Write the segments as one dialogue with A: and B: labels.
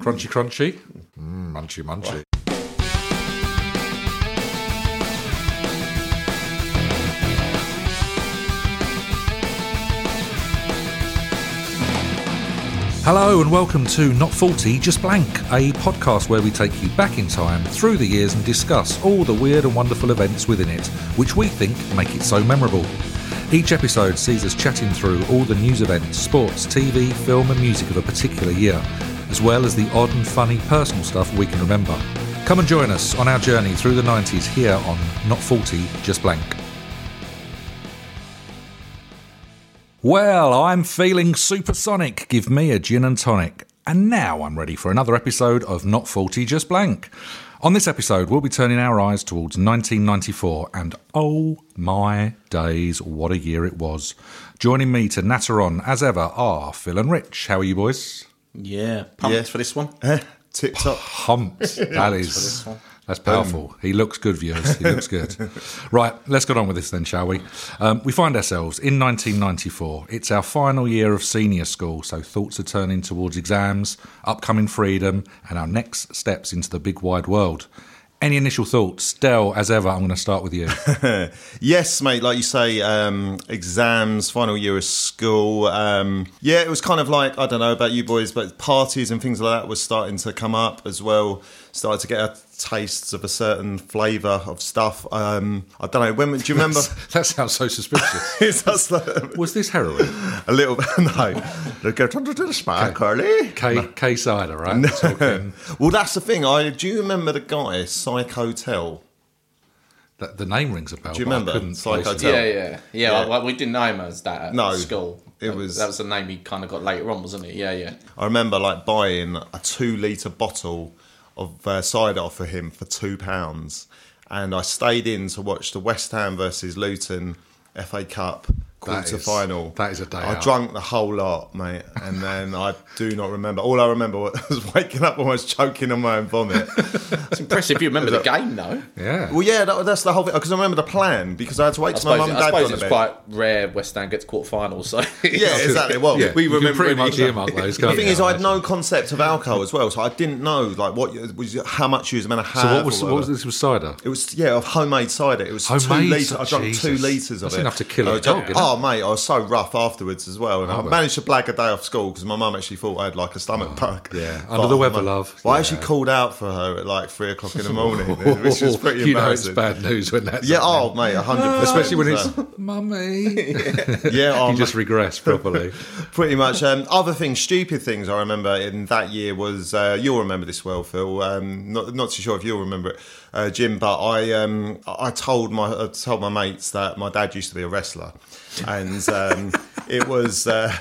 A: Crunchy, crunchy. Mm, munchy, munchy. Hello and welcome to Not 40, Just Blank, a podcast where we take you back in time through the years and discuss all the weird and wonderful events within it, which we think make it so memorable. Each episode sees us chatting through all the news events, sports, TV, film, and music of a particular year, as well as the odd and funny personal stuff we can remember. Come and join us on our journey through the 90s here on Not 40, Just Blank. Well, I'm feeling supersonic. Give me a gin and tonic. And now I'm ready for another episode of Not 40 Just Blank. On this episode, we'll be turning our eyes towards 1994, and oh my days, what a year it was. Joining me to natter on, as ever, are Phil and Rich. How are you, boys?
B: Yeah, pumped
C: Yeah.
B: for this one.
C: Tip top.
A: Pumped. That is. That's powerful. he looks good, viewers. He looks good. right, let's get on with this then, shall we? Um, we find ourselves in 1994. It's our final year of senior school, so thoughts are turning towards exams, upcoming freedom, and our next steps into the big wide world. Any initial thoughts? Dell, as ever, I'm going to start with you.
C: Yes, mate. Like you say, um, exams, final year of school. Um, yeah, it was kind of like I don't know about you boys, but parties and things like that was starting to come up as well. Started to get our tastes of a certain flavour of stuff. Um, I don't know. When do you remember?
A: that sounds so suspicious.
C: Is that sl-
A: Was this heroin?
C: a little bit? No. Look at the smile, Carly.
A: K, K cider, right? Talking-
C: Well, that's the thing. I do you remember the guy Psychotel?
A: that, the name rings a bell.
C: Do you
A: but I
C: remember?
A: couldn't
C: It's like
A: place it.
C: I tell-
B: Yeah, yeah, yeah.
C: Yeah.
B: Like, like, we didn't know him as that at
C: No,
B: school.
C: it
B: That-
C: was-
B: that was the name he kind of got later on, wasn't it? Yeah, yeah.
C: I remember like buying a two litre bottle of uh, cider for him for two pounds, and I stayed in to watch the West Ham versus Luton FA Cup
A: That is-
C: quarter final.
A: that is a day
C: I
A: out.
C: drunk the whole lot, mate, and then I do not remember. All I remember was waking up almost choking on my own vomit.
B: It's impressive. You remember the game though.
A: Yeah.
C: well, yeah, that, that's the whole thing. Because I remember the plan because I had to wait
B: I
C: till my
B: suppose,
C: mum and
B: I
C: dad
B: suppose
C: got to
B: it's
C: bed.
B: quite rare West Ham gets quarterfinals, so
C: Yeah, exactly. Well,
A: yeah,
C: we
A: you can
C: remember
A: pretty
C: it
A: much
C: exactly.
A: earmark those.
C: The
A: can't
C: thing
A: you?
C: is, I had no concept of alcohol as well, so I didn't know like what was how much you was meant to have.
A: So what was,
C: or
A: what was
C: whatever.
A: this was cider?
C: It was yeah, of homemade cider. It was
A: Homemade
C: two liters.
A: cider,
C: I drank two
A: Jesus.
C: liters of
A: That's
C: it.
A: enough to kill
C: I
A: a
C: was-
A: dog, isn't Oh,
C: Oh mate, I was so rough afterwards as well, and I
A: well. Oh,
C: managed to blag a day off school because my mum actually thought I had like a stomach bug.
A: yeah.
C: But
A: Under the weather,
C: my-
A: love.
C: Well, I
A: Yeah.
C: actually called out for her at like three o'clock in the morning, which was pretty
A: you know it's bad
C: embarrassing.
A: news when that's
C: Yeah,
A: happening.
C: oh mate, hundred percent.
A: especially when it's
C: So,
A: mummy.
C: yeah, oh,
A: you just regress properly.
C: Pretty much. Um, other things, stupid things I remember in that year was uh, you'll remember this well, Phil. Um, not not too sure if you'll remember it, uh, Jim. But I um, I I told my I told my mates that my dad used to be a wrestler, and um, it was. Uh,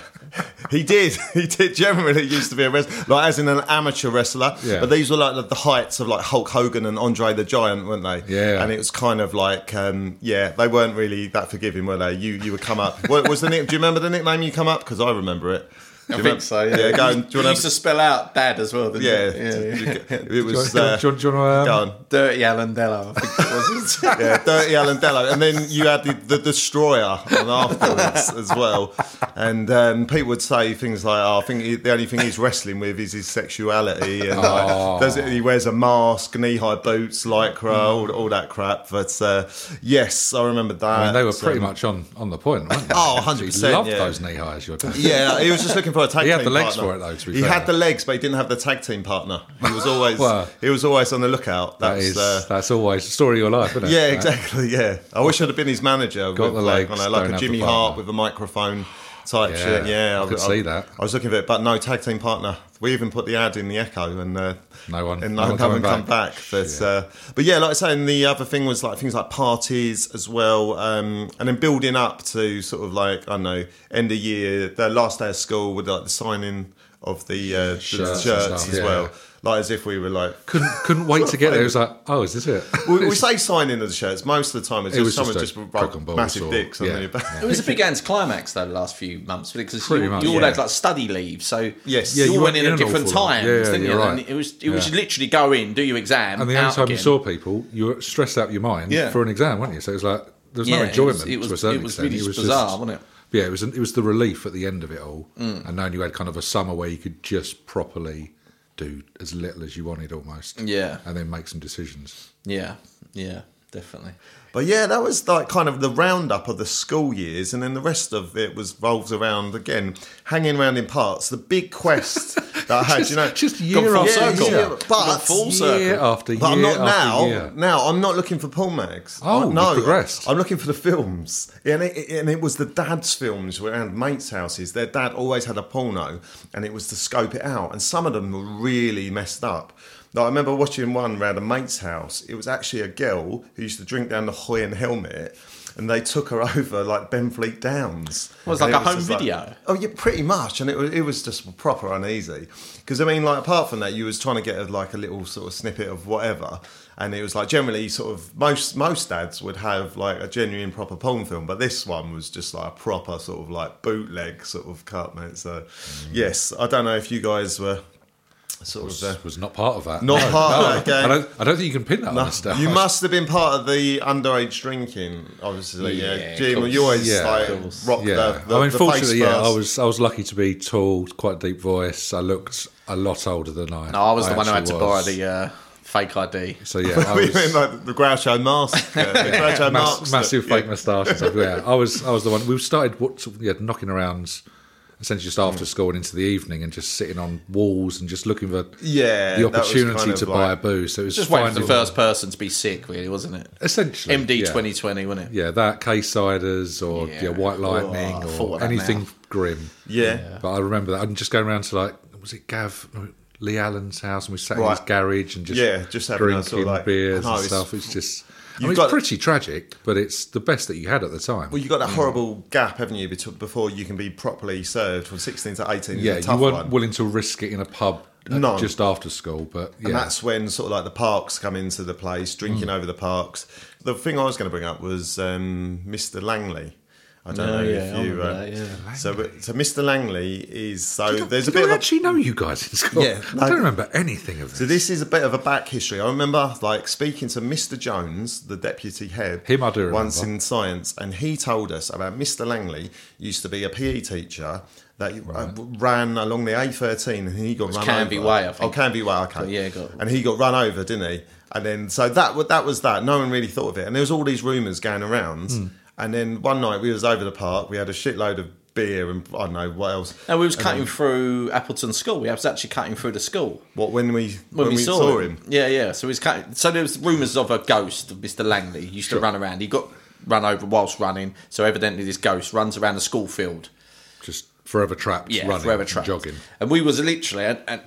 C: he did. He did. Generally, used to be a wrestler, like as in an amateur wrestler.
A: Yeah.
C: But these were like the, the heights of like Hulk Hogan and Andre the Giant, weren't they?
A: Yeah.
C: And it was kind of like, um, yeah, they weren't really that forgiving, were they? You you would come up. What was the nick? Do you remember the nickname you come up? Because I remember it. Do you
B: I
C: remember-
B: think so. Yeah,
C: Yeah. Go. and-
B: you
C: Do you want
B: used
C: to?
B: to spell out dad as well, didn't
C: Yeah.
B: you? Yeah, yeah.
C: It was.
A: John,
C: Uh,
A: John, John, um,
C: go on.
B: Dirty Alan Dello, I think it was.
C: Yeah, Dirty Alan Dello. And then you had the, the Destroyer on afterwards as well. And um, people would say things like, oh, I think he, the only thing he's wrestling with is his sexuality. And like,
A: Oh.
C: does it, he wears a mask, knee high boots, lycra, all, all that crap. But uh, yes, I remember that.
A: and they were pretty
C: Um,
A: much on, on the point, weren't they?
C: Oh, 100%,
A: He loved
C: yeah.
A: those knee highs. Your dad.
C: Yeah, he was just looking for a tag team.
A: He had the legs
C: partner.
A: for it, though, to be
C: he
A: fair.
C: had the legs, but he didn't have the tag team partner. He was always
A: Well,
C: he was always on the lookout.
A: that
C: That's
A: is
C: uh,
A: that's always the story of your life, isn't it? Uh,
C: yeah,
A: That-
C: exactly. Yeah, I wish I'd have been his manager.
A: Got
C: with,
A: the
C: like,
A: legs,
C: I don't know, like
A: don't
C: a
A: have
C: Jimmy
A: the
C: Hart
A: partner.
C: with a microphone type
A: Yeah,
C: shit. Yeah,
A: I could see that.
C: I was looking for it, but no tag team partner. We even put the ad in the Echo, and uh,
A: No one-
C: and
A: no
C: no,
A: one
C: no one
A: coming
C: come back. But uh, but yeah, like I say, and the other thing was like things like parties as well, um, and then building up to sort of like I don't know end of year, the last day of school with like the signing of the, uh,
A: Shirts and
C: the shirts
A: stuff,
C: as
A: yeah.
C: well. Like as if we were like
A: Couldn't couldn't wait to get there. It was like, oh, is this it?
C: we, we say signing of the shirts. Most of the time, it's
A: It
C: just
A: was
C: someone
A: just
C: just,
A: a cock and
C: wrote
A: balls
C: massive
A: or-
C: dicks on
A: yeah,
C: their back.
B: It was a big anticlimax though the last few months because you,
A: Pretty much,
B: you all
C: yeah.
B: had like study leave, so
C: Yes.
B: you
C: Yeah,
B: all
C: you
B: went
A: weren't
B: in at
A: in an
B: different
A: awful lot.
B: times,
A: Yeah, yeah,
B: didn't you?
A: you're
B: And
A: right.
B: it was it was
A: Yeah.
B: literally go in, do your exam,
A: And the only
B: out
A: time you
B: again.
A: saw people, you were stressed out your mind
B: Yeah.
A: for an exam, weren't you? So it was like there was
B: Yeah,
A: no
B: it
A: enjoyment
B: was- it was-
A: to a certain
B: it was
A: extent.
B: really
A: it was
B: bizarre,
A: just,
B: wasn't it?
A: Yeah, it was. It was the relief at the end of it all, and knowing you had kind of a summer where you could just properly do as little as you wanted almost.
B: Yeah.
A: And then make some decisions.
B: Yeah. Yeah. Definitely.
C: But yeah, that was like kind of the roundup of the school years, and then the rest of it was revolves around again hanging around in parts. The big quest that I had, you know,
A: Just
C: gone
A: year
C: full
A: after
C: circle.
A: year.
C: but
B: Gone full circle.
A: Year after
C: But I'm
A: year
C: not
A: after
C: now.
A: year.
C: Now I'm not looking for pull mags.
A: Oh,
C: I-
A: you've
C: no,
A: progressed.
C: I'm looking for the films, and it, and it was the dad's films around mates' houses. Their dad always had a porno, and it was to scope it out. And some of them were really messed up. Like, I remember watching one round a mate's house. It was actually a girl who used to drink down the Hoy and Helmet. And they took her over like Benfleet Downs.
B: Well, it's
C: And
B: like a
C: just
B: home video.
C: Oh yeah, pretty much, and it was it was just proper uneasy. Because I mean, like apart from that, you was trying to get a, like a little sort of snippet of whatever, and it was like generally sort of most most dads would have like a genuine proper porn film, but this one was just like a proper sort of like bootleg sort of cut, mate. So yes, I don't know if you guys were sort of. Uh,
A: was not part Mm. of that.
C: Not part of that
A: I
C: game.
A: don't, I don't think you can pin that on a star.
C: You must have been part of the underage drinking, obviously. Yeah,
B: Yeah,
C: Jim,
B: course.
C: you always
A: Yeah,
C: like
B: course.
C: rock
A: Yeah,
C: the, the.
A: I mean,
C: the face
A: fortunately, yeah,
C: first.
A: I was I was lucky to be tall, quite a deep voice. I looked a lot older than I.
B: No, I was the one who had to
A: actually
B: buy
A: was.
B: the uh, fake ID.
A: So yeah, I
C: We
A: was
C: mean like the Groucho mask? uh, the Groucho
A: mass-
C: mask.
A: massive
C: yeah.
A: fake moustache and stuff. Yeah, I was I was the one. We started what yeah knocking around essentially just
C: Hmm.
A: after school and into the evening and just sitting on walls and just looking for
C: Yeah,
A: the
C: that was
A: opportunity
C: kind of
A: to buy a
C: like-
A: booze. So it was
B: Just waiting
A: finding
B: for the first person to be sick, really, wasn't it?
A: essentially
B: MD
A: yeah.
B: 2020, wasn't it?
A: Yeah, that case ciders or yeah.
B: Yeah.
A: white lightning
B: Oh, I thought
A: or
B: of that
A: anything
B: now.
A: grim.
C: Yeah.
A: But I remember that. I'm just going around to like, was it Gav, no, Lee Allen's house, and we sat in his
C: Right.
A: garage and just
C: Yeah, just having
A: drinking
C: a sort of like-
A: beers
C: No,
A: and
C: it's-
A: stuff. It's just, I
C: You've
A: mean,
C: got-
A: it's pretty tragic, but it's the best that you had at the time.
C: Well, you got that horrible gap, haven't you, between, before you can be properly served from 16 to 18
A: yeah,
C: is a
A: you
C: tough
A: weren't
C: one.
A: willing to risk it in a pub uh,
C: No.
A: just after school, but yeah, Mm.
C: And that's when sort of like the parks come into the place, drinking over the parks. The thing I was going to bring up was um, Mr. Langley. I don't know
B: Oh, yeah, I
C: if you.
B: remember
C: Uh,
B: that, yeah.
C: So, but- so Mr. Langley is so there's
A: Did
C: a bit
A: I
C: of a
A: actually know you guys in school?
C: Yeah,
A: I
C: no.
A: don't remember anything of this.
C: So this is a bit of a back history. I remember like speaking to Mr. Jones, the deputy head,
A: Him I do remember.
C: once in science, and he told us about Mr. Langley used to be a PE teacher that uh, ran along the A13, and he got run
B: Canby
C: over.
B: Way, I think.
C: Oh, Canby Way, okay.
B: yeah, got-
C: And he got run over, didn't he? And then so that wa- that was that. No one really thought of it, and there was all these rumours going around.
A: Hmm.
C: And then one night we was over the park. We had a shitload of beer and I don't know what else.
B: No, we was cutting through Appleton School. We was actually cutting through the school
C: What when we
B: when, we, saw, him. Yeah, yeah. So we was cutting. So there was rumours of a ghost of Mr. Langley. He used to run around. He got run over whilst running. So evidently, this ghost runs around the school field.
A: Just forever trapped,
B: yeah,
A: running,
B: forever
A: and
B: trapped.
A: jogging.
B: And we was literally, and, and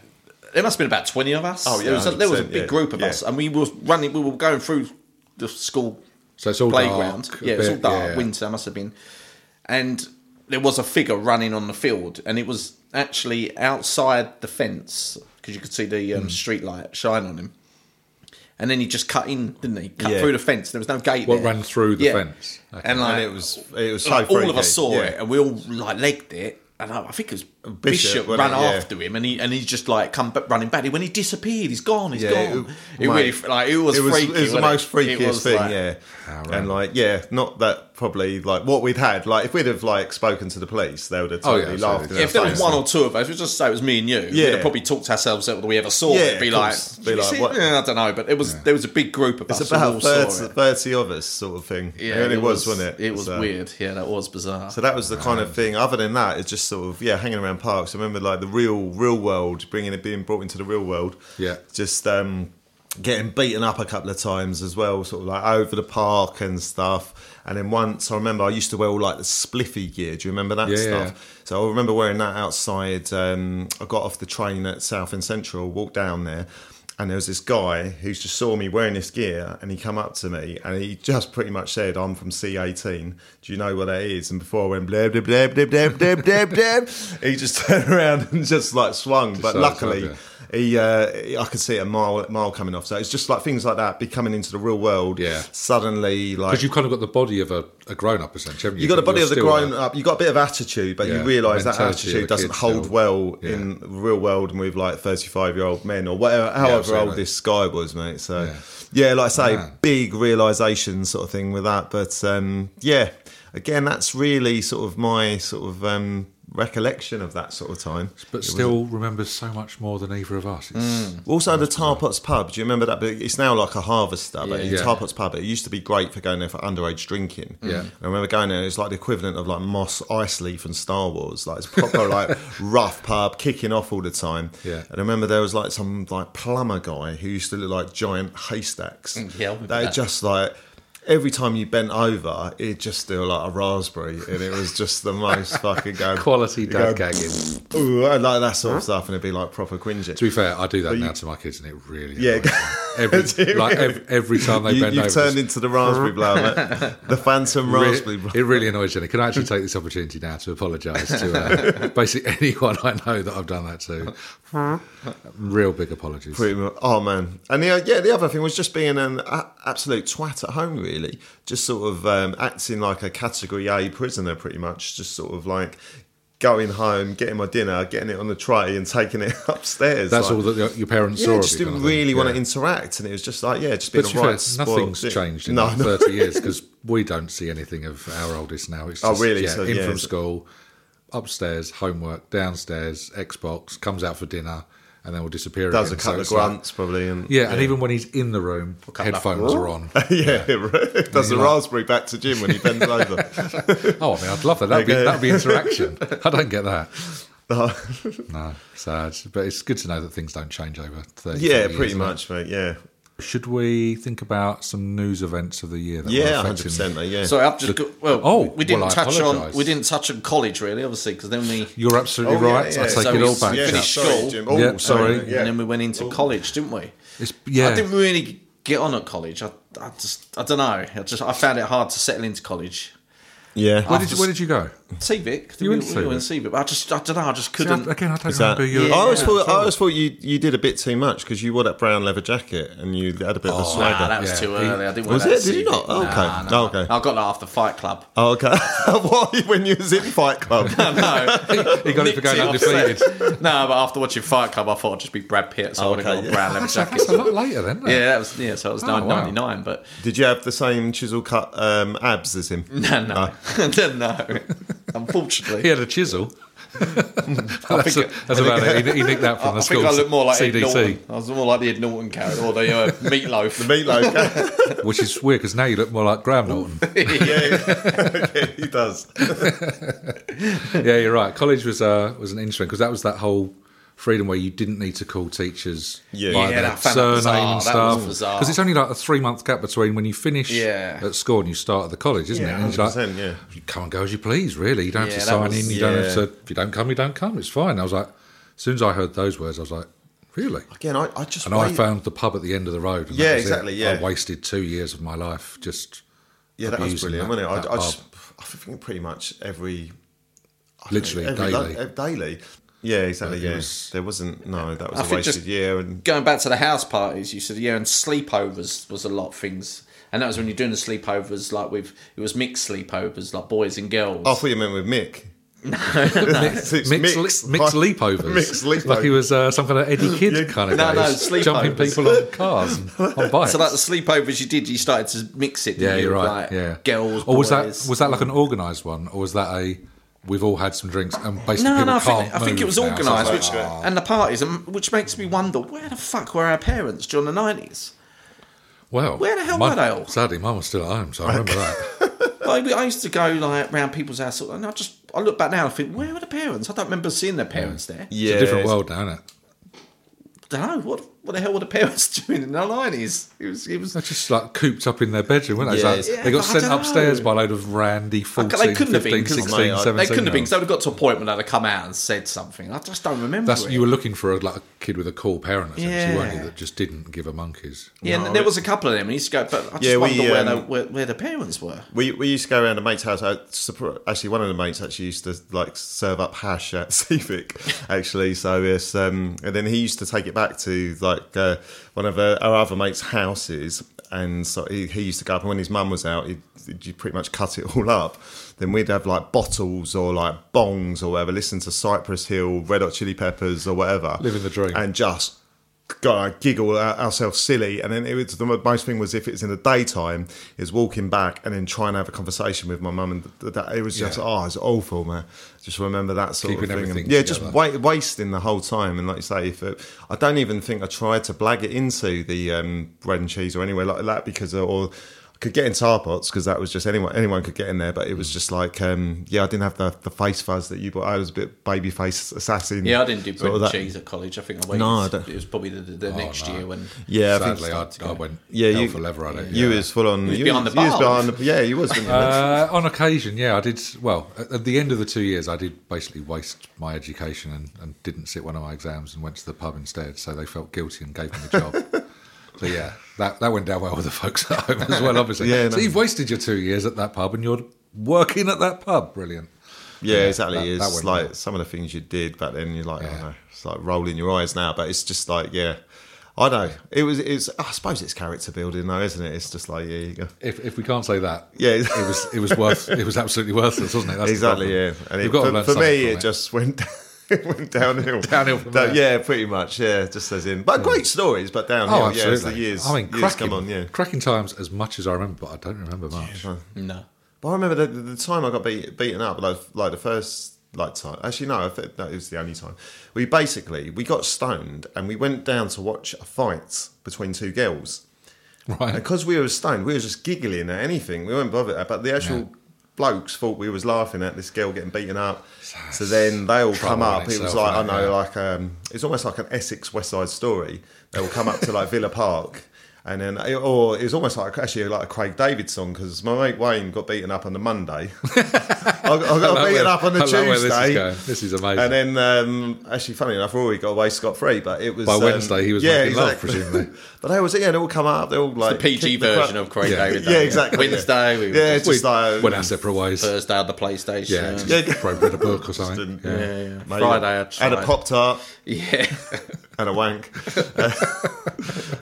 B: there must have been about twenty of us.
C: Oh, yeah,
B: there was a, there was a
C: 100%,
B: big
C: yeah,
B: group of
C: yeah.
B: us, and we was running. We were going through the school
A: So it's all
B: playground.
A: dark. a
B: yeah, it was all
A: bit-
B: dark.
A: yeah.
B: Winter must have been, and there was a figure running on the field, and it was actually outside the fence because you could see the
A: Hmm.
B: um, street light shine on him. And then he just cut in, didn't he? Cut
C: Yeah.
B: through the fence. There was no gate.
A: What
B: there.
A: ran through the
B: Yeah.
A: fence? Okay.
B: And like
C: and it was it was so
B: like, all of
C: freaky.
B: us saw
C: Yeah.
B: it, and we all like legged it. And I, I think it was Bishop,
C: wasn't
B: ran
C: it? Yeah.
B: after him, and he and he's just like come back, running back. When he disappeared, he's gone. He's
C: Yeah,
B: gone.
C: it-
B: It,
C: mate,
B: really like it was.
C: It was,
B: freaky,
C: it was
B: wasn't
C: the most
B: It
C: freakiest
B: was,
C: thing,
B: like-
C: yeah.
A: Ah, right.
C: And like, yeah, not that probably like what we'd had. Like, if we'd have like spoken to the police, they would have
A: Oh, yeah,
C: totally laughed.
A: absolutely.
C: in our
B: If there was
C: face.
B: one or two of us, we just say it was me and you. Yeah,
C: Yeah.
B: we'd have probably talked ourselves out that we ever saw
C: Yeah,
B: it. Be
C: of
B: like,
C: course.
B: "Did
C: Be
B: you
C: like,
B: see
C: what-
B: it?" Yeah, I don't know, but it was there was a big group of
C: it's
B: us. and we all
C: about
B: saw
C: 30,
B: it.
C: 30 of us, sort of thing.
B: Yeah,
C: it really was, wasn't it?
B: It was
C: So-
B: weird. Um, Yeah, that was bizarre.
C: So that was the kind of thing. Other than that, it's just sort of yeah, hanging around parks. I remember like the real, real world, bringing it, being brought into the real world.
A: Yeah.
C: just um, getting beaten up a couple of times as well, sort of like over the park and stuff. And then once I remember, I used to wear all like the spliffy gear. Do you remember that
A: Yeah,
C: stuff?
A: yeah.
C: So I remember wearing that outside. Um, I got off the train at South and Central, walked down there, and there was this guy who just saw me wearing this gear, and he come up to me, and he just pretty much said, "I'm from C18. Do you know what that is?" And before I went blah blah blah blah blah blah blah, blah, he just turned around and just like swung. but
A: so
C: luckily.
A: excited.
C: He, uh, I could see it a mile, mile coming off. So it's just like things like that, be coming into the real world.
A: Yeah.
C: suddenly, like
A: Because you've kind of got the body of a, a grown up, essentially, haven't you?
C: you got a body
A: You're
C: of the
A: still
C: grown
A: a-
C: up. You got a bit of attitude, but
A: Yeah,
C: you realise that
A: mentality of the
C: attitude doesn't
A: kids
C: hold
A: still.
C: well
A: Yeah.
C: in the real world and with like thirty-five year old men or whatever, however
A: absolutely.
C: old this guy was, mate. So
A: Yeah.
C: yeah, like I say,
A: Man.
C: big realisation sort of thing with that. But um, yeah, again, that's really sort of my sort of um, recollection of that sort of time.
A: But still remembers so much more than either of us. It's,
C: Also, the Tarpot's Pub. Do you remember that? But It's now like a harvest pub. but in
A: Yeah.
C: Tarpot's Pub, it used to be great for going there for underage drinking.
A: Yeah.
C: And I remember going there. It was like the equivalent of like Moss Ice Leaf and Star Wars. Like it's proper like rough pub, kicking off all the time.
A: Yeah.
C: And I remember there was like some like plumber guy who used to look like giant haystacks.
A: Mm,
B: yeah, I remember
C: they
B: that.
C: just like. Every time you bent over, it just still like a raspberry, and it was just the most fucking going
A: Quality
C: you
A: dad
C: go,
A: gagging.
C: Ooh, I like that sort of stuff, and it'd be like proper cringing.
A: To be fair, I do that now to my kids, and it really
C: Yeah.
A: annoys me. every,
C: Do
A: like
C: you
A: ev- every, time they
C: you,
A: bend
C: you've
A: over,
C: turned
A: it's
C: into the raspberry blower, mate. the phantom
A: re-
C: raspberry blower.
A: it really annoys Jenny. Can I actually take this opportunity now to apologise to uh, basically anyone I know that I've done that to? Real big apologies.
C: Pretty much. Oh man, and the, yeah, the other thing was just being an a- absolute twat at home, really, just sort of um, acting like a category A prisoner, pretty much, just sort of like going home, getting my dinner, getting it on the tray, and taking it upstairs.
A: That's
C: like-
A: all that your- your parents
C: Yeah,
A: saw. of
C: just
A: you
C: didn't
A: kind of thing.
C: really want
A: Yeah.
C: to interact, and it was just like, yeah, just being
A: But to
C: a
A: be
C: right.
A: fair,
C: spoiled
A: nothing's
C: dick.
A: changed in
C: No,
A: like
C: no.
A: 30 years because we don't see anything of our oldest now. It's
C: Oh,
A: just,
C: really?
A: Yeah,
C: So,
A: in
C: yeah,
A: from
C: so-
A: school, upstairs, homework, downstairs, Xbox, comes out for dinner, and then will disappear
C: Does a
A: again.
C: couple of
A: it's like-
C: grunts probably, and
A: yeah, and even when he's in the room,
B: couple of-
A: headphones are on.
C: yeah, it does the
A: like-
C: raspberry back to Jim when he bends over.
A: Oh, I mean, I'd love that. That'd be,
C: Okay.
A: that'd be interaction. I don't get that.
C: No.
A: No, sad. But it's good to know that things don't change over 30 40
C: yeah,
A: years,
C: pretty
A: isn't it?
C: much, mate. Yeah,
A: Should we think about some news events of the year? That
C: yeah,
A: were
C: hundred
A: affecting-
C: percent, mate. Yeah.
B: So I've just got, well,
A: Oh,
B: we didn't
A: well, I
B: touch on
A: apologise.
B: we didn't touch on college really, obviously, because then we
A: You're absolutely
C: Oh, yeah,
A: right.
C: yeah.
A: I take
B: So
A: it all
B: we-
A: back.
B: we
A: Jack.
C: yeah,
B: finished school.
C: Jim.
A: Yeah,
C: Oh, sorry.
A: sorry.
C: Yeah.
B: and then we went into college, didn't we?
A: It's, yeah.
B: I didn't really get on at college. I, I just I don't know. I just I found it hard to settle into college.
C: yeah.
A: Where did, you, where did you go?
B: Civic,
A: You
B: we,
A: went to
B: we were in Civic. but I just I don't know. I just couldn't.
A: See, I- again, I don't
C: Is that- Oh,
A: remember you.
C: I always
B: Yeah.
C: thought I always thought you, you did a bit too much because you wore that brown leather jacket and you had a bit of a swagger.
B: Oh, Nah, that was
A: Yeah.
B: too early. I didn't.
C: Was
B: want
C: it?
B: that
C: Did you
B: Civic.
C: not? Oh, okay.
B: Nah, nah.
C: Oh, okay.
B: I got that after Fight Club.
C: oh, okay. Why when you was in Fight Club?
B: no,
A: He got it for going undefeated.
B: no, but after watching Fight Club, I thought I'd just be Brad Pitt, so I would have
C: Okay,
B: got
C: yeah.
B: a brown leather jacket.
A: That's a lot later then. isn't it?
B: yeah, that was yeah. So it was
A: Oh, wow.
B: 1999, but
C: did you have the same chisel cut um, abs as him?
B: no, no, no. Unfortunately,
A: He had a chisel. that's
B: think-
A: that's about it. He, he nicked that from
B: I
A: the school.
B: think I look more like Ed
A: CDT,
B: Norton. I was more like the Ed Norton character, or the uh, meatloaf.
C: Meatloaf.
A: which is weird because now you look more like Graham Norton.
C: yeah, yeah, he does.
A: yeah, you're right. College was uh, was an interesting because that was that whole freedom where you didn't need to call teachers
C: Yeah.
A: by
C: Yeah,
A: their
B: that- I found that
A: surname
B: bizarre.
A: and
B: That
A: stuff.
B: was bizarre.
A: it's only like a three month gap between when you finish
B: Yeah.
A: at school and you start at the college, isn't
C: Yeah,
A: it? And you're like,
C: 100%, yeah.
A: you come and go as you please. Really, you don't
B: Yeah,
A: have to
B: that
A: sign
B: was-
A: in. You don't have
C: yeah.
A: to. If you don't come, you don't come. It's fine. I was like, as soon as I heard those words, I was like, really.
C: Again, I, I just
A: And I
C: wait-
A: found the pub at the end of the road. And that
C: Yeah,
A: was it.
C: exactly, yeah.
A: I wasted two years of my life just.
C: yeah, that was
A: abusing
C: brilliant,
A: that-
C: wasn't it?
A: that
C: I, I
A: pub.
C: just I think pretty much every I don't
A: Literally
C: know, every,
A: daily.
C: like, daily. Yeah, exactly.
A: it
C: Yeah,
A: was-
C: there wasn't no. That was
B: I
C: a
B: think
C: wasted
B: just-
C: year, and
B: going back to the house parties, you said yeah, and sleepovers was a lot of things, and that was when you're doing the sleepovers like with it was mixed sleepovers like boys and girls.
A: Oh,
C: I thought you meant with Mick. It's mixed-
A: Mixed, mixed, mixed leapovers.
C: Mixed leapovers.
A: Like he was uh, some kind of Eddie Kidd kind of
B: No,
A: guy.
B: no,
A: He's
B: sleepovers.
A: Jumping people on cars and on bikes.
B: so like the sleepovers you did, you started to mix it. didn't
A: yeah,
B: you,
A: you're
B: with,
A: right.
B: Like,
A: yeah.
B: girls.
A: Or was that
B: boys.
A: was that like an organised one, or was that a we've all had some drinks and basically
B: No,
A: people
B: no, I
A: can't
B: think, I think
A: move
B: it was
A: now, so
B: organised,
A: it's
B: which
A: like, "Ah."
B: and the parties, and which makes me wonder where the fuck were our parents during the nineties?
A: well,
B: where the hell
A: my-
B: were they all?
A: Sadly, mine was still at home, so I remember that.
B: Like, we- I used to go like round people's house, and I just I look back now and think, where were the parents? I don't remember seeing their parents there.
A: It's
C: yeah,
A: a different world now, isn't it?
B: I don't know what what the hell were the parents doing in the nineties? It was it was
A: They're just like cooped up in their bedroom, weren't they?
C: Yeah,
A: It's like,
B: yeah,
A: they got
B: but I
A: sent
B: don't
A: upstairs
B: know.
A: by a load of randy 14,
B: they couldn't have been,
A: 15,
B: 'cause-
A: 16,
C: Mate, I- they
B: they
A: 17
B: couldn't have been because
A: -year-olds.
B: they would have got to a point when they'd have come out and said something. I just don't remember.
A: That's
B: it.
A: you were looking for a, like a kid with a cool parent, essentially, weren't you?
B: Yeah.
A: That just didn't give a monkeys.
B: yeah, and there was a couple of them. And you used to go, but I just
C: Yeah, we,
B: wonder where,
C: um,
B: they, where where the parents were.
C: We, we used to go around a mate's house. I, surpri- actually, one of the mates actually used to like serve up hash at Civic. Actually, so yes, um, and then he used to take it back to like uh, one of uh, our other mates' houses, and so he, he used to go up. And when his mum was out, he'd, he'd pretty much cut it all up. Then we'd have like bottles or like bongs or whatever. Listen to Cypress Hill, Red Hot Chili Peppers or whatever.
A: Living the dream.
C: and just God, I giggle our- ourselves silly. And then it was the most thing was if it's in the daytime, is walking back and then trying to have a conversation with my mum. And th- that it was just,
A: Yeah.
C: oh, it's awful, man. Just remember that sort
A: Keeping
C: of thing. And-
A: everything
C: yeah,
A: together.
C: just wa- wasting the whole time. And like you say, if it, I don't even think I tried to blag it into the um, bread and cheese or anywhere like that because, uh, or I could get in tar pots because that was just anyone anyone could get in there. But it
A: Mm.
C: was just like, um, yeah, I didn't have the, the face fuzz that you bought. I was a bit baby face assassin.
B: Yeah, I didn't do
C: sort
B: bread
C: of
B: and
C: that.
B: cheese at college. I think I Oh, waited.
C: No, I don't-
B: it was probably the, the next
A: no.
B: year when.
C: Yeah, I think
A: Sadly, I, I went
C: Yeah,
A: hell
C: you-
A: for leather on it.
C: You
A: yeah.
C: was full on.
B: was
C: you
B: behind
C: was-
B: the
C: you was
B: bars.
C: behind the- yeah, you was. Wasn't you?
A: Uh, on occasion, yeah, I did. Well, at at the end of the two years, I did basically waste my education and, and didn't sit one of my exams and went to the pub instead. So they felt guilty and gave me the job. so yeah, that that went down well with the folks at home as well. Obviously,
C: Yeah,
A: so
C: no.
A: you've wasted your two years at that pub and you're working at that pub. Brilliant.
C: yeah, exactly.
A: that- that
C: it's
A: went
C: like
A: well.
C: some of the things you did back then. You're like,
A: Yeah.
C: I know, it's like rolling your eyes now. But it's just like, yeah, I know. It was. It's. I suppose it's character building, though, isn't it? It's just like, yeah, you go.
A: If if we can't say that,
C: Yeah,
A: it was it was worth it was absolutely worthless, wasn't it? That's the
C: exactly.
A: problem.
C: Yeah, and
A: We've
C: it,
A: got to
C: for,
A: learn
C: for
A: something
C: me,
A: from
C: it just went. it went downhill.
A: Downhill from there.
C: Yeah, pretty much. Yeah, just as in, but great stories, but downhill.
A: Oh,
C: yeah, as
A: absolutely.
C: the years.
A: I mean, cracking,
C: years come on. Yeah,
A: cracking times as much as I remember, but I don't remember much.
B: No.
C: But I remember the, the time I got beat, beaten up, like like the first like time. Actually, no, I think that was the only time. We basically we got stoned and we went down to watch a fight between two girls.
A: Right?
C: And because we were stoned, we were just giggling at anything. We weren't bothered. But the actual blokes thought we was laughing at this girl getting beaten up. So then they all come
A: Trouble in
C: up. It
A: itself,
C: was like I
A: isn't it?
C: know,
A: Yeah.
C: like um, it's almost like an Essex West Side Story. They will come up to like Villa Park. And then, or it was almost like actually like a Craig David song because my mate Wayne got beaten up on the Monday. I got, I
A: I
C: got
A: love
C: beaten
A: where-
C: up on the
A: I love where
C: Tuesday.
A: This is, going. This is amazing.
C: And then, um, actually, funny enough, Rory got away scot free, but it was
A: By
C: um,
A: Wednesday, he was making love, presumably.
C: but they was yeah, they all come up, they all like
B: The PG
C: kick the crap-
B: version of Craig
A: Yeah.
B: David.
C: Yeah, exactly.
B: Wednesday, we were
C: yeah,
B: just
C: just like uh,
A: went our separate ways.
B: Thursday on the PlayStation.
A: yeah,
B: Yeah,
A: just
C: Yeah.
A: probably read a book or something.
C: Just
A: Yeah.
B: yeah, yeah.
C: mate,
B: Friday, I
C: and a
B: tried.
C: pop tart
B: Yeah.
C: and a wank, Uh,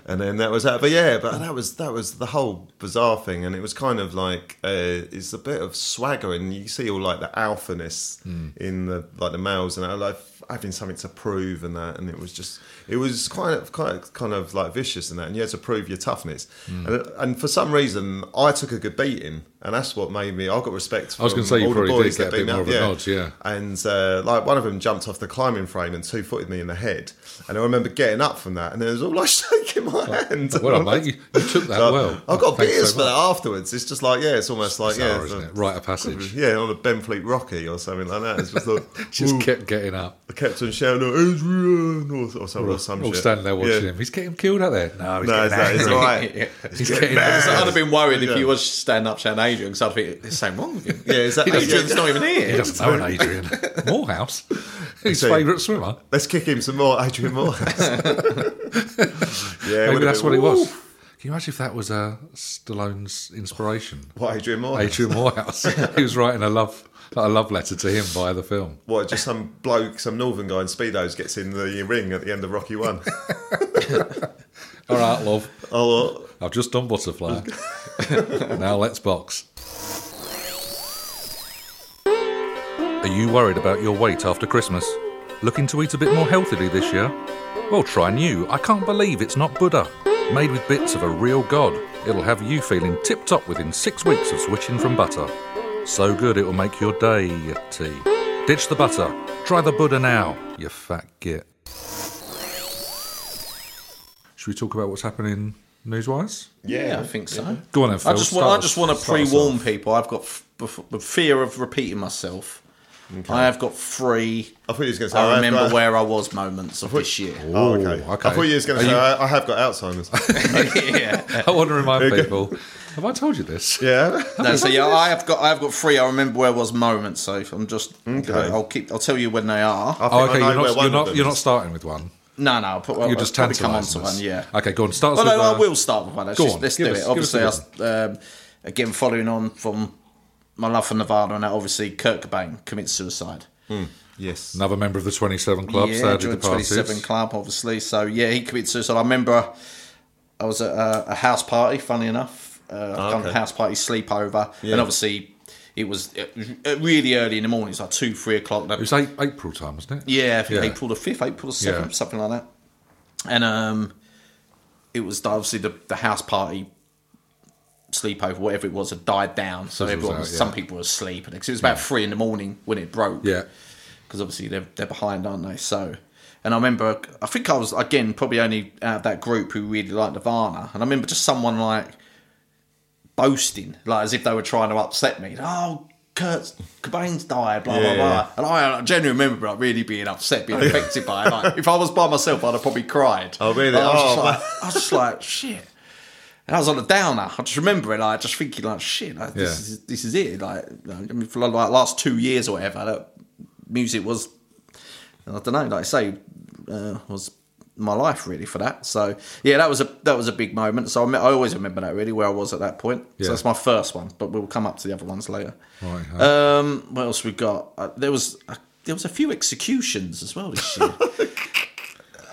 C: and then that was that. But yeah, but that was that was the whole bizarre thing, and it was kind of like uh, it's a bit of swagger, and you see all like the alphaness
A: Hmm.
C: in the like the males, and I like having something to prove and that, and it was just it was quite quite kind of like vicious and that, and you had to prove your toughness,
A: Hmm.
C: and, and for some reason I took a good beating, and that's what made me I got respect.
A: I was
C: from
A: gonna say, you
C: all the
A: probably did
C: boys
A: get
C: that
A: a bit
C: beat me
A: more
C: up,
A: of a nod, yeah.
C: and uh, like one of them jumped off the climbing frame and two footed me in the head. And I remember getting up from that, and it was all like shaking my hand.
A: Well, mate, you, you took that
C: Like,
A: well.
C: I got
A: Thanks
C: beers
A: so
C: for that
A: much.
C: afterwards. It's just like yeah, it's almost like yeah,
A: Bizarre,
C: it's
A: isn't
C: a-
A: it? Rite of passage.
C: yeah, on a Benfleet Rocky or something like that. It's just like
A: Just
C: "Woo."
A: kept getting up.
C: I kept on shouting Adrian or, or some, or some
A: All
C: shit.
A: standing there watching
C: Yeah.
A: him. He's getting killed out there. No, he's
C: No,
A: getting
C: it's, not- it's
A: angry.
C: all right.
B: Yeah.
A: He's getting
B: So I'd have been worried
C: Yeah.
B: if you was standing up shouting Adrian because I'd think there's something wrong with him.
C: Yeah, exactly.
B: Adrian's not even
A: He
B: here.
A: doesn't know an Adrian. Morehouse, his
C: So-
A: favourite swimmer.
C: Let's kick him some more, Adrian Moore. yeah,
A: Maybe
C: would've
A: that's
C: been,
A: what it was.
C: "Woo."
A: Can you imagine if that was uh, Stallone's inspiration?
C: What Adrian Moore?
A: Adrian Morehouse. he was writing a love, like a love letter to him via the film.
C: What, just some bloke, some northern guy in Speedos gets in the ring at the end of Rocky One?
A: All right, love.
C: oh, well,
A: I've just done butterfly. now let's box. Are you worried about your weight after Christmas? Looking to eat a bit more healthily this year? Well, try new. I can't believe it's not Buddha. Made with bits of a real god, it'll have you feeling tip top within six weeks of switching from butter. So good it'll make your day tea. Ditch the butter. Try the Buddha now, you fat git. Should we talk about what's happening news wise?
B: Yeah, I think so.
A: Go on then, Phil.
B: I just, want,
A: Start
B: I
A: us-
B: just want to
A: start us
B: pre-warn
A: off.
B: people. I've got f- bef- the fear of repeating myself. I have got three.
C: I thought you was going to say.
B: I remember
C: have got-
B: where I was moments of this year.
C: Oh, okay.
A: Ooh, okay.
C: I thought you was going
A: Are
C: to say.
A: you-
C: I, I have got Alzheimer's.
B: yeah.
A: I want to remind people. Have I told you this?
C: yeah.
B: No, so yeah, I have got I have got three. I remember where I was moments. So if I'm just. I'll keep. I'll tell you when they are.
C: I
A: Oh,
C: think I
A: okay.
C: know
A: You're not.
C: where one
A: You're
C: of
A: not,
C: them
A: you're not
C: is.
A: starting with one.
B: no, no. I'll put,
A: You're just
B: I'll probably come on
A: tantalising
B: to
A: us.
B: one. Yeah.
A: Okay. Go on. Start us
B: Well,
A: with.
B: no,
A: uh,
B: I will start with one. Let's,
A: Go
B: just,
A: on,
B: let's
A: give
B: do
A: us-
B: it.
A: give us
B: Obviously,
A: a
B: I, um, again, following on from my love for Nevada and that, obviously, Kurt Cobain commits suicide.
C: Yes.
A: Another member of the 27 Club.
B: yeah,
A: sadly
B: joined
A: departed.
B: 27 Club, obviously. So, yeah, he committed suicide. I remember I was at a, a house party, funny enough. Uh,
A: Ah,
B: a kind of
C: okay.
B: house party sleepover. And obviously, it was it was really early in the morning. It's like 2, 3 o'clock.
A: It was eight, April time, wasn't it?
B: Yeah, I think
A: Yeah.
B: April the fifth, April the seventh,
A: Yeah.
B: something like that. and um, it was the- obviously the, the house party sleepover, whatever it was, had died down. So
A: Socials
B: everyone,
A: out,
B: was
A: yeah.
B: some people were asleep, and 'cause it was about three in the morning when it broke.
A: Yeah.
B: because obviously they're they're behind, aren't they? So, and I remember, I think I was again probably only out of that group who really liked Nirvana, and I remember just someone like boasting, like as if they were trying to upset me. Oh. Kurt Cobain's died, blah
C: Yeah,
B: blah
C: yeah.
B: blah, and I I generally remember like, really being upset, being affected by it. Like, if I was by myself, I'd have probably cried.
C: Oh, really?
B: And I was, just
C: Oh,
B: like, I was just like, shit. And I was on a downer. I just remember it. Like, just thinking, like, shit, like, this
A: Yeah.
B: is this is it. Like, I mean, for like last two years or whatever, that music was, I don't know, like I say, uh, was my life really for that. So yeah, that was a that was a big moment. So I, me- I always remember that really where I was at that point.
A: Yeah.
B: So that's my first one, but we'll come up to the other ones later.
A: Right, uh, huh.
B: Um, what else we got? Uh, there was a, there was a few executions as well this year.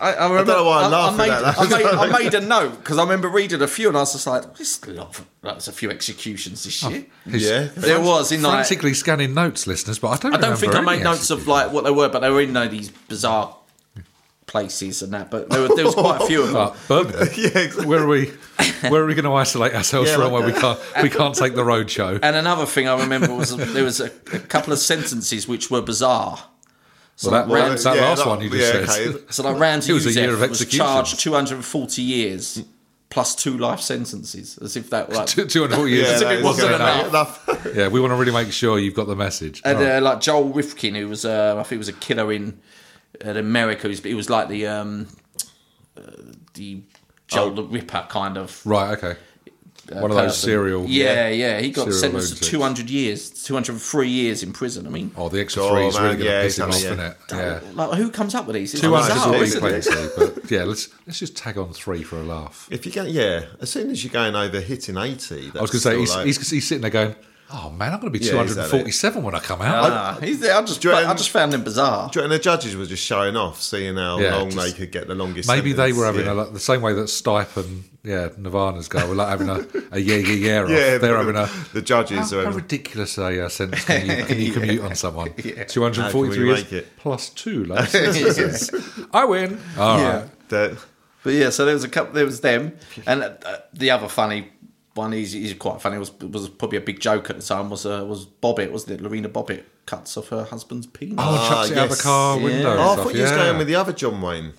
B: I, I, remember,
C: know why I laugh at
B: made,
C: that.
B: I made, I made a note because I remember reading a few, and I was just like, "This lot, of- that was a few executions this year."
A: He's
C: Oh, Yeah.
B: there was in like,
A: frantically scanning notes, listeners, but I don't.
B: I don't think I
A: remember
B: made
A: any
B: notes of
A: executions.
B: like what they were, but they were in like, these bizarre places and that. But there, were, there was quite a few of them.
A: Uh, Birmingham.
C: Yeah, exactly.
A: Where are we? Where are we going to isolate ourselves
C: Yeah,
A: from?
C: like
A: Where we can't we can't take the road show.
B: And another thing I remember was there was a, a couple of sentences which were bizarre. So
A: Well, that-
B: like,
A: well,
B: Ram-
A: that last one you just said.
B: so like Ramsey
A: It was a year
B: Youssef
A: of
B: was
A: executions.
B: charged 240 years plus two life sentences, as if that like
A: Two hundred years.
C: Yeah,
A: is
C: that
B: it
C: is
B: wasn't
C: good
B: enough.
A: Yeah, we want to really make sure you've got the message.
B: And
A: All right.
B: uh, like Joel Rifkin, who was uh, I think he was a killer in uh, America. He was, he was like the um, uh, the Joel the Ripper kind of uh,
A: right, okay. One Oh. of those
B: person.
A: serial.
B: Yeah, yeah. He got
A: serial
B: sentenced to
A: lunatics.
B: two hundred years, two hundred and three years in prison. I mean,
A: Oh, the extra
C: Oh,
A: three is really
C: man,
A: going to
C: yeah,
A: piss him off,
C: exactly,
A: isn't
C: yeah.
A: it? Yeah.
B: like who comes up with these? It's
A: Two hundred is
B: bizarre,
A: always
B: isn't it?
A: plenty, but yeah, let's let's just tag on three for a laugh.
C: If you go, yeah, as soon as you're going over hitting 80, that's
A: I was going to say he's,
C: like,
A: he's he's sitting there going, "Oh man, I'm going to be
C: Yeah,
A: 247 when I come out."
B: Ah, he's, I just,
C: Do you
B: I
C: reckon-
B: just found him bizarre.
C: and the judges were just showing off, seeing how
A: Yeah,
C: long they
A: just-
C: could get the longest.
A: Maybe they
C: sentence,
A: were having a,
C: yeah.
A: like, the same way that Stipe and yeah Nirvana's go were like having a, a yeah yeah yeah. Off.
C: Yeah, um,
A: they're
C: the-
A: having a Oh,
C: the judges
A: How,
C: are
A: how
C: having-
A: ridiculous a uh, sentence can you, can you commute on someone?
C: How can
A: 243
C: we
A: years
C: make it?
A: plus two. Like, I win. All right.
B: Yeah.
C: That-
B: But yeah, so there was a couple. There was them, and uh, the other funny one is is quite funny. Was was probably a big joke at the time. Was uh, was Bobbitt? Wasn't it? Lorena Bobbitt cuts off her husband's penis.
A: Oh,
C: Ah,
A: chucks it out of
C: yes.
A: the car
B: Yeah.
A: window. and
C: Oh, I
A: stuff,
C: thought you was
A: yeah.
C: going with the other John Wayne.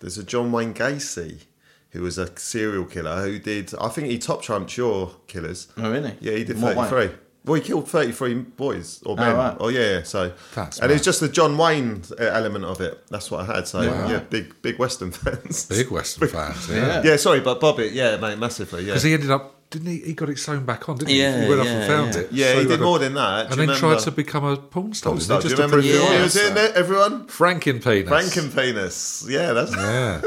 C: There's a John Wayne Gacy who was a serial killer who did. I think he top trumped your killers.
B: Oh, really?
C: Yeah, he did
B: In what way?
C: 33. Well, he killed 33 boys or men.
B: right.
C: Oh, yeah, yeah. So,
A: That's
C: and it was just the John Wayne uh, element of it. That's what I had. So,
A: Wow.
C: yeah, big, big Western fans.
A: Big Western fans.
B: Yeah.
A: Yeah.
C: Yeah, sorry, but Bobbitt, yeah, mate, massively. Yeah,
A: Because he ended up, didn't he? He got it sewn back on, didn't he?
B: Yeah,
A: he went up
B: yeah,
A: and found
B: yeah.
A: it. So
C: yeah, he did
A: got-
C: more than
A: And
C: that. Do you
A: then
C: remember?
A: tried to become a porn star. didn't he?
C: Do you
A: Just to
C: remember the
A: prove
B: film?
C: film
A: it
C: he
A: was
C: was in? There, everyone,
A: Frankenpenis.
C: Frankenpenis. Yeah, that's
A: Yeah.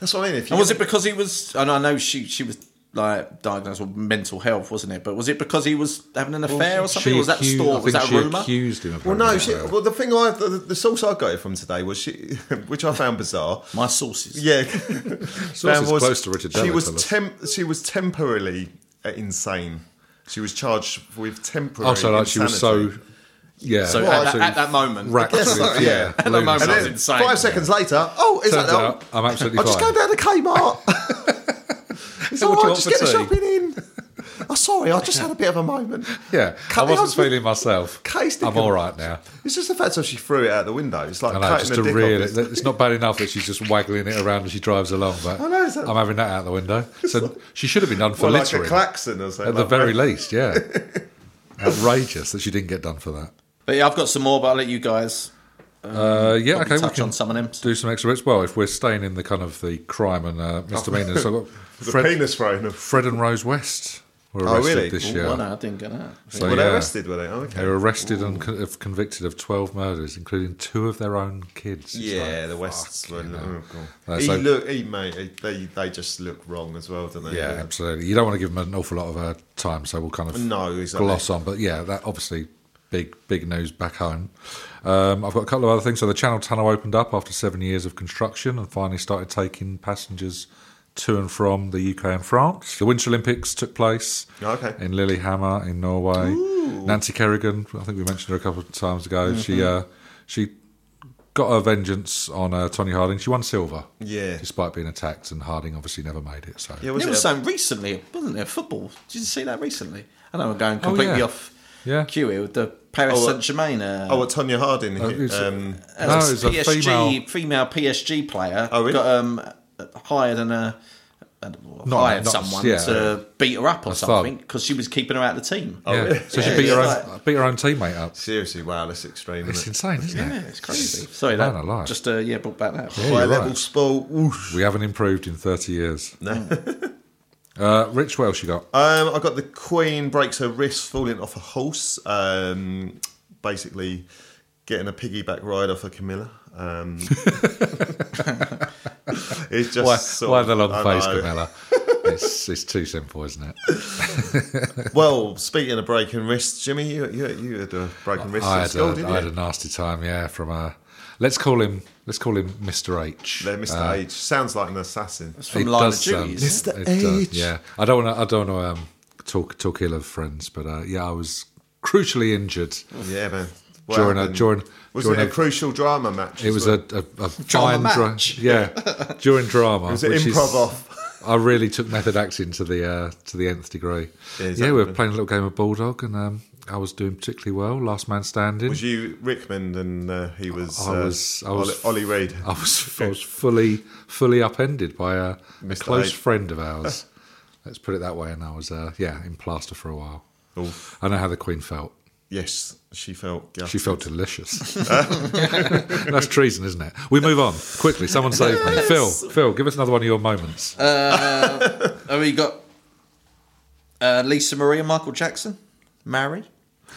C: that's what I mean. If you
B: And was it because he was? And I know she she was like diagnosed with mental health, wasn't it? But was it because he was having an affair or something?
A: She
B: was that
A: accu-
B: store?
A: I
B: Was
A: think
B: that
A: she
B: rumor?
A: accused him.
C: Well,
A: Of
C: no. She, well, the thing I the, the source I got it from today was she, which I found bizarre.
B: My sources.
C: Yeah,
A: Source
C: found
A: is close to Richard
C: She
A: Dennett,
C: was
A: tell us.
C: temp- she was temporarily uh, insane. She was charged with temporary.
A: oh, so like she was so.
C: insanity.
A: Yeah.
B: So
A: Well,
B: at, that, at that moment,
A: racked
C: Yes,
A: with-
C: so, yeah.
A: yeah.
C: At that
A: lunacy.
B: moment,
C: And
B: That's
C: then
B: insane.
C: five seconds later, oh, is
A: Turns
C: that
A: out I'm absolutely
C: I'll just
A: fine.
C: go down to Kmart. it's
A: Hey, what do you
C: all right,
A: want
C: just
A: for
C: get the
A: tea?
C: shopping in. Oh, sorry, I just had a bit of a moment.
A: Yeah. I
C: Cut the
A: wasn't
C: husband-
A: feeling myself.
C: Case
A: I'm
C: Dickens.
A: all right now.
C: It's just the fact that she threw it out the window. It's like
A: I know,
C: cutting
A: just
C: the
A: to
C: dick
A: reel
C: off.
A: it. It's not bad enough that she's just waggling it around as she drives along, but
C: I know, it's a-
A: I'm having that out the window. So she should have been done for
C: Or like a
A: littering.
C: klaxon or something.
A: At the
C: like
A: very
C: that.
A: least, yeah. Outrageous that she didn't get done for that.
B: But yeah, I've got some more, but I'll let you guys
A: Uh, yeah, okay, we
B: touch
A: can
B: on some of them.
A: do some extra bits. Well, if we're staying in the kind of the crime and uh, misdemeanors, so I've got
C: Oh. the
A: Fred,
C: penis thrown.
A: Fred and Rose West were
C: Oh,
A: arrested
C: really?
A: this
C: Ooh,
A: year.
B: Oh, no, I didn't get that.
A: So,
C: Were they
A: yeah,
C: arrested? Were they? Oh,
A: They
C: okay.
A: were arrested and con- of- convicted of 12 murders, including two of their own kids. It's
C: Yeah,
A: like,
C: the Wests were. Oh,
A: Uh,
C: God. He
A: so-
C: look, he mate, he- they they just look wrong as well, don't they?
A: yeah, absolutely. You don't want to give them an awful lot of uh, time, so we'll kind of
C: No, exactly.
A: gloss on. But yeah, that obviously big big news back home. Um, I've got a couple of other things. So the Channel Tunnel opened up after seven years of construction and finally started taking passengers to and from the UK and France. The Winter Olympics took place
C: Oh, okay.
A: in Lillehammer in
C: Mm-hmm.
A: Norway. Nancy Kerrigan, I think we mentioned her a couple of times ago. She uh, she got her vengeance on uh, Tony Harding. She won silver.
C: Yeah.
A: Despite being attacked, and Harding obviously never made it. So.
C: Yeah,
B: there
C: it
B: was
C: a-
B: something recently, wasn't there? Football. Did you see that recently? I know I'm going completely
A: Oh, yeah.
B: off
A: Yeah.
B: cue here with the Paris
C: Oh, uh,
B: Saint Germain. Uh,
C: Oh, what Tonya Harding? hit,
A: it's a-
C: um,
B: uh,
A: no, it's a
B: PSG,
A: female.
B: female PSG player
C: Oh, really?
B: got um, hired and uh, uh,
A: Not-
B: hired
A: not-
B: someone
A: yeah.
B: to beat her up or
A: thug.
B: something because she was keeping her out of the team.
C: Oh.
A: Yeah. So
B: Oh,
A: she
B: Yeah,
A: beat her
B: it's
A: own, beat her own teammate up.
C: seriously, wow, that's extreme.
A: It's
C: Isn't it?
A: insane, isn't
B: Yeah,
A: it?
B: it's crazy. Sorry,
A: Man
B: that
A: alive.
B: just uh, yeah brought back that.
A: Yeah,
C: High
A: you're
C: level
A: right.
C: sport. Whoosh.
A: We haven't improved in 30 years. No. uh, Rich, what else you got?
C: Um, I got the Queen breaks her wrist falling off a horse, um, basically getting a piggyback ride off a Camilla. Um, it's just
A: Why,
C: sort
A: why
C: of-
A: the long
C: I
A: face,
C: know.
A: Camilla? it's, it's too simple, isn't it?
C: Well, speaking of breaking wrists, Jimmy, you you, you had a breaking wrist
A: I
C: at
A: had,
C: school,
A: a,
C: didn't
A: I had a
C: you?
A: nasty time, yeah. From a let's call him let's call him Mr H.
C: There, Mr.
A: Uh,
C: H sounds like an assassin.
B: From
A: it
B: Line of
A: does um, sound-
B: Duty, isn't
C: Mr.
A: it does,
C: H.
A: yeah, I don't want to. I don't want to um, talk talk ill of friends, but uh, yeah, I was crucially injured
C: Yeah, man. What
A: during a
C: happened?
A: during.
C: was
A: during
C: it a, crucial drama match?
A: It was
C: as well?
A: a, a, a giant dra-
B: match.
A: yeah, during drama. It
C: was an improv off.
A: I really took method acting to the uh, to the nth degree.
C: Yeah,
A: Yeah, we
C: exactly.
A: were playing a little game of bulldog, and um, I was doing particularly well. Last man standing.
C: Was you Rickman and uh, he was,
A: I
C: uh,
A: was- I was-
C: Ollie, Ollie Reid?
A: I was I was fully fully upended by a, a
C: Mr.
A: close
C: H.
A: friend of ours. Let's put it that way. And I was uh, yeah in plaster for a while. I know how the Queen felt.
C: Oh, Yes, she felt. Gutted.
A: She felt delicious. That's treason, isn't it? We move on quickly. Someone save me, Phil. Phil, give us another one of your moments.
B: it? Oh, you got uh, Lisa Marie and Michael Jackson, marry.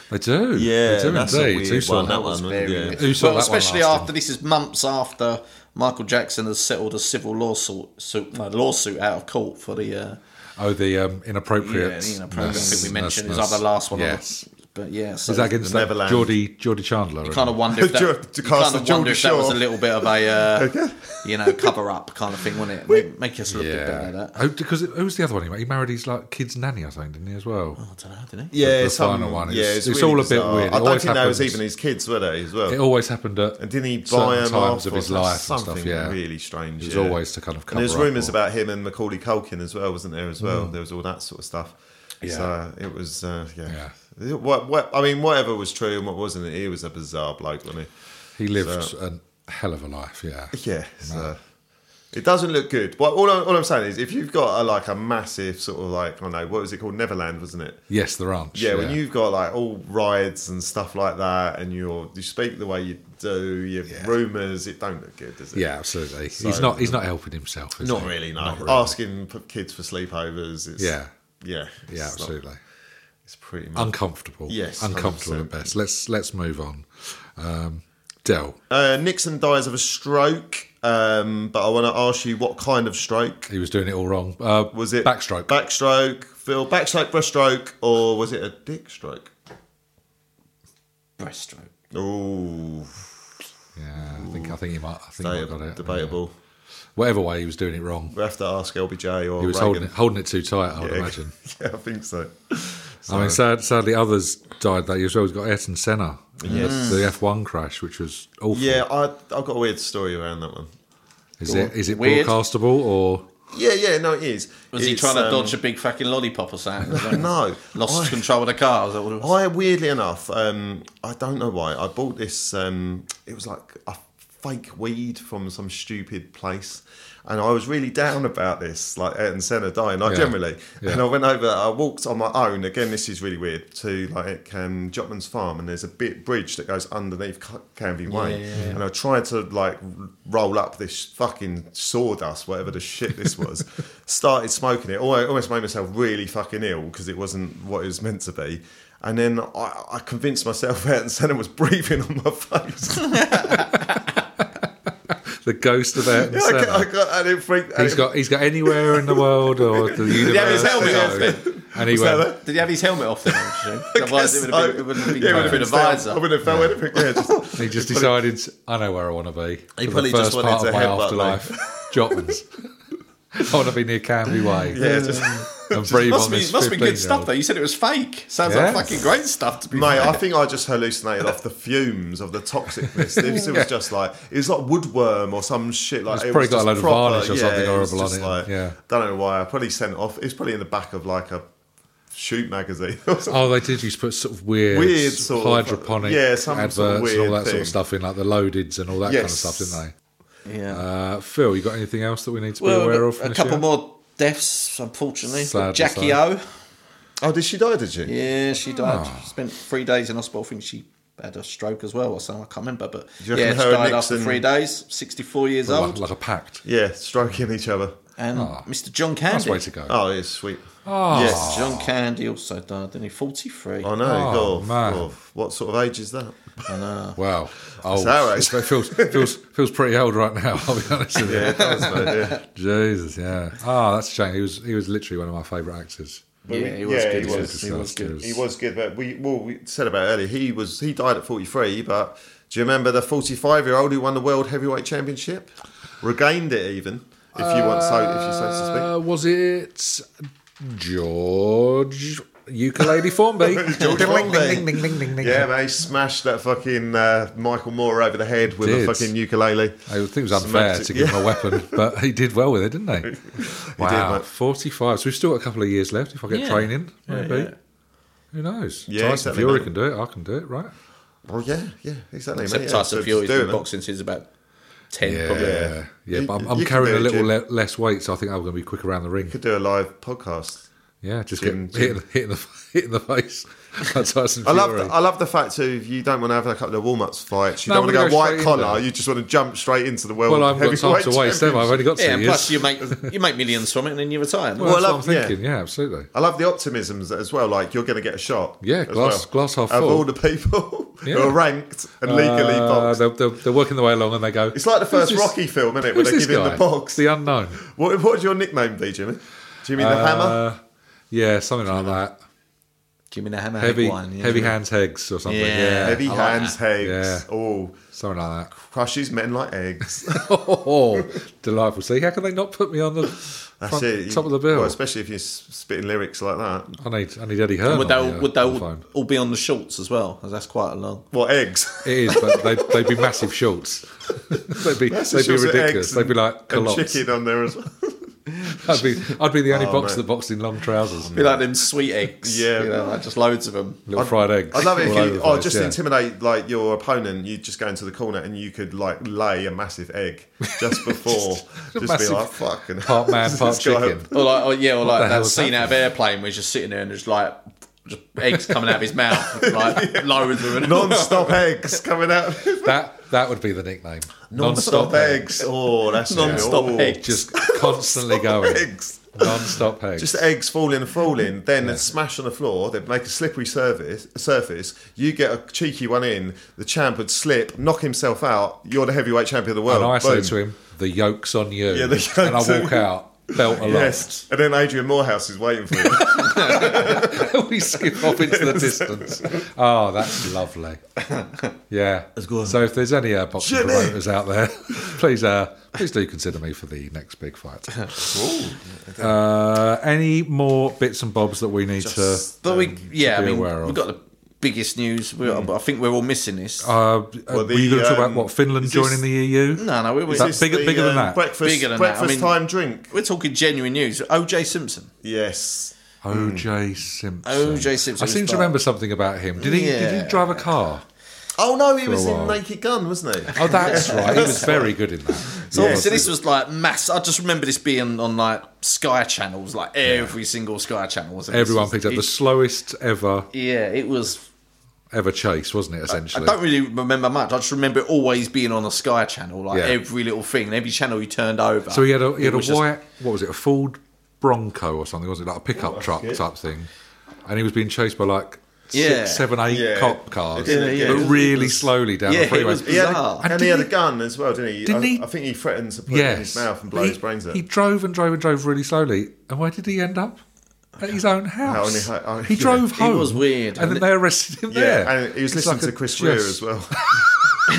A: they do.
C: Yeah,
A: they do
C: that's a
A: indeed.
C: weird
A: Who saw
C: one,
A: that?
C: that
B: was
C: one,
B: very
C: yeah.
B: weird.
A: Who saw
B: well,
A: that one
B: especially
A: last
B: after this is months after Michael Jackson has settled a civil lawsuit suit, no, lawsuit out of court for the uh,
A: Oh, the um,
B: yeah,
A: inappropriate.
B: you know, program I think we
A: ness-
B: mentioned is
A: ness-
B: like the last one.
A: Yes.
B: but yeah, so
A: Is that against
C: The
A: that
C: Neverland.
A: Geordie Geordie Chandler?
B: kind of wonder if that,
C: Ju- to
B: you
C: cast
B: kind
C: the
B: of
C: Jordan
B: wonder if that was
C: Shore.
B: a little bit of a uh, you know cover up kind of thing, wasn't it? Make, make us look a bit better.
A: yeah.
B: That.
A: Oh, because who was the other one? He married? he married his like kid's nanny, I think, didn't he as well?
B: Oh, I don't know, did he?
C: yeah,
A: the
C: some-
A: final one.
C: Yeah,
A: It's-
C: it's,
A: it's
C: really
A: all a bit
C: bizarre.
A: weird. It
C: I don't
A: always
C: think that was
A: happens.
C: even his kids, were they as well?
A: It always happened at
C: and didn't he buy
A: certain
C: him
A: times
C: after
A: of his
C: or
A: life and
C: Something
A: stuff. Yeah,
C: really strange.
A: It was
C: yeah.
A: always to kind of
C: And there's
A: cover up
C: rumours
A: or- Hmm.
C: about him and Macaulay Culkin as well, wasn't there? As well, there was all that sort of stuff.
A: Yeah.
C: So it was, uh, yeah. What, what, I mean, whatever was true and what wasn't, he was a bizarre bloke, wasn't
A: he lived a hell of a life. Yeah,
C: he? Yeah. So it doesn't look good. But all, I'm, all I'm saying is, if you've got a, like a massive sort of like, I don't know, what was it called? Neverland, wasn't it?
A: yes, the ranch.
C: Yeah, when you've got like all rides and stuff like that, and you're you speak the way you do, you have rumours, it don't look good, does it?
A: yeah, absolutely. he's not he's not helping himself. Is
C: Not
A: he?
C: really, no.
A: Not
C: Asking p- kids for sleepovers, it's,
A: Yeah.
C: yeah, it's
A: Yeah,
C: not-
A: absolutely. Um,
C: it's pretty much.
A: Uncomfortable.
C: Yes,
A: uncomfortable at
C: 100%.
A: best. Let's let's move on. Um, Dell.
C: uh, Nixon dies of a stroke, um, but I want to ask you what kind of stroke
A: He was doing it all wrong. Uh,
C: was it?
A: backstroke?
C: backstroke, Phil, backstroke, breaststroke, or was it a dick stroke?
B: Breaststroke.
C: Oh,
A: yeah, I think I think he might. I think he might got it.
C: debatable.
A: Yeah. Whatever way, he was doing it wrong.
C: We have to ask LBJ or
A: He was
C: Reagan.
A: holding it, holding it too tight. I would
C: Yeah.
A: imagine.
C: yeah, I think so.
A: I mean, sad, sadly, others died that year as well. We've got Ayrton Senna. in
C: Yes.
A: The F one crash, which was awful.
C: Yeah, I, I've got a weird story around that one.
A: Is it is it
B: Weird.
A: broadcastable or
C: Yeah, yeah, no, it is.
B: Was he
C: It's,
B: trying to
C: um,
B: dodge a big fucking lollipop or something?
C: No,
B: Lost control of the car. was that what it was?
C: I weirdly enough, um, I don't know why. I bought this. Um, it was like a fake weed from some stupid place, and I was really down about this, like Ayrton Senna dying, like
A: Yeah.
C: generally.
A: Yeah.
C: And I went over. I walked on my own. Again, this is really weird to like um, Jopman's Farm, and there's a bit bridge that goes underneath Ca- Canvey Way, and I tried to like r- roll up this fucking sawdust, whatever the shit this was. started smoking it. Al- Almost made myself really fucking ill because it wasn't what it was meant to be. And then I, I convinced myself out and Senna was breathing on my face.
A: the ghost of Ayrton
C: I,
A: Senna?
C: got, I got, and it freaked. and
A: he's
C: it-
A: got he's got anywhere in the world or the universe.
B: Yeah, his helmet
A: so-
B: off then.
A: and he went.
B: Did he have his helmet off then? actually? Otherwise, it would have been, it would have been,
C: Yeah, it would have
B: been a
C: been still-
B: visor.
C: I wouldn't have felt anything. Yeah, just-
A: He just decided, I know where I want to be. for the
C: probably just
A: first
C: wanted
A: part
C: to
A: of my
C: headbutt me.
A: afterlife. Jotman's. I want to be near Canby Way.
C: yeah, just
A: and breathe
B: Must
A: on
B: be
A: this
B: must be good
A: 15-year-old.
B: stuff though. You said it was fake. Sounds
A: Yeah.
B: like fucking great stuff to be.
C: Mate,
B: fair.
C: I think I just hallucinated off the fumes of the toxicness. This it was just like it was like woodworm or some shit like
A: It's
C: it
A: probably
C: was
A: got a
C: just
A: load of
C: proper-
A: varnish or something
C: it was
A: horrible on
C: just
A: it, yeah.
C: don't know why. I probably sent it off. It's probably in the back of like a shoot magazine. or something.
A: Oh, they did used to put sort of weird,
C: Weird sort of-
A: hydroponic
C: yeah, some sort of
A: adverts
C: weird
A: and all that sort
C: thing.
A: of stuff in, like the loadeds and all that kind of
C: Yes.
A: stuff, didn't
B: Yeah.
A: they? Uh, Phil, you got anything else that we need to be
B: well,
A: aware
B: a,
A: of? from
B: a
A: this
B: couple
A: year?
B: more deaths, unfortunately.
A: Sad,
B: Jackie
A: sad.
B: O.
C: Oh, did she die? Did she?
B: Yeah, she died. Spent three days in hospital. I think she had a stroke as well or something. I can't remember, but
C: Do you
B: yeah, she
C: reckon her and
B: died after
C: Nixon-
B: three days. Sixty-four years
A: Like,
B: old.
A: like a pact.
C: Yeah, striking each other.
B: And Mr. John Candy.
A: That's the way to go.
C: Oh, it's sweet.
A: Oh.
C: Yes.
B: John Candy also died, didn't he? Forty-three.
C: I know.
A: Oh,
C: God,
A: man.
C: God. What sort of age is that?
A: Wow. Oh,
C: our age.
A: it feels, feels, feels pretty old right now, I'll be honest with you.
C: Yeah, it does, mate, yeah.
A: Jesus, yeah. Ah, that's a shame. He was, he was literally one of my favourite actors.
B: Yeah, he was
C: Yeah,
B: good.
C: he
B: He was,
C: was.
B: he was good.
C: He was good, but we well we said about it earlier. He was he died at forty three, but do you remember the forty five year old who won the world heavyweight championship, regained it even if you want so if you so to
A: Uh, was it George Ukulele Formby?
B: Uh,
C: George Formby.
A: Ding, ding, ding, ding, ding, ding.
C: speak. Yeah, they smashed that fucking uh, Michael Moore over the head with
A: Did.
C: a fucking ukulele.
A: I think it was unfair
C: Semantic-
A: to give him
C: yeah.
A: a weapon, but he did well with it, didn't he? wow,
C: mate.
A: 45. So we've still got a couple of years left if I get
B: Yeah.
A: training,
B: Yeah,
A: maybe.
B: yeah.
A: Who knows?
C: Yeah,
A: Tyson
C: exactly,
A: Fury
C: mate.
A: can do it. I can do it, right?
C: Oh yeah, yeah, exactly.
B: Except
C: mate, yeah.
B: Tyson
C: So
B: Fury's
C: just do it,
B: been
C: mate.
B: boxing since he's about ten.
A: Yeah,
B: Probably.
A: yeah.
C: You-
A: but I'm,
C: you
A: I'm
C: can
A: carrying
C: do
A: a
C: it,
A: little
C: Jim.
A: le- less weight, so I think I'm going to be quick around the ring.
C: Could do a live podcast.
A: Yeah, just
C: Jim-
A: get hit, in- hit in the hit in the face. by Tyson
C: I
A: Fury.
C: love, the, I love the fact too. if You don't want to have a couple of warm ups fights. You
A: No,
C: don't
A: I'm gonna
C: want to go
A: go
C: white
A: straight in
C: collar.
A: there.
C: You just want to jump straight into the world.
A: well, I haven't got time
C: heavyweight
A: to waste them. I've
C: championship.
A: only got two
B: Yeah, and
A: years.
B: plus you make you make millions from it, and then you retire.
A: well, that's
C: Well, um,
A: what I'm
C: yeah.
A: thinking. Yeah, absolutely.
C: I love the optimisms as well. Like you're going to get a shot.
A: Yeah,
C: as
A: glass- glass half
C: Of
A: full.
C: all the people
A: Yeah.
C: who are ranked and legally
A: Uh,
C: boxed,
A: they're, they're, they're working their way along, and they go.
C: it's like the first
A: "Who's this-
C: Rocky film, isn't it? Where
A: Who's
C: they
A: this
C: give him
A: guy?
C: the box.
A: The unknown.
C: what, what would your nickname be, Jimmy? Do you mean the hammer?
A: Uh, yeah, something like that.
B: Give me the hammer.
A: Heavy,
B: one, yeah.
A: heavy hands, hegs, or something.
B: Yeah.
A: Yeah,
C: Heavy
B: I like
C: hands, heads,
A: Yeah.
C: all
A: something like that.
C: crushes men like eggs.
A: Oh, delightful. See, how can they not put me on the
C: That's
A: front-
C: it. You-
A: top of the bill?
C: Well, especially if you're s- spitting lyrics like that.
A: I need, I need Eddie Hearn.
B: Would they,
A: on
B: all,
A: the, uh,
B: would they
A: on the
B: all,
A: phone.
B: all be on the shorts as well? 'Cause that's quite a long.
C: What eggs?
A: It is, but they'd, they'd be massive shorts. they'd be, they'd be
C: Massive shorts of
A: ridiculous.
C: eggs
A: They'd be like
C: and
A: culottes.
C: chicken on there as well.
A: I'd be, I'd be the only
C: Oh,
A: boxer
C: mate.
A: that boxed in long trousers,
B: Be like them sweet eggs.
C: Yeah.
B: you know, like just loads of them.
A: little fried eggs.
C: I love it
A: all
C: if
A: over
C: you
A: the
C: oh,
A: place,
C: just
A: yeah.
C: intimidate like your opponent. You just go into the corner and you could like lay a massive egg just before, just,
A: massive
C: be like fucking
A: Part man,
C: this
A: part
C: guy-
A: chicken.
B: Or like, or yeah, or like
A: hell
B: that
A: was
B: scene out
A: that?
B: of airplane where he's just sitting there and there's like just eggs coming out of his mouth, like loads of them.
C: Non-stop eggs coming out.
A: That that would be the nickname.
C: Non-stop eggs. Oh, that's
B: Non-stop
C: oh.
B: egg.
A: Just constantly going.
C: Eggs.
A: Non-stop eggs.
C: Just eggs falling and falling, then they'd smash on the floor. They'd make a slippery surface. Surface. You get a cheeky one in. The champ would slip, knock himself out. You're the heavyweight champion of the world.
A: and I say
C: Boom.
A: to him, "The yoke's on you."
C: Yeah, the
A: and I
C: yoke's on
A: walk
C: you.
A: out, belt aloft.
C: Yes, and then Adrian Morehouse is waiting for him.
A: we skip off into the distance. Oh, that's lovely. Yeah. So if there's any uh, boxing
C: Jimmy!
A: promoters out there, please uh, please do consider me for the next big fight. Uh, any more bits and bobs that we need to?
B: But
C: um,
B: we, yeah,
A: to
B: I
A: be
B: mean,
A: aware
B: we've
A: of.
B: got the biggest news. We, I think we're all missing this.
A: Uh, well, were you
C: the,
A: going to talk about
C: um,
A: what Finland
C: is this-
A: joining the E EU?
B: no, no, we're,
A: Is that
B: we're,
C: It's
A: bigger-
C: the,
A: bigger than
C: um,
A: that?
C: Breakfast,
B: Bigger than that, I
C: breakfast
B: mean-
C: time drink.
B: we're talking genuine news. OJ Simpson.
C: Yes.
A: OJ Simpson.
B: O.J. Simpson
A: I seem
B: was
A: to remember something about him. Did he? Did
B: Yeah.
A: he drive a car?
C: Oh no, he was
A: while.
C: in Naked Gun, wasn't he?
A: Oh, that's right. He was very good in that.
B: So
A: Yeah.
B: obviously this was like mass. I just remember this being on like Sky channels, like every single Sky channel was.
A: Everyone
B: was-
A: picked up the
B: it-
A: slowest ever
B: Yeah, it was.
A: ever chase, wasn't it? Essentially,
B: I don't really remember much. I just remember it always being on a Sky channel, like
A: Yeah.
B: every little thing, every channel you turned over.
A: So he had a he had
B: it
A: a
B: was just-
A: white what was it a Ford Bronco or something was it like a
C: Oh,
A: pickup truck type thing, and he was being chased by like
B: Yeah.
A: six, seven, eight
C: Yeah.
A: cop cars,
C: Yeah, yeah.
A: but
C: It was-
A: really slowly down
B: Yeah,
A: the
B: it
A: freeway.
B: was
C: He had a,
B: Bizarre.
C: and,
A: And
C: he had a
A: didn't
C: gun as well, didn't he?
A: Didn't
C: I,
A: he-
C: I think he threatened to put it in
A: yes,
C: his mouth and blow
A: But he,
C: his brains out.
A: He drove and drove and drove really slowly, and where did he end up? At his own house.
C: How- how-
A: he
C: oh, yeah.
A: drove
B: It
A: home.
B: was weird,
A: and
B: and
A: then they arrested him
C: yeah,
A: there.
C: and he was
A: It's
C: listening
A: like a
C: to Chris Rea
A: just-
C: as well.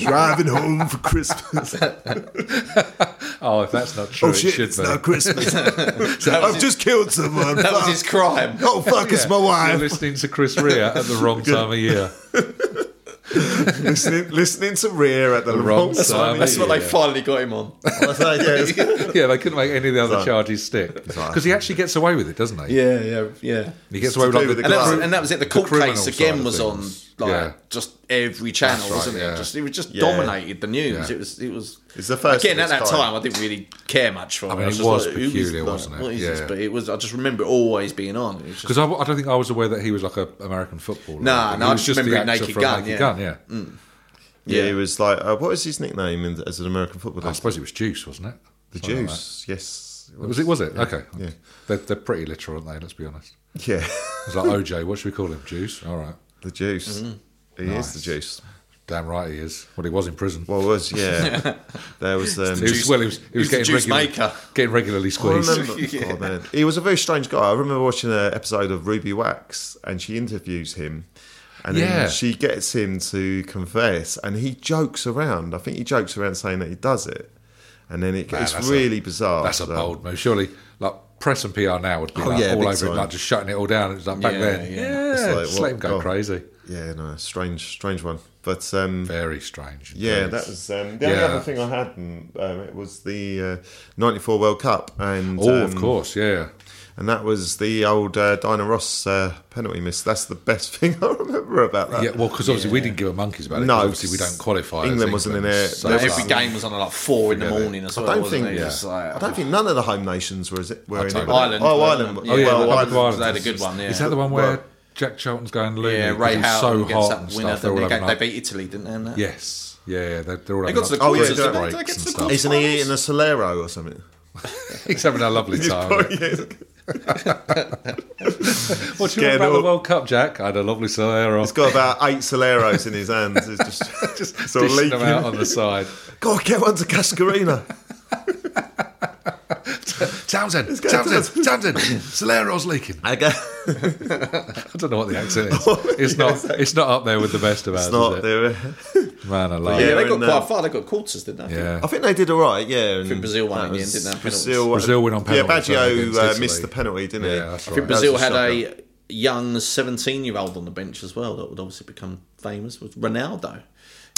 C: Driving home for Christmas.
A: Oh, if that's not true,
C: Oh shit!
A: it should
C: It's
A: be.
C: not Christmas.
B: That was,
C: I've
B: his,
C: just killed someone.
B: that was
C: Fuck.
B: his crime.
C: Oh fuck! It's my
A: You're
C: wife.
A: listening to Chris Rea at the wrong time of year.
C: listening, listening to Rear at the,
A: wrong
C: wrong
A: time.
C: time.
B: That's what they
A: Yeah.
B: finally got him on.
A: yeah, they couldn't make any of the other
C: So-
A: charges stick because he actually gets away with it, doesn't he?
B: Yeah, yeah, yeah.
A: He gets away with,
C: to
A: like,
C: do with
A: the
C: the
B: And that, was,
C: Right.
B: and that was it. The court
A: criminal
B: case
A: side
B: again
A: of
B: was on
A: things.
B: like
A: Yeah.
B: just every channel,
A: That's right,
B: wasn't
A: yeah.
B: it? Just it was just
C: Yeah.
B: dominated the news.
A: Yeah.
B: It was it was.
C: It's the first
B: again
C: of
B: at
C: its
B: that
C: kind.
B: time. I didn't really care much for. I
A: mean,
B: it I was
A: it
B: just
A: was
B: like, who is-
A: peculiar,
B: like,
A: wasn't it?
B: What is
A: Yeah.
B: this? But it was. I just remember it always being on. It was just
A: Because I, I don't think I was aware that he was like an American footballer.
B: Nah,
A: He
B: no, I
A: was
B: just remember
A: the actor
B: Naked
A: from
B: Gun,
A: Naked
B: yeah. Mm.
A: Gun. Yeah,
C: Yeah,
B: Yeah.
C: he was like, uh, what is his nickname in, as an American footballer?
A: I suppose it was Juice, wasn't it?
C: the
A: Something like
C: Juice. yes.
A: that. Was it? Was it? Okay.
C: Yeah.
A: They're, they're pretty literal, aren't they? Let's be honest.
C: Yeah,
A: It's like OJ. What should we call him? Juice. All right.
C: the Juice. He is the Juice.
A: Damn right he is. Well, he was in prison.
C: Well, it was yeah. there was um,
A: he was,
B: Juice-
A: well, he was, he was
B: he's the
A: getting
B: juice
A: regular-
B: maker.
A: getting regularly
C: I
A: squeezed.
C: remember, oh, man. He was a very strange guy. I remember watching an episode of Ruby Wax, and she interviews him, and
A: Yeah.
C: then she gets him to confess, and he jokes around. I think he jokes around saying that he does it, and then it, it's
A: that's a-
C: really bizarre.
A: That's a
C: so-
A: bold move. Surely, like press and PR now would be
C: Oh,
A: like
C: yeah,
A: all
C: big
A: over it,
C: time.
A: like just shutting it all down. It's like back
B: Yeah,
A: then,
B: yeah.
A: yeah,
C: It's like,
A: just
C: what-
A: let him go
C: God.
A: crazy.
C: Yeah, no, strange, strange one. But um,
A: Very strange.
C: Yeah,
A: indeed.
C: that was um, the
A: Yeah.
C: only other thing I had. mm, Um, it was the uh, '94 World Cup, and
A: Oh, of
C: um,
A: course, yeah.
C: and that was the old uh, Dinah Ross uh, penalty miss. That's the best thing I remember about that.
A: uh, Yeah, well, because obviously we didn't give a monkey's about it.
C: No,
A: 'cause obviously we don't qualify. as
C: England wasn't in there.
A: so
C: There
B: like,
A: it's
C: was-
B: every
A: like-
B: game was on at like four in the morning as
C: I
B: well.
C: don't
B: wasn't
C: think-
B: it? It's like,
C: I don't think none of the home nations were, is it, were in it.
A: Ireland.
C: but- Oh,
B: Ireland.
C: Ireland.
B: Oh, yeah, the
C: well,
A: Cup of
C: Ireland.
A: Ireland.
B: they had a good one, yeah.
A: Is that the one where
C: Well-
A: Jack Charlton's going loony?
B: yeah,
A: 'cause
B: Ray
A: he's
B: Howell
A: so
B: against
A: hot
B: that
A: and
B: winner.
A: stuff. They're all
B: they,
A: having
B: go- they
A: like-
B: beat Italy, didn't they? in that?
A: Yes, yeah, yeah. They're, they're all
B: They
A: having
B: got to
A: like
B: the quarters.
C: yeah,
B: didn't
C: yeah.
B: they? They
A: breaks
B: get to
A: and
B: the
A: stuff.
B: quarters.
C: Isn't he eating a Solero or something?
A: He's having a lovely time. What do you
C: Scared
A: remember about the
C: up.
A: World Cup, Jack? I had a lovely Solera.
C: He's got about eight Soleros in his hands. It's just,
A: just
C: sort of
A: dishing them
C: leaking.
A: out on the side.
C: God, get one to Cascarina.
A: Townsend,
C: going to
A: Townsend, Townsend. Solero's leaking. Oh,
C: I go-
A: I don't know what the accent is. It's not. It's not up there with the best of ours.
C: It's
A: is
C: not.
A: it?
C: There.
A: Man alive.
B: Yeah,
C: Yeah,
B: they got
C: and,
B: quite
C: um,
B: far. They got quarters, didn't they?
A: Yeah.
C: I think they did all right. Yeah, and
B: Brazil won
C: that
B: in the end,
C: was-
B: didn't they, on penalties?
C: Brazil,
A: Brazil win on penalties,
C: Yeah,
A: I think, against
C: Baggio uh,
A: Italy.
C: missed the penalty, didn't
A: Yeah,
C: he?
A: that's
C: That
A: right.
C: was
B: Brazil had
C: shocker.
B: a young 17 year old on the bench as well that would obviously become famous was Ronaldo.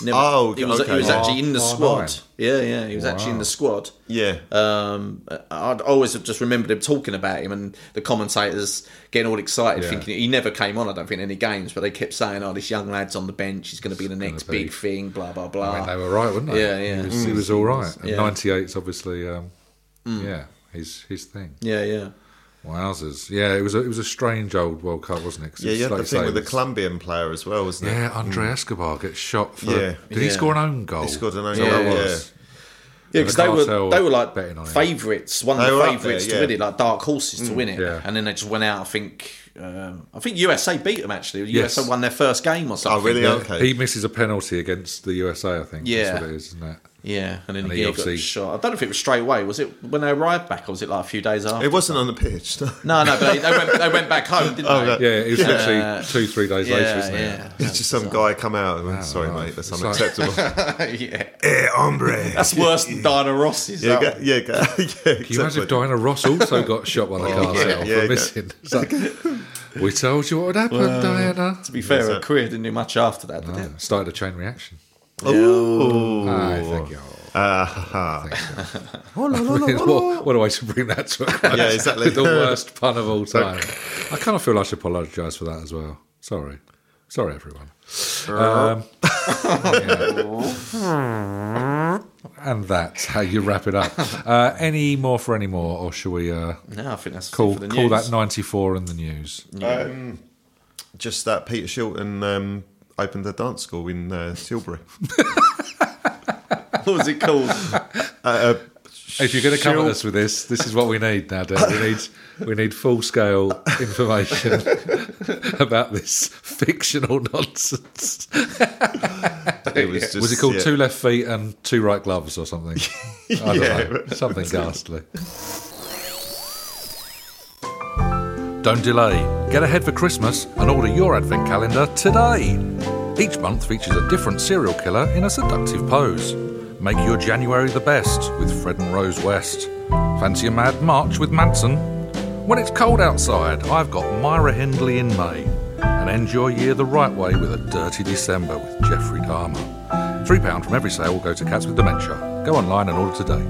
B: Never,
C: Oh,
B: he was,
C: okay.
B: he was actually in the
A: Oh,
B: squad.
A: nine.
B: Yeah, yeah, he was actually in the squad.
C: yeah.
B: Um, I'd always have just remembered him talking about him and the commentators getting all excited,
A: Yeah.
B: thinking he never came on. I don't think in any games, but they kept saying, "Oh, this young lad's on the bench. He's going to be the next
A: be."
B: big thing." Blah blah blah.
A: I mean, they were right, weren't they?
B: Yeah, yeah. Mm.
A: He was, he was all right. And
B: Yeah. Mm.
A: 98's obviously, um, yeah, his his thing.
B: yeah, yeah.
A: Wowzers. Yeah, it was a, it was a strange old World Cup, wasn't it? 'Cause
C: Yeah,
A: it's
C: you had
A: like
C: the
A: you
C: thing
A: say,
C: with the
A: it's-
C: Colombian player as well, wasn't it? Mm.
A: Yeah, Andre Escobar gets shot for.
C: Yeah.
A: Did he
B: Yeah.
A: score an own goal?
C: He scarred an own
A: Is that what
B: goal,
A: it
C: yeah.
A: was?
B: Yeah,
A: And
B: because
A: the
B: they
A: cartel
B: were they were like
A: betting on him.
B: favourites, one of
C: They
B: the
C: were up
B: favourites
C: there,
B: to
C: yeah.
B: win it, like dark horses to win it,
A: yeah.
B: and then they just went out. I think um, I think USA beat them actually.
A: Yes.
B: USA won their first game or
C: Oh,
B: something.
C: really?
A: Yeah,
C: Okay.
A: He misses a penalty against the USA, I think.
B: Yeah.
A: That's what it is, isn't it?
B: Yeah, and then
A: And he
B: he,
A: obviously-
B: got shot. I don't know if it was straight away. Was it when they arrived back, or was it like a few days after?
C: it wasn't on the pitch. No.
B: No, no, but they, they went they went back home, didn't
C: Oh,
B: they?
A: Yeah, it was
C: Yeah.
A: literally two, three days later,
B: Yeah,
A: isn't it?
B: yeah,
C: It's just some guy come out and went, sorry,
A: right.
C: mate, that's
A: It's like-
C: unacceptable.
B: yeah.
C: Eh, hombre.
B: That's worse than Dinah Ross's.
C: Yeah,
B: that
C: go- yeah, go- yeah.
A: Can you imagine
C: exactly.
A: if Diana Ross also got shot by the cartel
C: yeah, yeah,
A: for
C: yeah.
A: missing? It's like, we told you what would happen, Diana. Ah,
B: To be fair, her career didn't do much after that, did it?
A: Started a chain reaction.
C: Ooh.
A: Aye, thank you.
C: Ah, ha, ha. Oh, la, la, la, la, la.
A: what, what a way to bring that to a close.
C: Yeah, exactly.
A: the worst pun of all time. I kind of feel I should apologise for that as well. Sorry. Sorry, everyone. Um, yeah. And that's how you wrap it up. Uh, any more for any more, or shall we uh,
B: No, I think that's
A: call,
B: for the
A: call
B: news.
A: that 94 in the news?
C: Just that Peter Shilton um, opened a dance school in uh, Tilbury.
B: What was it called?
C: Uh,
A: If you're going to come at us with this, this is what we need now, Dan. We need we need full scale information about this fictional nonsense.
C: It was, just,
A: Was it called
C: yeah.
A: Two Left Feet and Two Right Gloves or something? I don't
C: Yeah.
A: know. Something ghastly. Don't delay. Get ahead for Christmas and order your advent calendar today. Each month features a different serial killer in a seductive pose. Make your January the best with Fred and Rose West. Fancy a mad March with Manson. When it's cold outside, I've got Myra Hindley in May. And end your year the right way with a dirty December with Jeffrey Dahmer. £3 from every sale will go to Cats with Dementia. Go online and order today.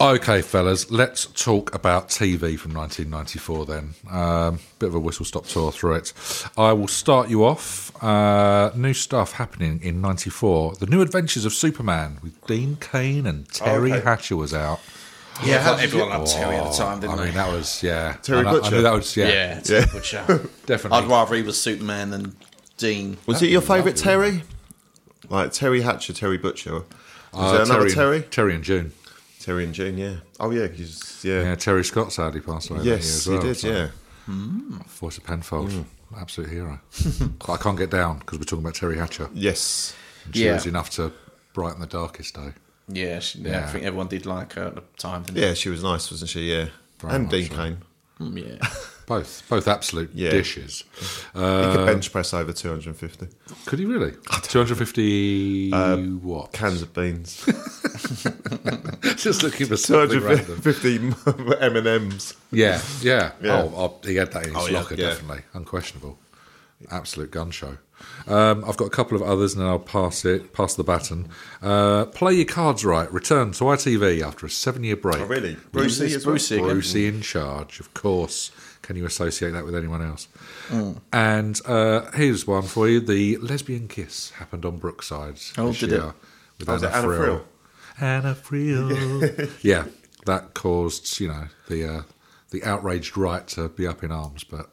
A: Okay, fellas, let's talk about TV from 1994 then. Um, bit of a whistle stop tour through it. I will start you off. Uh, new stuff happening in 94. The New Adventures of Superman with Dean Kane and Terry
C: Okay.
A: Hatcher was out.
B: Yeah,
C: how
B: how
C: did
B: everyone
C: you-
B: loved Terry at the time,
A: Oh, I
B: didn't
A: mean,
B: they?
A: that was, yeah.
C: Terry
A: And I- I
C: Butcher.
A: knew that was, yeah.
B: yeah, it's a good show.
A: Definitely.
B: I'd rather he was Superman than Dean.
C: Was it your favourite Terry? Like Terry Hatcher, Terry Butcher. Was
A: Uh,
C: there another Terry?
A: and- Terry in June.
C: Terry and June, yeah. Oh yeah, 'cause- yeah.
A: Yeah, Terry Scott sadly passed away. that year
C: Yes,
A: as
C: he
A: well,
C: did.
A: so-
C: Yeah. Mm.
A: Voice of Penfold, absolute hero. I can't get down because we're talking about Terry Hatcher.
C: Yes.
A: And she
B: Yeah.
A: was enough to brighten the darkest day.
B: Yeah, she, yeah,
A: Yeah.
B: I think everyone did like her at the time. Didn't
C: Yeah, she was nice, wasn't she? Yeah.
A: Very
C: and
A: much
C: Dean
A: so.
C: Kane.
B: they? Mm, yeah.
A: Both, both absolute
C: Yeah.
A: dishes.
C: He
A: Uh,
C: could bench press over 250
A: could he really? Two hundred fifty
C: Uh,
A: what?
C: cans of beans,
A: Just looking for something random.
C: 250 M and M's.
A: Yeah, yeah.
C: Yeah.
A: Oh, I, he had that in his
C: Oh, yeah,
A: locker,
C: yeah.
A: definitely, unquestionable. Absolute gun show. Um, I've got a couple of others, and then I'll pass it, pass the baton. Uh, play your cards right. Return to ITV after a seven-year break.
C: Oh, really? Brucey
B: It's
C: as well?
B: Brucey again.
A: Brucey in charge, of course. Can you associate that with anyone else?
C: Mm.
A: And uh, here's one for you: the lesbian kiss happened on Brookside
B: Oh,
A: this
B: did
A: year
B: it?
A: with
C: Oh, was
A: Anna,
C: it Anna
A: Frill. Anna Frill. yeah, that caused you know the uh, the outraged right to be up in arms, but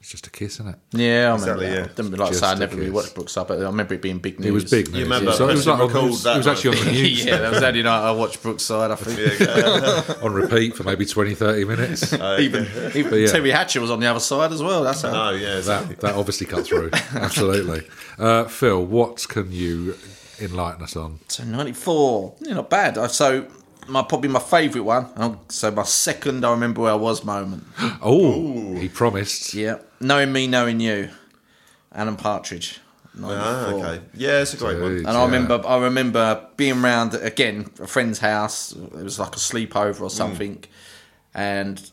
A: it's just a kiss, isn't it?
B: Yeah, I
C: Exactly,
B: remember.
C: yeah.
B: That. Didn't, like I
A: Just
B: say, I
A: a
B: never really
A: kiss.
B: watched Brookside, but I remember it being big news.
A: It was big. News.
C: You remember
A: So it was,
C: Christian
A: like on-
C: McCall's
A: it
C: that
A: was actually on the news
B: yeah, that was the only night I watched Brookside. I think
A: on repeat for maybe 20, 30 minutes.
B: even, even
A: yeah. Uh-huh.
B: Terry Hatcher was on the other side as well. That's uh, how.
C: Oh yeah, exactly.
A: that that obviously cut through. Absolutely, uh, Phil. What can you enlighten us on?
B: So ninety four. Yeah, not bad. I- So my probably my favourite one. Oh, So my second, I remember where I was moment.
A: Oh, he promised.
B: yeah, knowing me, knowing you, Alan Partridge.
C: Ah,
B: 94.
C: okay. Yeah, it's a great one.
A: Dude,
B: And I
A: yeah.
B: remember, I remember being round again a friend's house. It was like a sleepover or something, and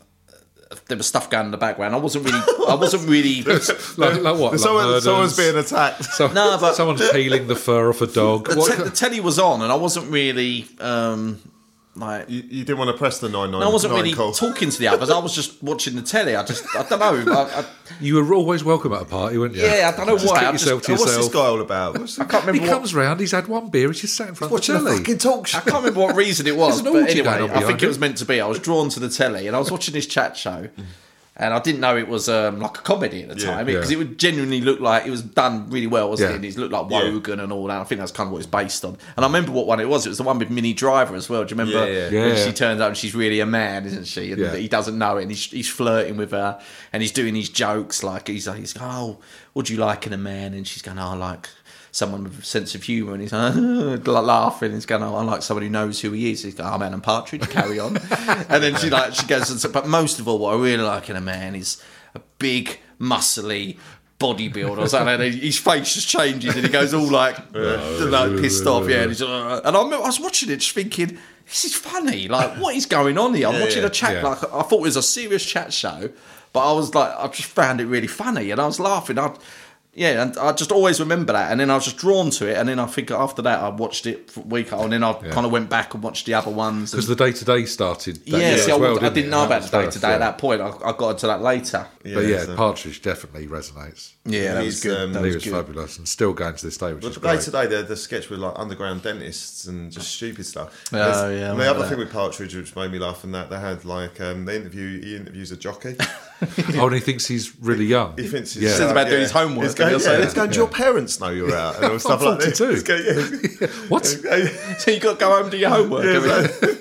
B: there was stuff going in the background. I wasn't really, I wasn't really.
A: Like, like what? Like
C: Someone,
A: murders?
C: someone's being attacked.
A: Some-
B: No, but-
A: someone's peeling the fur off a dog.
B: The,
A: What
B: te-
A: ca-
B: the telly was on, and I wasn't really um, like.
C: You, you didn't want to press the nine nine.
B: I wasn't
C: nine
B: really
C: call.
B: talking to the others. I was just watching the telly. I just, I don't know. I, I,
A: you were always welcome at a party, weren't you?
B: yeah, I don't know
A: Just
B: why.
A: keep
B: I just,
A: yourself
B: I
A: to
B: was
C: What's this
A: yourself.
C: guy all about? What's
B: I can't
A: He
B: remember. What,
A: comes round. He's had one beer. He's just sat in front
C: watching
A: of
C: the
A: the telly.
C: fucking talk show.
B: I can't remember what reason it was,
A: There's an
B: but
A: orgy
B: anyway,
A: going on
B: I think
A: behind
B: it was meant to be. I was drawn to the telly, and I was watching this chat show, and I didn't know it was um, like a comedy at the
C: Yeah,
B: time because
A: yeah.
B: it would genuinely look like it was done really well, wasn't
A: Yeah.
B: it? And it looked like
C: Yeah.
B: Wogan and all that. I think that's kind of what it's based on. And I remember what one it was. It was the one with Minnie Driver as well. Do you remember
C: Yeah,
A: yeah.
B: when
A: Yeah.
B: she turns up and she's really a man, isn't she? And
A: Yeah.
B: he doesn't know it. And he's, he's flirting with her, and he's doing his jokes like he's like, he's oh, what do you like in a man? And she's going, oh, I like someone with a sense of humour, and he's like, laughing. He's going, oh, I like someone who knows who he is. He's like, oh, man, and Partridge, carry on. and then she like she goes, and so- but most of all, what I really like in a man is a big, muscly. Bodybuilder, or something, and his face just changes, and he goes all like, like pissed off, yeah. And, he's, uh, and I, remember, I was watching it, just thinking, this is funny. Like, what is going on here? I'm watching
C: yeah,
B: a chat
A: yeah.
B: like I thought it was a serious chat show, but I was like, I just found it really funny, and I was laughing. I, yeah, and I just always remember that, and then I was just drawn to it, and then I think after that I watched it for week, and then I kind of went back and watched the other ones. and-
A: Because the day to day started. That
B: yeah,
A: year
B: see,
A: as
B: I,
A: well,
B: would- I
A: didn't
B: didn't
A: it?
B: know
A: And
B: about
A: that
B: the day
A: was
B: to day
A: first,
B: at that point. I, I got into that later.
A: yeah. But yeah,
C: so-
A: Partridge definitely resonates.
B: Yeah, that was
C: He's,
B: good.
C: um,
B: that
A: he
B: was
A: was
B: good.
A: fabulous and still going to this day, which
C: Well,
A: is
C: the day
A: great.
C: today, the, the sketch with like underground dentists and just stupid stuff.
B: Oh,
C: There's-
B: yeah, I
C: And
B: remember
C: the other
B: that.
C: thing with Partridge, which made me laugh, and that they had like um, they interview he interviews a jockey.
A: Oh, and he thinks he's really young.
C: He thinks he's
A: Yeah.
B: Says about doing his homework,
C: He's going,
B: and
C: yeah,
B: he'll say
C: he's going, Do your parents know you're out? And all stuff like that.
A: 42.
C: He's going, yeah.
A: What?
B: so you got to go home and do your homework. haven't you?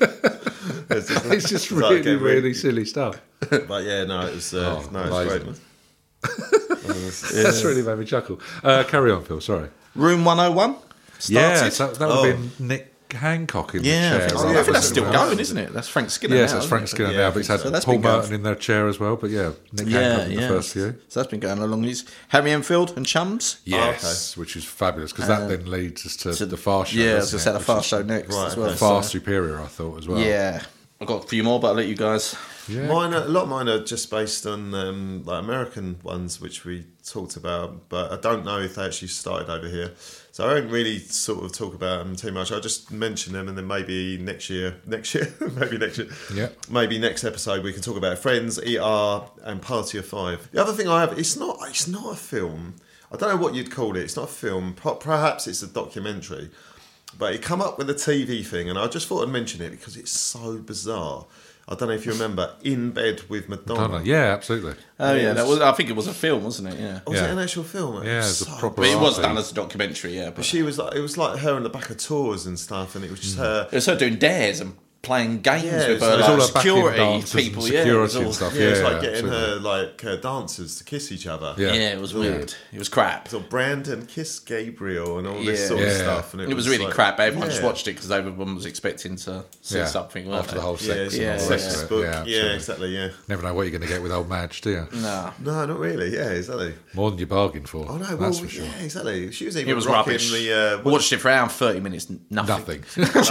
C: It's just,
A: It's just
C: it's like,
A: really,
C: okay, we-
A: really silly stuff.
C: But yeah, no, it was uh,
A: Oh,
C: no, it was great.
A: amazing.
C: man.
A: That's really made me chuckle. Uh, carry on, Phil. Sorry.
B: Room 101 started.
A: Yeah, so that would have
C: Oh.
A: been Nick Hancock in
B: Yeah,
A: the chair.
B: I
C: Oh,
B: think,
C: yeah,
B: I think that's
C: it
B: still
C: was-
B: going, isn't it? That's Frank Skinner.
A: Yes,
B: now,
A: that's
B: isn't
A: Frank
B: it?
A: Skinner
C: Yeah, I
A: now,
C: think
A: but he's
C: so.
A: had
B: So that's
A: Paul
B: been going
A: Merton
B: for-
A: in their chair as well. But yeah, Nick
B: Yeah,
A: Hancock in the
B: yeah.
A: first few.
B: So that's been going along. He's Harry Enfield and Chums.
A: Yes, which is fabulous because that then leads us to,
B: So-
A: the far show.
B: Yeah, I was
A: doesn't
B: going to say
A: it?
B: the
A: Which
B: far
A: is
B: show next
C: Right,
B: as well.
C: okay.
A: Far
B: so-
A: superior, I thought as well.
B: Yeah, I got a few more, but I'll let you guys.
A: yeah.
C: Mine are, a lot of mine are just based on um, like American ones, which we talked about, but I don't know if they actually started over here. So I don't really sort of talk about them too much. I just mention them, and then maybe next year, next year, maybe next year,
A: Yeah.
C: maybe next episode we can talk about Friends, ER, and Party of Five. The other thing I have, it's not, it's not a film. I don't know what you'd call it. It's not a film. Per- Perhaps it's a documentary. But it come up with a TV thing, and I just thought I'd mention it because it's so bizarre. I don't know if you remember In Bed with Madonna.
A: Donna, yeah, absolutely.
B: Oh yeah,
C: Yes.
B: that was. Oh, I think it was a film, wasn't it? Yeah,
C: Was
A: Yeah.
C: it an actual film? It
A: Yeah, it's
C: was
A: a proper-
B: but it was
A: Right.
B: done as a documentary. Yeah, but
C: She was like, it was like her on the back of tours and stuff, and it was just
A: Mm.
C: her.
B: it was her doing dares and playing games
C: Yeah,
B: with
C: it's-
B: her
C: it's
B: like,
C: all
A: her backing
B: security
A: dancers and
B: people. yeah, it was
A: security
B: all,
A: and stuff.
C: Yeah, it's
A: Yeah,
C: like getting her like her dancers to kiss each other.
A: Yeah.
B: Yeah. it was weird. It was crap.
C: So Brandon kiss Gabriel and all this
B: Yeah.
C: sort of
A: Yeah.
C: stuff, and it,
B: It was really
C: like-
B: crap. Everyone just
C: Yeah.
B: watched it because everyone was expecting to see
A: Yeah,
B: something weren't
A: after
B: they?
A: the whole
C: Yeah,
A: sex.
C: it's
A: and
B: yeah,
A: all
C: a
A: the
B: yeah.
A: rest
C: sex
A: of it.
C: book.
A: Yeah,
C: Yeah,
A: absolutely.
C: exactly. Yeah.
A: Never know what you're going to get with old Madge, do you?
B: No,
C: No, not really. Yeah, exactly.
A: More than you bargained for.
C: Oh no, well,
A: that's for sure.
C: yeah, exactly. She was even
B: it was
C: rocking
B: rubbish.
C: the. Uh, what-
B: Watched it for an hour and thirty minutes. n- Nothing.
A: Nothing.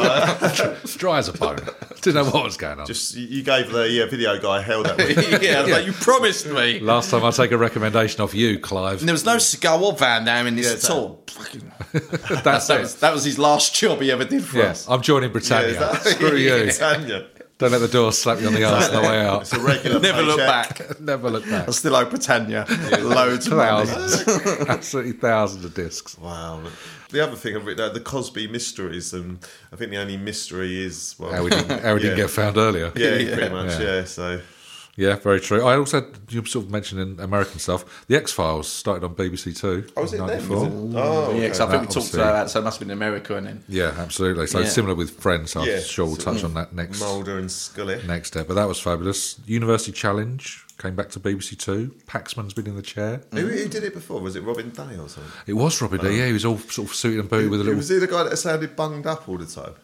A: It's dry as a bone. Didn't know what was going on.
C: just you- you gave the uh, video guy hell that. one.
B: yeah, I was like you promised me.
A: Last time I take a recommendation off you, Clive.
B: And there was no cigar or Van Damme in this
C: Yeah,
B: at
C: that-
B: all. Fucking-
A: that's
B: That
A: it.
B: was that was his last job he ever did for
A: yeah,
B: us.
A: I'm joining Britannia.
C: Yeah, is that-
A: Screw you.
C: Tanya.
A: Don't let the door slap you on the arse on the way out.
C: It's a regular.
B: Never look
C: paycheck.
B: back.
A: Never look back.
B: I still owe Britannia loads of money.
A: Thousands. Absolutely thousands of discs.
C: Wow. The other thing I've written out, the Cosby mysteries, and I think the only mystery is well,
A: How we didn't, how we didn't
C: Yeah.
A: get found earlier.
C: yeah,
B: Yeah.
C: pretty
A: Yeah.
C: much, yeah. so
A: Yeah, very true. I also had, you sort of mentioned in American stuff. The X Files started on BBC Two.
C: Oh, was it then, was
A: 94.
C: it? Oh,
B: Yeah, because I think
C: okay.
B: we
A: That
B: talked
A: obviously-
B: about that, so it must have been America and then.
A: Yeah, absolutely. So
B: Yeah.
A: similar with Friends. I'm
C: Yeah.
A: sure we'll touch on that next
C: Mulder and Scully.
A: next step. But that was fabulous. University Challenge came back to BBC Two. Paxman's been in the chair.
C: Who, who did it before? Was it Robin Day or something?
A: It was Robin Day. Yeah, he was all sort of suited and booted with a little.
C: Was he the guy that sounded bunged up all the time?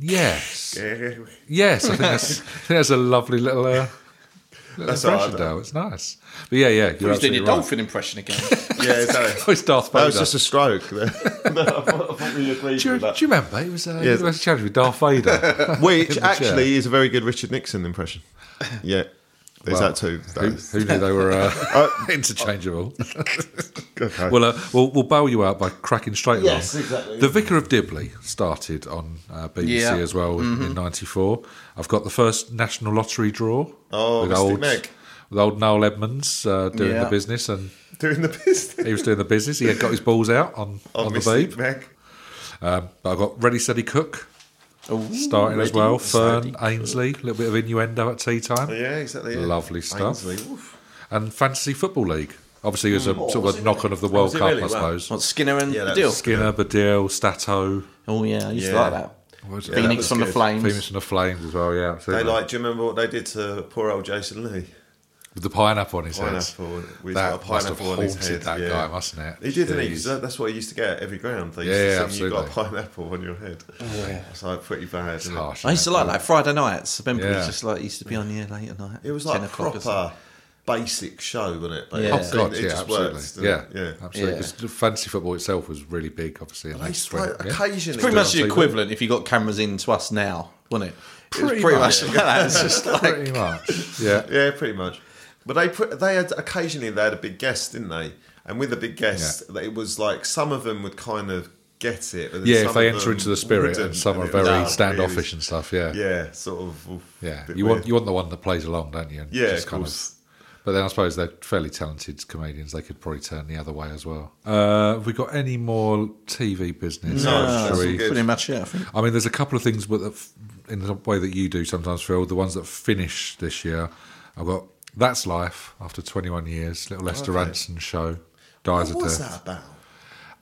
A: Yes,
C: That's
A: yes. I think that's, I think that's a lovely little. Uh, little
C: That's all right,
A: impression, Dale. It's nice. But yeah, yeah. You're
B: Who's doing your
A: absolutely right.
B: dolphin impression again?
C: Yeah, sorry.
A: Oh, it's Darth Vader.
C: That was just a stroke. no, I thought, I thought we agreed
A: do, you, do
C: with that.
A: you remember? It was uh,
C: Yes.
A: University Challenge with Darth Vader.
C: Which
A: in the chair.
C: actually is a very good Richard Nixon impression. Yeah, there's
A: Well,
C: that too. That
A: Who,
C: is-
A: who knew they were uh, interchangeable?
C: okay.
A: well, uh, we'll we'll bail you out by cracking straight
C: Yes,
A: along.
C: exactly.
A: The Vicar of Dibley started on uh, BBC
B: Yeah. Mm-hmm.
A: as well in '94. I've got the first national lottery draw.
C: Oh, Mystic Meg.
A: with old Noel Edmonds uh, doing
B: Yeah.
A: the business, and
C: doing the business.
A: he was doing the business. He had got his balls out on
C: Oh,
A: on the
C: Mystic
A: babe.
C: Meg.
A: Um, but I've got Ready Steady Cook
B: Ooh,
A: starting as well.
B: ready,
A: Fern
B: steady.
A: Ainsley, a little bit of innuendo at tea time.
C: Yeah, exactly. yeah.
A: Lovely stuff.
C: Ainsley, oof.
A: and Fantasy Football League. Obviously, as a sort
C: Mm. Oh, was
A: of a
C: it
A: knock on of the World
C: Was it
A: Cup,
C: really?
A: I
C: Wow.
A: suppose.
B: What, Skinner and
C: Yeah, that
B: Deal?
C: was-
A: Skinner, Badil, Stato,
B: oh, yeah, I used to
C: Yeah.
B: like that.
A: was it?
C: Yeah, that
B: Phoenix
C: was
B: from the
C: good.
B: Flames.
A: Phoenix and the Flames as well. Yeah,
C: They
A: absolutely.
C: like. Do you remember what they did to poor old Jason Lee?
A: With the pineapple on his
C: Pineapple.
A: head.
C: We've
A: that
C: got a
A: must have
C: pineapple on his
A: haunted
C: head,
A: that
C: yeah.
A: guy, mustn't it?
C: He did, didn't he?
A: Jeez.
C: 'Cause that- That's what he used to get at every ground. They used
A: Yeah,
C: to
A: yeah,
C: sing, you got a
A: absolutely.
C: pineapple on your head.
B: Oh, Yeah.
C: It's like pretty bad.
A: It's
C: Isn't it?
A: harsh.
B: I used to like that Friday nights. I remember it
A: Yeah.
B: was just like used to be on the air late at night.
C: It was
B: 10
C: like
B: o'clock or
C: proper basic show, wasn't it? But
B: Yeah.
A: Oh
B: Yeah.
A: god,
C: it
A: yeah,
C: just
A: absolutely.
C: works, didn't
A: yeah,
C: it?
A: yeah,
C: yeah.
A: absolutely.
B: Yeah.
A: 'Cause the fantasy football itself was really big, obviously. And they
C: It's
A: spread
C: like
A: it, yeah.
C: occasionally,
B: Pretty much
A: Yeah.
B: the equivalent if you got cameras in to us now, wasn't it? It was
A: Pretty
B: pretty
A: much.
B: much like that. It's just like
A: pretty much. Yeah,
C: yeah, pretty much. But they put, they had occasionally they had a big guest, didn't they? And with the big guest, it was like some of them would kind of get it. But then
A: yeah.
C: some
A: If they
C: of
A: enter
C: them
A: into the spirit,
C: wouldn't,
A: and some are
C: it was
A: very
C: really-
A: standoffish and stuff. Yeah,
C: yeah, sort of. oof,
A: Yeah,
C: bit
A: you want
C: weird.
A: you want the one that plays along, don't you? And
C: Yeah, of course.
A: But then I suppose they're fairly talented comedians. They could probably turn the other way as well. Uh, have we got any more TV business?
C: No,
A: Shall
C: that's all
A: we-
C: good.
B: pretty much it, I think.
A: I mean, there's a couple of things, but that f- in the way that you do sometimes, Phil, the ones that finish this year, I've got That's Life after 21 years, little Lester Ranson show, dies
C: What
A: a
C: was
A: death.
C: that about?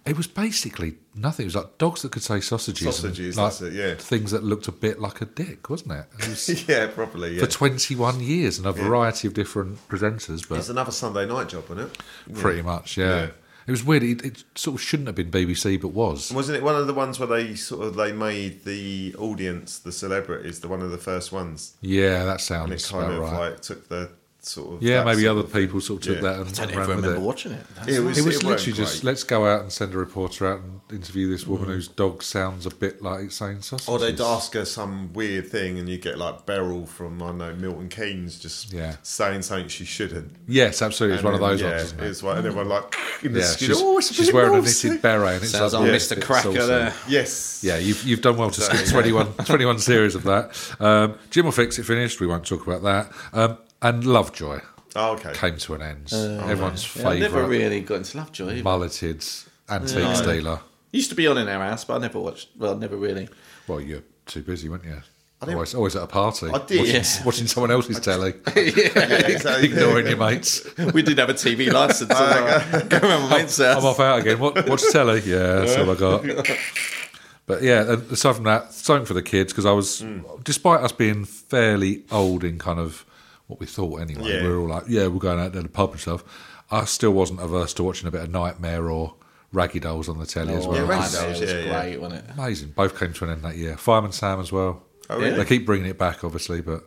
A: It was basically nothing. It was like dogs that could say sausages, and,
C: Sausages,
A: like,
C: that's it, yeah.
A: things that looked a bit like a dick, wasn't it? It was-
C: yeah, probably. Yeah.
A: for 21 years and a variety of different presenters, but
C: It's another Sunday night job, isn't it?
A: pretty much, yeah.
C: Yeah.
A: It was weird. It, it sort of shouldn't have been BBC, but was.
C: Wasn't it one of the ones where they sort of they made the audience the celebrities, the one of the first ones?
A: Yeah, that
C: And
A: sounds
C: it kind
A: about
C: of
A: right.
C: like took the sort of
A: yeah,
C: that
A: maybe
C: sort
A: other
C: of-
A: people sort of took
C: yeah.
A: that and
B: I don't
A: ran
B: even
A: with
B: remember
A: it.
B: watching it. That's
C: It was,
A: It was
C: it weren't
A: literally just
C: great. Mm.
A: let's go out and send a reporter out and interview this woman whose dog sounds a bit like it's saying sausages.
B: Oh,
C: Or they'd ask her some weird thing, and you get like Beryl from I don't know Milton Keynes just
A: Yeah.
C: saying something she shouldn't.
A: Yes, absolutely. It's
C: And
A: one of
C: then,
A: those
C: yeah,
A: ones. Isn't it?
C: It's like and everyone like in the
A: Yeah,
C: skin,
A: she's,
C: "Oh, it's
A: she's
C: bit
A: wearing a
C: saucy."
A: knitted beret. And it's
B: Sounds
A: like,
B: like
A: yeah,
B: Mr.
A: it's
B: Cracker
A: saucy.
B: there.
C: Yes.
A: Yeah, you've, you've done well to skip 21, 21 series of that. Um, Jim will fix it finished. We won't talk about that. Um, and Lovejoy
C: Oh, okay.
A: came to an end. Everyone's
B: Oh, Yeah, I never
A: favourite
B: really got into Lovejoy. either.
A: mulleted antique dealer.
B: Used to be on in our house, but I never watched. Well, never really.
A: Well, you're too busy, weren't you?
C: didn't-
A: Always, always at a party.
C: I did.
A: Watching,
B: Yeah.
A: watching someone else's telly.
C: Yeah, exactly.
A: Ignoring your mates.
B: We did have a TV license. so I go around my mate's
A: I'm
B: house.
A: off out again. What, watch telly. Yeah, that's all I got. But yeah, and aside from that, something for the kids because I was, despite us being fairly old in kind of what we thought anyway,
C: Yeah.
A: we were all like, yeah, we're going out to the pub and stuff. I still wasn't averse to watching a bit of Nightmare or Raggy Dolls on the telly as
B: Oh,
A: well.
C: Yeah,
B: my
C: Raggy
B: God, it
C: Dolls,
B: was
C: yeah, yeah.
B: great, wasn't it?
A: Amazing. Both came to an end that year. Fireman Sam as well.
C: Oh, really?
A: They keep bringing it back, obviously, but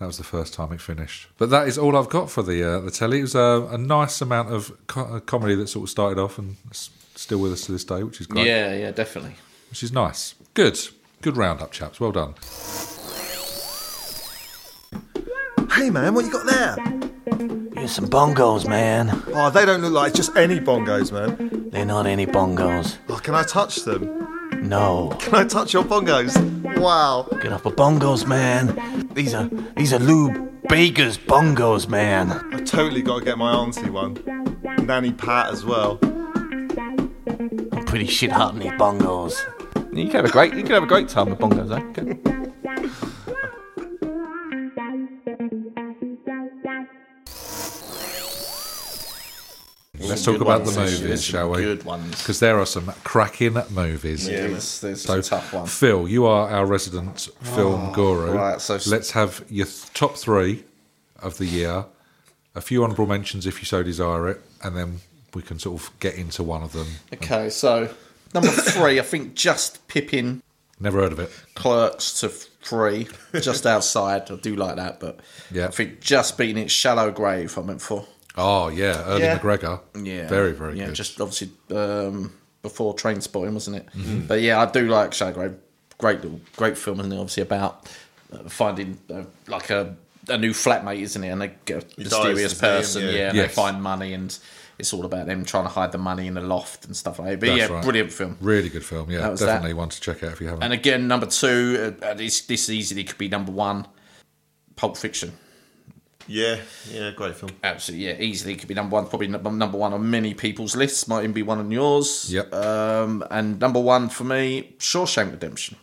A: that was the first time it finished. But that is all I've got for the uh, the telly. It was a, a nice amount of co- uh, comedy that sort of started off and s- still with us to this day, which is great.
B: Yeah, yeah, definitely.
A: Which is nice. Good. Good roundup, chaps. Well done.
C: Hey man, what you got there?
D: Here's some bongos, man.
C: Oh, they don't look like just any bongos, man.
D: They're not any bongos.
C: Oh, can I touch them?
D: No.
C: Can I touch your bongos? Wow.
D: Get off of bongos, man. These are these are Lou Baker's bongos, man.
C: I totally got to get my auntie one. Nanny Pat as well.
D: I'm pretty shit hot on these bongos.
E: You could have a great, you could have a great time with bongos, eh? Good.
A: Let's
B: Some
A: talk
B: good
A: about the
B: ones this year,
A: movies,
B: some
A: shall we?
B: Good ones.
A: Because there are some cracking movies.
B: There's, there's
A: So,
B: a tough one.
A: Phil, you are our resident film guru.
B: right, so-
A: let's have your th- top three of the year, a few honourable mentions if you so desire it, and then we can sort of get into one of them.
B: Okay, so number three, I think just pipping
A: Never heard of it.
B: clerks to three, just outside. I do like that, but
A: Yeah.
B: I think just beating it shallow grave. I went for
A: Oh yeah, Early
B: Yeah.
A: McGregor.
B: yeah,
A: very very
B: yeah,
A: good.
B: just obviously um, before train spotting, wasn't it?
A: Mm-hmm.
B: But yeah, I do like shallow grave. Great little great film, isn't it? Obviously about uh, finding uh, like a a new flatmate, isn't it? And they get a
C: He dies,
B: mysterious
C: doesn't he?
B: person,
C: Yeah.
B: yeah, and
A: Yes.
B: they find money and. It's all about them trying to hide the money in the loft and stuff like that. But
A: That's
B: yeah,
A: right.
B: brilliant film.
A: really good film. Yeah,
B: That was
A: definitely
B: that.
A: one to check out if you haven't.
B: And again, number two, uh, uh, this, this easily could be number one. Pulp Fiction,
C: Yeah, yeah, great film.
B: absolutely, yeah, easily could be number one. Probably num- number one on many people's lists. Might even be one on yours.
A: Yep.
B: Um, and number one for me, Shawshank Redemption.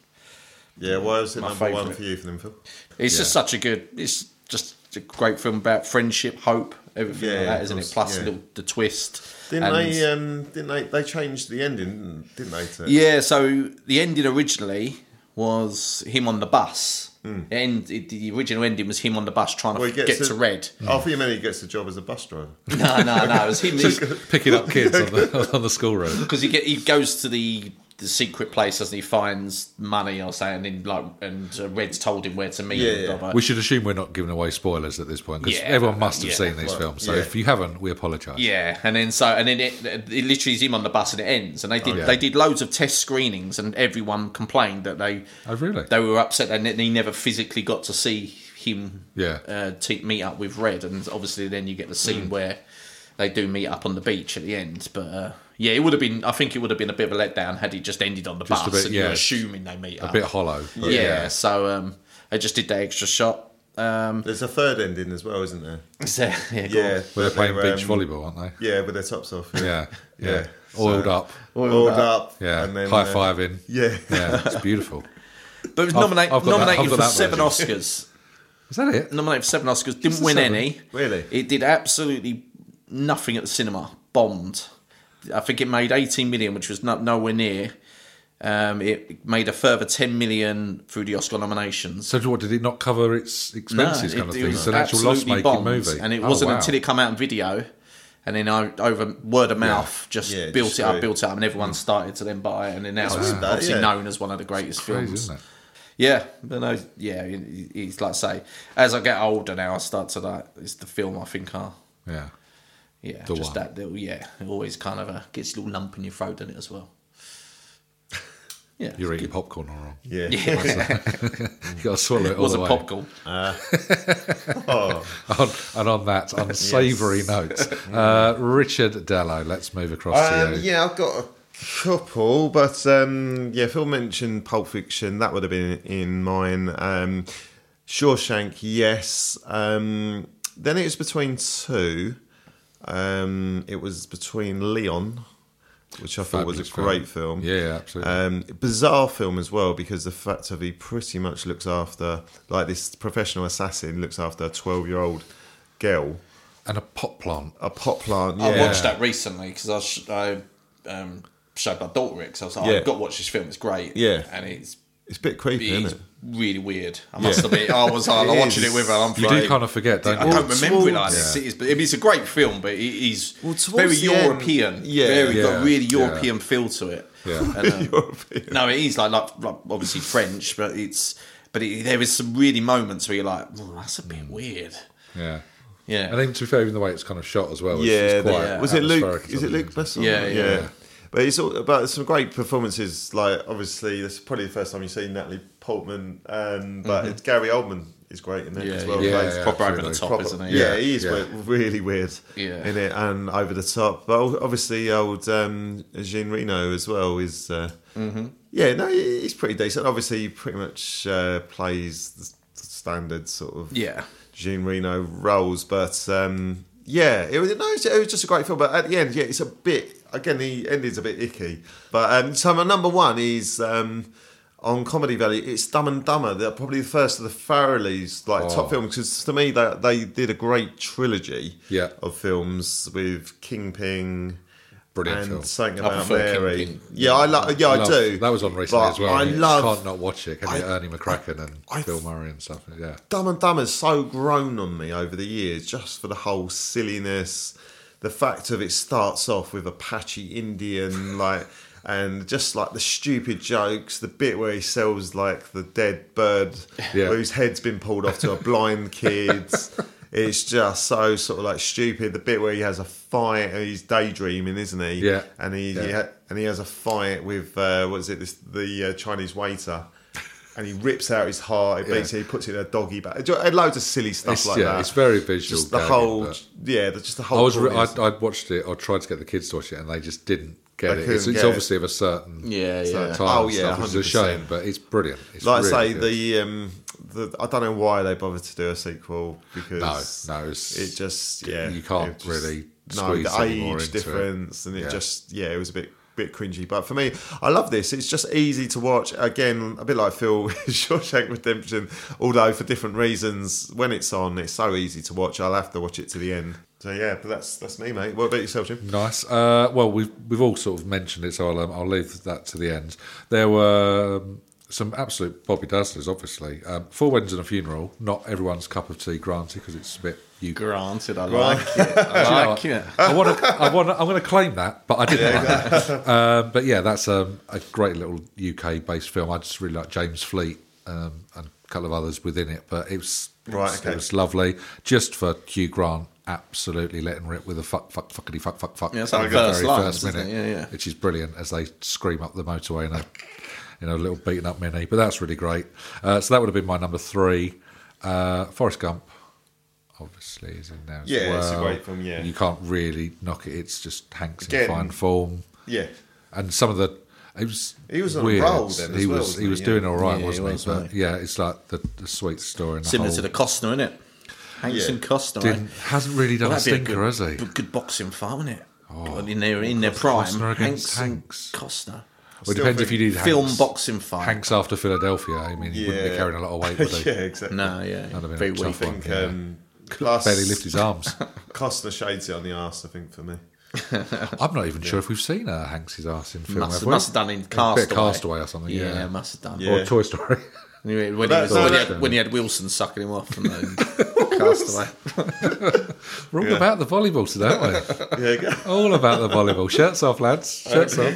C: Yeah, why is it number one
B: favourite.
C: for you for them, Phil?
B: It's just such a good. It's just a great film about friendship, hope, everything
C: Yeah,
B: like
C: of
B: that, isn't it?
C: course,
B: Plus
C: yeah.
B: the, the twist.
C: Didn't
B: and-
C: they? Um, didn't they? They changed the ending, didn't- didn't they? To,
B: Yeah, so the ending originally was him on the bus. And it, the original ending was him on the bus trying to
C: Hmm. Well, he
B: get
C: gets
B: to,
C: a-
B: Red.
C: I think many gets a job as a bus driver.
B: No, no, no. It was him.
A: Picking up kids on the on the school road.
B: because he get he goes to the the secret place doesn't he finds money or something and like and uh, Red's told him where to meet
C: Yeah,
B: him.
C: yeah.
B: blah, blah.
A: We should assume we're not giving away spoilers at this point because
B: Yeah,
A: everyone must have
B: yeah,
A: seen these
C: well,
A: films. So
C: yeah.
A: if you haven't, we apologise.
B: yeah, and then so and then it, it literally is him on the bus and it ends. And they did
A: yeah.
B: they did loads of test screenings and everyone complained that they
A: Oh, really?
B: they were upset and he never physically got to see him
A: Yeah. Mm.
B: uh, te- meet up with Red. And obviously then you get the scene where they do meet up on the beach at the end. But uh, yeah, it would have been I think it would have been a bit of a letdown had he just ended on the
A: Just a
B: bus
A: bit,
B: and
A: yeah.
B: you're assuming they meet
A: A
B: up.
A: bit hollow. but
B: yeah. So um, I just did that extra shot. Um,
C: There's a third ending as well, isn't there?
B: so, yeah, go
C: Yeah,
B: on.
A: Well, they're playing
C: were,
A: beach
C: um,
A: volleyball, aren't
C: Yeah, with their tops off.
A: they? Yeah, yeah.
C: Yeah.
A: Oiled
C: So-
A: up.
C: Oiled, up.
A: Yeah,
C: and then,
A: high
C: uh,
A: fiving.
C: Yeah.
A: yeah, it's beautiful.
B: But it was nominate,
A: I've got that- I've
B: nominated
A: got
B: for
A: that
B: seven
A: version.
B: Oscars.
A: Is that it?
B: nominated for seven Oscars. Didn't
A: the
B: win
A: seven?
B: any.
C: Really?
B: It did absolutely nothing at the cinema. Bombed. I think it made 18 million, which was no, nowhere near. Um, it made a further 10 million through the Oscar nominations.
A: So what did it not cover its
B: No,
A: expenses? kind of
B: it
A: thing.
B: was
A: It's an actual
B: absolutely
A: loss-making
B: bombed,
A: movie,
B: and it
A: Oh,
B: wasn't
A: wow.
B: until it come out on video And then I, over word of mouth, just
C: Yeah,
B: built
C: just
B: it up,
C: grew.
B: built it up, and
A: Mm.
B: everyone started to then buy it. And then now it's,
C: weird, that,
B: obviously
C: yeah.
B: known as one of the greatest
A: Crazy,
B: films.
A: isn't it?
B: Yeah, but no, yeah, it- it's like I say, as I get older now, I start to like, it's the film I think I,
A: Yeah.
B: yeah,
A: The
B: just
A: one.
B: that little, yeah, it always kind of uh, gets a little lump in your throat, doesn't it, as well? Yeah.
A: You're eating popcorn all wrong.
C: Yeah.
A: you got to swallow it
B: It
A: all
B: was
A: the
B: a
A: way.
B: popcorn.
C: Oh,
A: on, and on that unsavoury note, uh, Richard Dallow, let's move across
C: um,
A: to you.
C: yeah, I've got a couple, but um, yeah, Phil mentioned Pulp Fiction. That would have been in mine. Um, Shawshank, yes. Um, then it was between two. Um, it was between Leon, which I thought was
A: Fabulous
C: a great film.
A: Yeah, absolutely.
C: Um, bizarre film as well because the fact of he pretty much looks after like this professional assassin looks after a twelve-year-old girl,
A: and a pot plant.
C: a pot plant. Yeah,
B: I watched that recently because I, sh- I um, showed my daughter it 'cause I was like,
C: Yeah.
B: I've got to watch this film. It's great.
C: Yeah.
B: and it's
C: it's a bit creepy,
B: it's
C: isn't it?
B: really weird. I must admit, I was like,
C: It
B: I'm watching
C: is.
B: it with her. I'm
A: You
B: like,
A: do kind of forget, don't
B: I
A: you?
B: don't remember it like
C: towards-
B: this. It is, but it's a great film, but it is
C: Well, towards
B: very
C: the end-
B: European.
C: Yeah.
B: very got
A: Yeah.
B: a really
A: Yeah.
B: European feel to it.
A: Yeah.
B: And, um, No, it is like, like like obviously French, but it's but it, there is some really moments where you're like, oh, that's a bit weird.
A: Yeah.
B: Yeah,
A: And even to be fair, even the way it's kind of shot as well. It's,
C: Yeah,
A: it's
C: the-
A: quite
C: was it
A: atmospheric
C: Luke?
A: and
C: Is it
A: something.
C: Luke Bessel?
B: Yeah, yeah.
C: But it's all about some great performances. Like obviously, this is probably the first time you've seen Natalie Portman, um, but it's Gary Oldman is great in it
B: Mm-hmm. Yeah,
C: as well.
B: yeah,
C: Plays
A: yeah,
B: proper over the
A: absolutely.
B: top,
C: proper-
B: isn't it?
C: Yeah, he is
A: yeah.
C: weird- really weird
B: Yeah.
C: in it and over the top. But al- obviously, old um, Jean Reno as well is. Uh,
B: Mm-hmm.
C: Yeah, no, he- he's pretty decent. Obviously, he pretty much uh, plays the s- standard sort of
B: Yeah.
C: Jean Reno roles, but um, yeah, it was no, it was- it was just a great film. But at the end, yeah, it's a bit again the ending's a bit icky. But um, so my number one is um, on Comedy Valley. It's Dumb and Dumber. They're probably the first of the Farrellys like
A: Oh.
C: top films because to me they they did a great trilogy
A: Yeah.
C: of films with Kingping.
A: Brilliant
C: and
A: film.
C: something
B: I
C: about
B: prefer
C: Mary.
B: Kingpin.
C: Yeah, I love. Yeah, I
A: Love-
C: do.
A: That was on recently
C: But
A: as well.
C: I
A: You
C: love
A: can't not watch it. Can you?
C: I-
A: Ernie McCracken and
C: I-
A: Bill Murray and stuff. Yeah.
C: Dumb and Dumber's so grown on me over the years, just for the whole silliness, the fact of it starts off with a patchy Indian, like, and just like the stupid jokes, the bit where he sells like the dead bird
A: Yeah.
C: whose head's been pulled off to a blind kid. It's just so sort of like stupid. The bit where he has a fight, and he's daydreaming, isn't he?
A: Yeah.
C: And he, he
A: Yeah.
C: ha- and he has a fight with uh, what is it? This the uh, Chinese waiter, and he rips out his heart. It beats
A: Yeah.
C: it. He puts it in a doggy bag. Ju- and Loads of silly stuff
A: It's-
C: like
A: yeah,
C: that.
A: it's very visual
C: Just the
A: gagging,
C: whole,
A: but-
C: yeah, the, just the whole.
A: I was re- I,
C: corniness.
A: I watched it. I tried to get the kids to watch it, and they just didn't get
C: They
A: it. It's,
C: couldn't
A: it's
C: get it.
A: obviously of a certain
B: Yeah,
A: certain
B: yeah.
A: time.
C: Oh,
A: and
C: yeah,
A: stuff, which is a
C: 100%.
A: shame, but it's brilliant. It's
C: like
A: really
C: I say,
A: good.
C: the um, the I don't know why they bothered to do a sequel because
A: No, no, it's-
C: it just yeah,
A: you can't
C: it
A: really
C: no
A: squeeze
C: the
A: any more
C: age
A: into it.
C: difference and it
A: Yeah.
C: just yeah, it was a bit bit cringy. But for me, I love this. It's just easy to watch. Again, a bit like Phil with Shawshank Redemption, although for different reasons. When it's on, it's so easy to watch. I'll have to watch it to the end. So yeah, but that's that's me, mate. What about yourself, Jim?
A: Nice. Uh, well, we've we've all sort of mentioned it, so I'll um, I'll leave that to the end. There were um, some absolute Bobby Dazzlers, obviously. Um, Four weddings and a funeral. Not everyone's cup of tea, granted, because it's a bit you.
B: Granted, I like it. I like it.
A: I want to. I want. I'm going to claim that, but I didn't. like that. Um, but yeah, that's um, a great little UK-based film. I just really like James Fleet um, and a couple of others within it. But it was it
C: Right,
A: was-
C: okay.
A: It was lovely. Just for Hugh Grant, absolutely letting rip with a fuck, fuck, fuckity, fuck, fuck, fuck.
B: Yeah, that's like
A: in
B: the first lines, isn't it? Yeah, yeah.
A: which is brilliant as they scream up the motorway in a you know a little beaten up mini. But that's really great. Uh, so that would have been my number three. Uh, Forrest Gump. Obviously, is in there as
C: Yeah,
A: well.
C: it's a great film, yeah.
A: you can't really knock it. It's just Hanks
C: Again.
A: in fine form,
C: Yeah.
A: and some of the it was
C: He was on a
A: weird.
C: roll then
A: he
C: as well,
A: was
C: wasn't
A: he
C: he?
A: was
C: Yeah.
A: doing all right,
B: Yeah, he
A: wasn't he?
B: was,
A: But
B: wasn't
A: yeah, it's like the, the sweet story. And
B: Similar
A: the
B: to
A: whole
B: the Costner, innit? Hanks
C: Yeah.
B: and Costner.
A: didn't,
B: eh?
A: hasn't really done
B: Well,
A: a
B: that'd be
A: stinker,
B: good,
A: has he? Oh,
B: good- Good boxing fight, wasn't it? Well, in their in their prime,
A: Costner against
B: Hanks, and
A: Hanks.
B: Costner.
A: Well, it depends if you did
B: Film
A: Hanks.
B: boxing fight.
A: Hanks after Philadelphia. I mean, he wouldn't be
C: Yeah.
A: carrying a lot of weight, would he?
C: yeah, exactly.
B: No, yeah,
A: That'd have been
B: very
A: a
B: weak.
A: tough one.
C: think,
A: yeah.
C: um, plus,
A: Barely lift his arms.
C: Costner shades it on the arse, I think, for me.
A: I'm not even sure if we've seen uh, Hanks's ass in film.
B: Must
A: have
B: have,
A: we?
B: must have done in
A: A
B: Castaway.
A: bit of Castaway or something.
B: Yeah,
A: Yeah,
B: must have done.
C: Yeah.
A: or Toy Story.
B: Anyway, when,
C: Well,
B: he was,
C: that's-
B: when, he
C: no,
B: had, when he had Wilson sucking him off. And then, podcast away.
A: We're all about the volleyball today, aren't we?
C: There you go.
A: all about the volleyball. Shirts off, lads. Shirts off.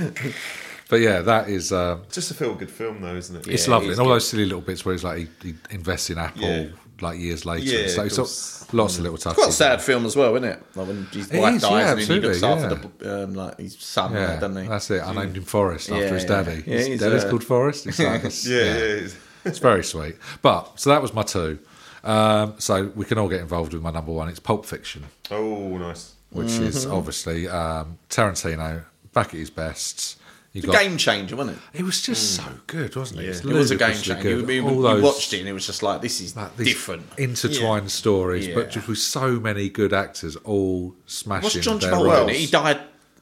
A: But yeah, that is. Uh,
C: Just a feel good film, though, isn't it?
A: it's
B: Yeah,
A: lovely.
B: it is
A: and all
B: good.
A: those silly little bits where he's like, he, he invests in Apple
C: Yeah.
A: like years later.
C: Yeah,
A: so
C: of
A: it's
C: course.
A: all, lots of little touches.
B: Quite a sad film as well, isn't it? Like when his
A: It
B: wife
A: is,
B: dies
A: yeah,
B: and he looks
A: absolutely,
B: after the, um, like his son,
A: Yeah,
B: doesn't he?
A: that's it. I named him Forrest
B: Yeah,
A: after his
B: yeah.
A: daddy.
B: Yeah,
A: his
B: he's,
A: daddy's
B: uh,
A: called Forrest. It's like, it's-
C: Yeah, yeah. it's-
A: It's very sweet. But so that was my two. Um, so we can all get involved with my number one. It's Pulp Fiction,
C: Oh, nice.
A: which is
B: Mm-hmm.
A: obviously um, Tarantino back at his best. You
B: The game changer, wasn't it?
A: It was just so good, wasn't it?
B: Mm. It was a game
A: ludicrously
B: changer. You,
A: good.
B: you-
A: All
B: you
A: those-
B: watched it and it was just like, this is
A: like, these
B: different.
A: intertwined stories,
B: Yeah.
A: but just with so many good actors all smashing.
B: What's John
A: their
B: Travolta in
A: roles.
B: it? He died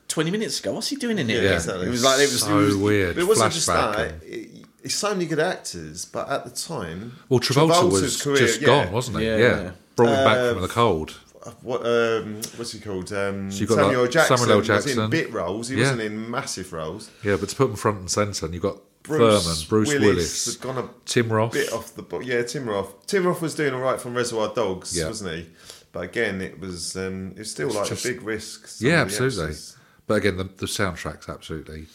B: 20 minutes ago. What's he doing in here?
C: Yeah,
A: Yeah.
C: exactly.
B: It was like, it was,
A: so
B: it was-
A: weird.
C: But it wasn't just
A: Flashback.
C: that.
A: and-
C: It, it's so many good actors, but at the time,
A: well, Travolta
C: Travolta's
A: was
C: career-
A: just
C: yeah.
A: gone, wasn't he?
B: Yeah,
A: Yeah,
B: yeah.
A: brought him
C: Uh,
A: back from the cold.
C: What um, what's he called? Um,
A: you've got, like,
C: Samuel Jackson.
A: Samuel L.
C: was in
A: Jackson.
C: bit roles. He
A: Yeah.
C: wasn't in massive roles.
A: Yeah, but to put him front and centre, and you've got
C: Bruce
A: Thurman, Bruce
C: Willis
A: Willis,
C: had gone a
A: Tim Roth.
C: Bit off the bo- yeah, Tim Roth. Tim Roth was doing all right from Reservoir Dogs,
A: Yeah.
C: wasn't he? But again, it was um, it's still like
A: just-
C: a big risk. Some
A: yeah,
C: of the
A: absolutely.
C: actors-
A: But again, the, the soundtrack's absolutely.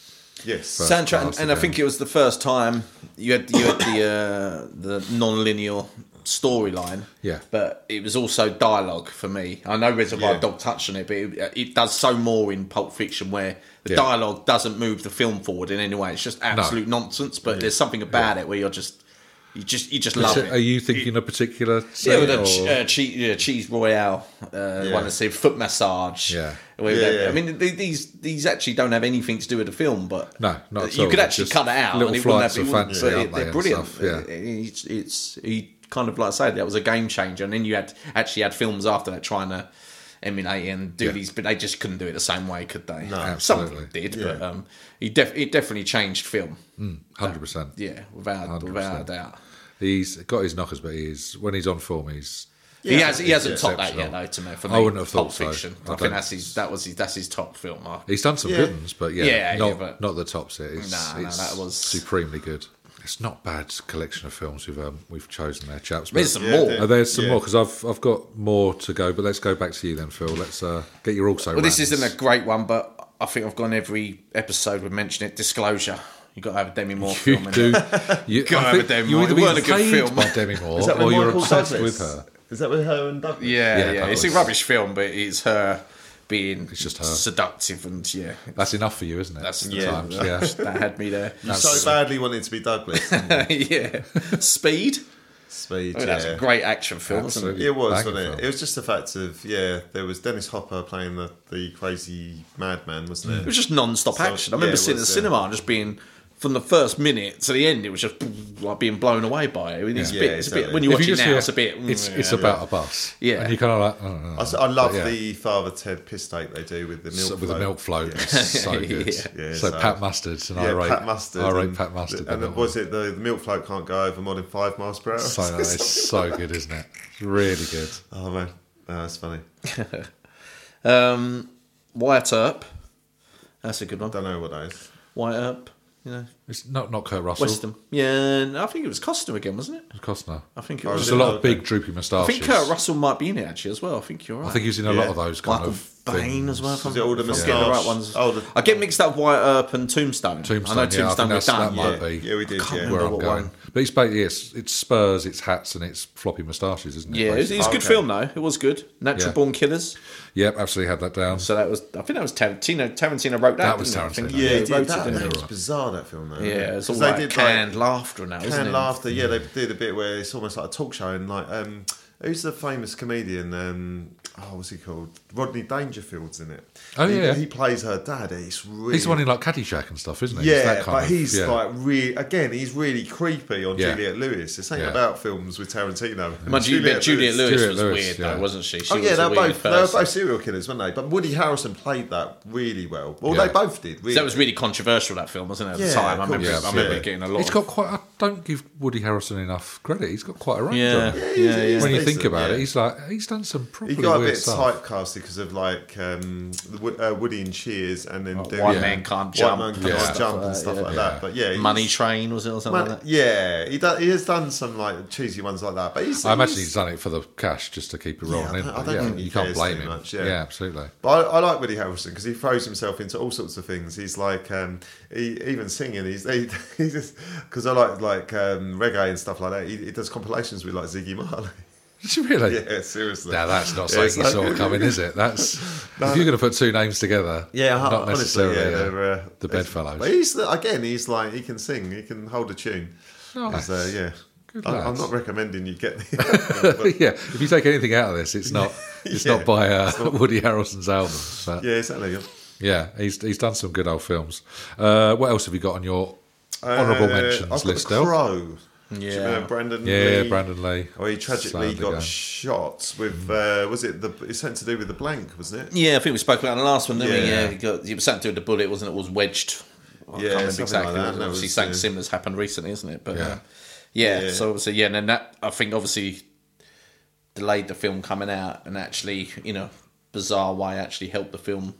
C: Yes,
B: soundtrack, and,
A: class
B: and I
A: again.
B: think it was the first time you had you had the uh, the non-linear storyline.
A: Yeah.
B: but it was also dialogue for me. I know Reservoir
C: Yeah.
B: Dog touched on it, but it, it does so more in Pulp Fiction where the
A: Yeah.
B: dialogue doesn't move the film forward in any way. It's just absolute nonsense. But there's something about it where you're just you just you just love it.
A: Are you thinking a particular?
B: Yeah, with
A: scene,
B: a ch-
A: or-
B: uh, cheese, yeah, cheese royale, uh, one that said foot massage.
A: Yeah.
B: With
C: Yeah,
B: that-
C: yeah.
B: I mean, th- these these actually don't have anything to do with the film, but
A: No, not at
B: you
A: all.
B: could actually
A: Just
B: cut it out.
A: little
B: and it wouldn't
A: flights
B: have,
A: of
B: it wouldn't-
A: fancy,
B: but
A: aren't they,
B: they're
A: and
B: brilliant.
A: stuff, yeah.
B: It- it's, it's he kind of like I said that was a game changer, and then you had actually had films after that trying to emulate and do
A: Yeah.
B: these, but they just couldn't do it the same way, could they? No,
A: Absolutely.
B: some did, but
C: Yeah.
B: um, he def- it definitely changed film. uh,
A: Hundred percent.
B: Yeah, without without a
A: 100%.
B: doubt.
A: He's got his knockers, but he's when he's on form, he's
B: he has. He hasn't
A: yeah.
B: topped that yet,
A: Exceptional.
B: though. To me, for me,
A: I wouldn't have
B: Pulp
A: thought so.
B: Fiction.
A: I
B: I,
A: don't-
B: think that's his. That was his. That's his top film. Mark.
A: he's done some
C: Yeah.
A: good ones, but yeah,
B: Yeah, yeah,
A: not
B: but-
A: not the top set. It's,
B: Nah, nah,
A: it's
B: that was-
A: supremely good. It's not bad collection of films we've um, we've chosen there, chaps. but-
B: There's some
C: Yeah,
B: more.
C: dude.
A: Uh, there's some
C: Yeah.
A: more more because I've I've got more to go, but let's go back to you then, Phil. Let's uh, get your also.
B: Well, this isn't a great one, but I think I've gone every episode we mention it. Disclosure. You got to have a Demi Moore
A: You
B: film.
A: do.
B: innit?
A: You,
B: Go
A: I
B: over
A: think
B: Demi
A: you
B: Moore.
A: either
B: It
A: been
B: weren't a good
A: paid
B: film.
A: by Demi
C: Is
A: Moore
C: that
A: or
C: with
A: you're
C: Michael
A: obsessed
C: Douglas?
A: with her.
C: Is that with her and Douglas?
B: Yeah,
A: Yeah,
B: yeah.
A: that
B: It's
A: was-
B: a rubbish film, but it's her being it's
A: just her.
B: seductive and yeah.
A: That's enough for you, isn't it?
B: That's the
A: yeah.
B: time.
A: Times, yeah.
B: That had me there.
C: You so badly wanted to be Douglas. didn't
B: yeah. Speed.
C: you? Speed.
B: I mean,
C: yeah.
B: That's a great action film, isn't
A: Absolutely.
B: it?
C: It was,
A: Banging
C: wasn't it?
A: film.
C: It was just the fact of yeah, there was Dennis Hopper playing the, the crazy madman, wasn't
B: It
A: Mm.
C: it?
B: was just non-stop
C: So,
B: action. I remember
C: yeah, it
B: sitting
C: was, uh,
B: at the
C: yeah.
B: cinema and just being from the first minute to the end. It was just like being blown away by it. I mean, it's,
C: Yeah.
B: a bit,
C: Yeah,
B: it's a
C: exactly.
B: bit. When you
A: If
B: watch
A: you
B: it
A: just
B: now,
A: hear,
B: it's a bit. mm,
A: It's
B: yeah.
A: it's about a bus.
B: Yeah.
A: and you kind of like. I don't know.
C: I, s- I love
A: But, yeah.
C: the Father Ted piss take they do with the milk.
A: So- with the
C: float.
A: milk float, it's so good. so,
C: Yeah, so-
A: Pat Mustard's and I
C: Yeah,
A: rate
C: Pat Mustard.
A: I rate
C: and-
A: Pat Mustard.
C: And
A: the
C: then
A: milk
C: was it the, the milk float can't go over more than five miles per hour?
A: float. So uh, it's so good, isn't it? It's really good.
C: oh man, oh, that's funny.
B: Um, Wyatt Earp. That's a good one.
C: Don't know what that is.
B: Wyatt Earp. You know,
A: It's not not Kurt Russell.
B: Western. Yeah, and I think it was Costa again, wasn't it?
A: It's Costner.
B: I think it
C: Oh,
B: was.
A: There's
C: is
A: a
C: it?
A: lot of
C: Okay.
A: big droopy
B: I
A: moustaches.
B: think Kurt Russell might be in it actually as well. I think you're right.
A: I think he's in a
C: Yeah.
A: lot of those kind
B: Michael
A: of
B: Bain
A: things.
B: as well. if
C: Was
B: I'm-
C: it all the
B: if I'm getting the
C: moustache?
B: right ones.
C: Oh, the-
B: I get mixed up Wyatt Earp and Tombstone.
A: Tombstone.
B: I
A: yeah,
B: know Tombstone
A: I
B: was
A: think that's-
B: done.
A: that might
C: yeah.
A: be.
C: Yeah, we did,
A: I can't
C: yeah.
A: remember
B: Where I'm
A: what
B: going.
A: one. But it's, ba- yes, it's Spurs, it's hats, and it's floppy moustaches, isn't it?
B: Yeah, it's, it's a good
C: Okay.
B: film though. It was good. Natural
A: Yeah.
B: Born Killers.
A: Yep, absolutely had that down.
B: So that was, I think that was Tarantino. Tarantino wrote that.
A: That was
B: didn't he? I think
A: Tarantino.
B: he
C: Yeah,
B: wrote it,
C: that.
B: didn't he?
C: was bizarre that film though.
B: Yeah, it's all
C: 'Cause
B: like canned
C: like,
B: laughter now, isn't
C: canned
B: it?
C: laughter. Yeah, they do the bit where it's almost like a talk show and like um, who's the famous comedian? Um, oh, what's he called? Rodney Dangerfield's in it.
A: Oh,
C: He-
A: yeah.
C: he plays her dad. It's really
A: He's the one in like Caddyshack and stuff, isn't he? It's
C: Yeah,
A: that kind
C: but
A: of-
C: he's
A: yeah.
C: like really again. He's really creepy on
A: Yeah.
C: Juliet Lewis. This ain't
A: Yeah.
C: about films with Tarantino.
B: Mind you, but Juliet Lewis,
A: Juliet
B: was
A: Lewis,
B: weird
A: yeah.
B: though, wasn't she? she
C: Oh yeah,
B: was
C: they
B: a
C: were
B: weird
C: both they were
B: person.
C: both serial killers, weren't they? But Woody Harrelson played that really well. Well,
A: Yeah.
C: they both did. Really.
B: That was really controversial that film, wasn't it? At
C: Yeah,
B: the time, I
C: of
B: remember.
C: course,
B: I remember
C: yeah.
B: it getting a lot.
A: It's
B: of-
A: got quite a don't give Woody Harrelson enough credit. He's got quite a range.
B: Yeah,
A: on it.
B: yeah, yeah.
A: When you
C: decent,
A: think about
C: yeah.
A: it, he's like he's done some
C: He
A: probably
C: got a
A: weird
C: bit
A: stuff.
C: typecasted because of like um, the Wo- uh, Woody and Cheers, and then doing
B: Oh, White
A: Yeah.
B: man can't
C: White
B: jump.
C: Man Can't
A: Yeah.
C: jump and stuff like that. But yeah, he's-
B: Money Train was it or something
C: Man-
B: like that?
C: yeah, he, do, he has done some like cheesy ones like that, but he's.
A: I imagine
C: he's-
A: he's done it for the cash just to keep it rolling.
C: I
A: in.
C: don't- I don't
A: yeah,
C: think he
A: you can't
C: cares
A: blame
C: too
A: him.
C: much, yeah.
A: absolutely.
C: But I, I like Woody Harrelson because he throws himself into all sorts of things. He's like, um, he even singing. He's he, he just because I like like um, reggae and stuff like that. He, he does compilations with like Ziggy Marley.
A: Did you really?
C: yeah, seriously.
A: Now that's not something
C: Yeah, it's
A: you
C: like-
A: saw coming, is it? That's if you're going to put two names together,
C: Yeah, ho-
A: not
C: honestly,
A: necessarily
C: yeah,
A: uh,
C: they're, uh,
A: the bedfellows.
C: But he's again, he's like he can sing, he can hold a tune.
A: Nice.
C: He's, uh, yeah.
A: Good
C: I, I'm
A: lads.
C: not recommending you get the. but-
A: yeah, if you take anything out of this, it's not it's
C: Yeah.
A: not by uh, Woody Harrelson's albums. But yeah.
C: yeah, exactly. Uh,
A: he's he's done some good old films. Uh, what else have you got on your honourable
C: Uh, I've got
A: mentions
C: the
A: list? Del?
C: Crow. Do you
B: Yeah.
C: remember Brandon?
A: Yeah,
C: Lee?
A: Brandon Lee.
C: Oh, he tragically
A: Sadly
C: got
A: gone.
C: shot with
A: Mm.
C: uh, was it the it's something to do with the blank, wasn't it?
B: Yeah, I think we spoke about it on the last one, didn't we?
C: Yeah.
B: Yeah, he got, it was something to do with the bullet, wasn't it? It was wedged. I
C: Yeah,
B: can't remember
C: something
B: exactly.
C: like that. That
B: obviously,
C: was,
B: something
C: yeah.
B: similar's happened recently, isn't it? But
A: Yeah.
B: uh, yeah,
C: Yeah.
B: so obviously, yeah, and then that I think obviously delayed the film coming out, and actually, you know, bizarre why actually helped the film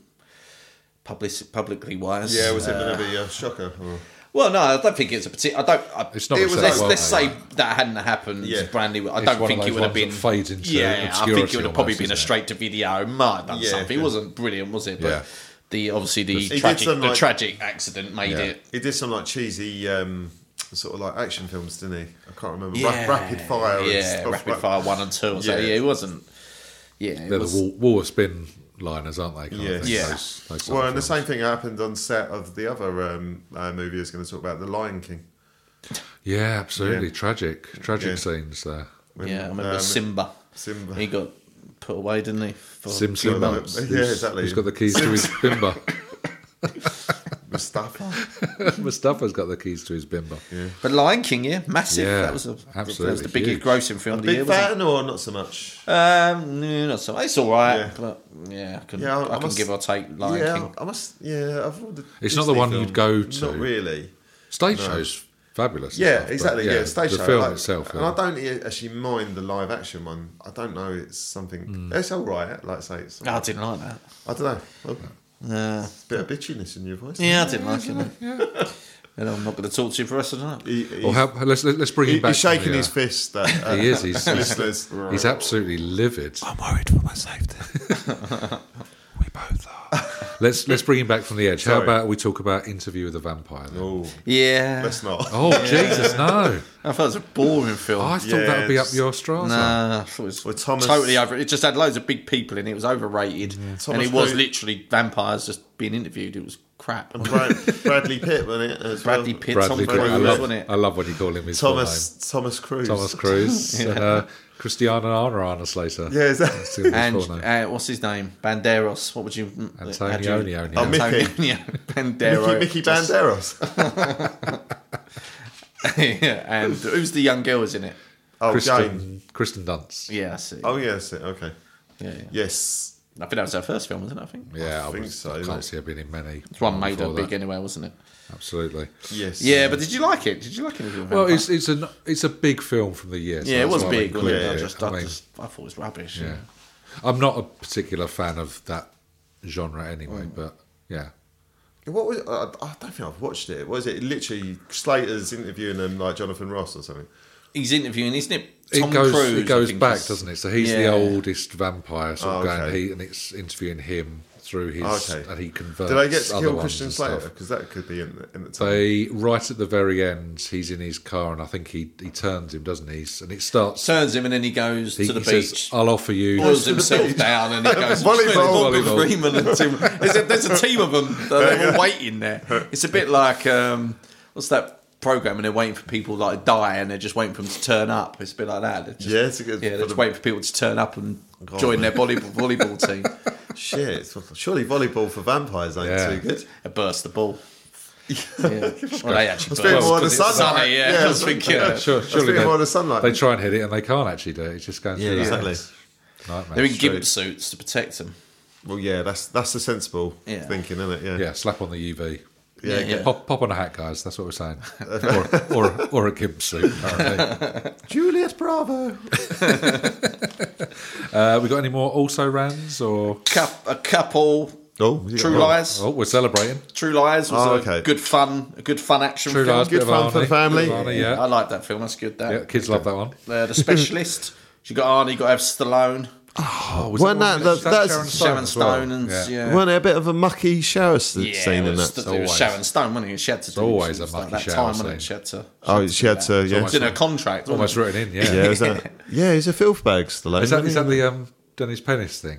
B: public publicly wise.
C: Yeah, was it uh, going to be a shocker?
A: Oh.
C: Or,
B: Well, no, I don't think it's a particular. I don't. I,
A: It's not
C: It was-
A: it
B: Let's,
A: well,
B: let's
A: though,
B: say that hadn't happened,
C: Yeah.
B: Brandy. would- I
A: It's
B: don't
A: one of
B: think
A: those
B: it would have
A: ones that
B: been
A: fades into
B: Yeah, I think it
A: obscurity
B: would have probably
A: almost,
B: been
A: isn't
B: a
A: it?
B: straight to video. It might have done
C: Yeah.
B: something. It wasn't brilliant, was it? But
A: Yeah.
B: the obviously the
C: did
B: tragic
C: some,
B: the
C: like-
B: tragic accident made
A: Yeah.
B: it.
C: he did some like cheesy um, sort of like action films, didn't he? I can't remember.
B: Yeah.
C: Ra- rapid fire. and
B: Yeah,
C: stuff
B: rapid
C: like-
B: fire one and two. So
C: Yeah.
B: yeah, it wasn't. Yeah, it
A: They're
B: was-
A: the wall, wall of spin liners, aren't they? kind of
C: Yeah.
A: thing,
B: Yeah.
A: those- those sort
C: Well,
A: of
C: and the
A: films.
C: same thing happened on set of the other um, uh, movie. I was going to talk about the Lion King.
A: Yeah, absolutely. Tragic, tragic
C: Yeah.
A: scenes there.
C: When,
B: yeah. I remember
C: um,
B: Simba.
C: Simba.
B: He got put away, didn't he? For
A: Sim
B: a few
A: Simba.
B: months.
C: Yeah,
A: Who's-
C: exactly.
A: Who's got the keys to his bimba?
C: Mustafa.
A: Mustafa's got the keys to his bimba.
B: But Lion King, yeah, massive.
A: Yeah,
B: that was a, that was
A: absolutely
B: the biggest
A: huge.
B: grossing film of the year.
C: Big
B: wasn't it?
C: fan or not so much?
B: Um, no, not so. much. It's all right,
C: Yeah.
B: but yeah, I can,
C: Yeah, I-
B: I,
C: I
B: can
C: must-
B: give or take Lion
C: yeah,
B: King.
C: I must. Yeah, I've all the
A: It's not the one
C: film.
A: you'd go to.
C: Not really.
A: Stage shows, fabulous. and
C: Yeah,
A: stuff, but
C: exactly. Yeah, stage
A: the
C: show. I
A: film
C: like-
A: itself.
C: And
A: yeah.
C: I don't e, actually mind the live action one. I don't know. It's something.
A: Hmm.
C: It's all right. Like I say, it's.
B: I didn't like that.
C: I don't know. Well,
B: Uh,
C: bit of bitchiness in your voice.
B: yeah, I didn't like it. And I'm not going to talk to you for the rest of the night.
C: He, he's,
A: Well, how, let's let's bring
C: he,
A: him back.
C: he's shaking
A: from the,
C: his
A: uh,
C: fist. That, uh,
A: He is. He's, he's,
C: listeners.
A: he's absolutely livid.
D: I'm worried for my safety. we both are.
A: Let's let's bring him back from the edge. How
C: Sorry.
A: about we talk about Interview with a Vampire? Then?
C: Oh,
B: Yeah,
C: that's not.
A: Oh Jesus, no!
B: I thought it was a boring film.
A: I thought
C: Yeah,
A: that would be up
C: it's-
A: your stratum.
B: Nah, I thought it was
C: Well, Thomas-
B: totally over. It just had loads of big people in it. It was overrated, and
C: Thomas
B: it was
C: Cruise-
B: literally vampires just being interviewed. It was crap.
C: Brad, Bradley Pitt, wasn't it? as well?
B: Bradley Pitt,
A: Bradley
B: Tom
A: Cooper. I
B: Cruise,
A: love,
B: wasn't it?
A: I love when you call him his full
C: Thomas Thomas Cruise.
A: name. Thomas Cruise and uh, Christiana Arana Slater.
C: Yeah, is
A: That's him,
C: that?
A: his
B: and
A: full name.
B: uh, what's his name? Banderos. What would you? mm,
A: Antonio
B: how do you-
A: Onio.
C: Oh, Mickey.
B: Antonio Bandero.
C: Mickey, Mickey Banderos.
B: yeah, and who's the young girl? Is in it?
C: Oh, Jane.
A: Kristen, Kristen Dunst.
B: Yeah, I see.
C: Oh, yes. Okay.
B: yeah, yeah.
C: Yes.
B: I think that was her first film, wasn't it? I think
A: Yeah, I,
C: think
A: was-
C: so,
A: I
C: mate.
A: can't see her being in many.
B: It's one made her
A: before
B: big
A: that.
B: anyway, wasn't it?
A: Absolutely.
C: Yes.
B: Yeah, but did you like it? Did you like it?
A: Well, it's it's a it's a big film from the year. so
B: yeah, it
A: that's
B: was
A: why we
B: big. Wasn't it?
A: included
B: I
A: it.
B: just,
A: I
B: I,
A: mean,
B: just, I thought it was rubbish.
A: yeah. I'm not a particular fan of that genre anyway, but yeah,
C: What was I, I don't think I've watched it. Was it literally Slater's interviewing them like Jonathan Ross or something?
B: He's interviewing, isn't it? Tom
A: it goes
B: Cruise.
A: it
B: I
A: goes
B: think,
A: back,
B: is-
A: doesn't it? So he's the
B: Yeah.
A: oldest vampire sort of
C: Oh,
A: going,
C: okay.
A: he, and it's interviewing him through
B: Oh,
A: his,
C: Okay.
A: and he converts.
C: Did I get to
A: other
C: kill
A: ones
C: Christian
A: and
C: Slater?
A: stuff.
C: Because that could be in the, in the time.
A: They right at the very end, he's in his car, and I think he he turns him, doesn't he? He's- And it starts.
B: Turns him and then he goes
A: he
B: to the
A: he
B: beach.
A: says, "I'll offer you."
B: boils
C: to the
B: himself
C: beach.
B: down and he goes
C: Volleyball.
B: Morgan
A: Volleyball.
B: Freeman and Tim. There's a, there's a team of them. that They're all waiting there. It's a bit like um, what's that program? And they're waiting for people like die, and they're just waiting for them to turn up. It's a bit like that. They're just,
C: Yeah, it's a good-
B: yeah. They're
C: for
B: just
C: the-
B: waiting for people to turn up and join their volleyball volleyball team.
C: Shit, it's- surely volleyball for vampires ain't
A: Yeah.
C: too good.
B: They burst the ball. Yeah. Well, they actually burst
C: a bit more
B: because
C: the
B: it's
C: sunlight.
B: sunny. Yeah,
C: Yeah,
B: I was thinking.
A: Yeah, sure, surely
C: bit
A: they,
C: more of the sunlight.
A: they try and hit it and they can't actually do it. It's just going through that
C: exactly.
B: They're
A: nightmare.
B: in gimp suits to protect them.
C: Well, yeah, that's that's the sensible
B: Yeah.
C: thinking, isn't it? Yeah.
A: Yeah, slap on the UV.
B: Yeah, yeah.
A: Pop, pop on a hat, guys. That's what we're saying. or, or, or a gimp suit, apparently.
C: Julius Bravo.
A: Uh, we got any more also rans or?
B: Cup, a couple.
C: Oh, yeah.
B: True
C: Oh.
B: Lies.
A: Oh, we're celebrating.
B: True Lies was
C: Oh,
B: a
C: okay.
B: good fun, a good fun action
A: True
B: film.
A: Lies,
C: Good
A: bit of
C: fun for the
A: Arnie,
C: family.
A: bit of Arnie,
B: I
A: yeah.
B: like that film. That's good. That
A: yeah, kids love that one.
B: uh, the Specialist. You got Arnie. You got to have Stallone,
A: Oh, was
C: Wasn't
A: one
C: that-
A: with
C: that-
A: Sharon
C: that's-
B: Sharon
A: as well?
B: Stone, and yeah.
A: Yeah.
C: Weren't it a bit of a mucky shower s-
B: Yeah,
C: scene
B: it
C: in
B: was,
C: that?
B: it was
A: always-
B: Sharon Stone, wasn't it? She had to do
A: always
B: she
A: a
B: was
A: mucky
B: like that
A: shower
B: time, wasn't it?
A: scene.
B: She had to.
C: Oh, she had to.
B: It's
C: Yeah,
B: in her contract.
A: Almost
B: wasn't
A: written in, yeah.
C: yeah. Is that? Yeah, he's a filth bag, Stallone.
A: Is that,
C: isn't
A: is
C: he?
A: that the um, Dennis Pennis thing?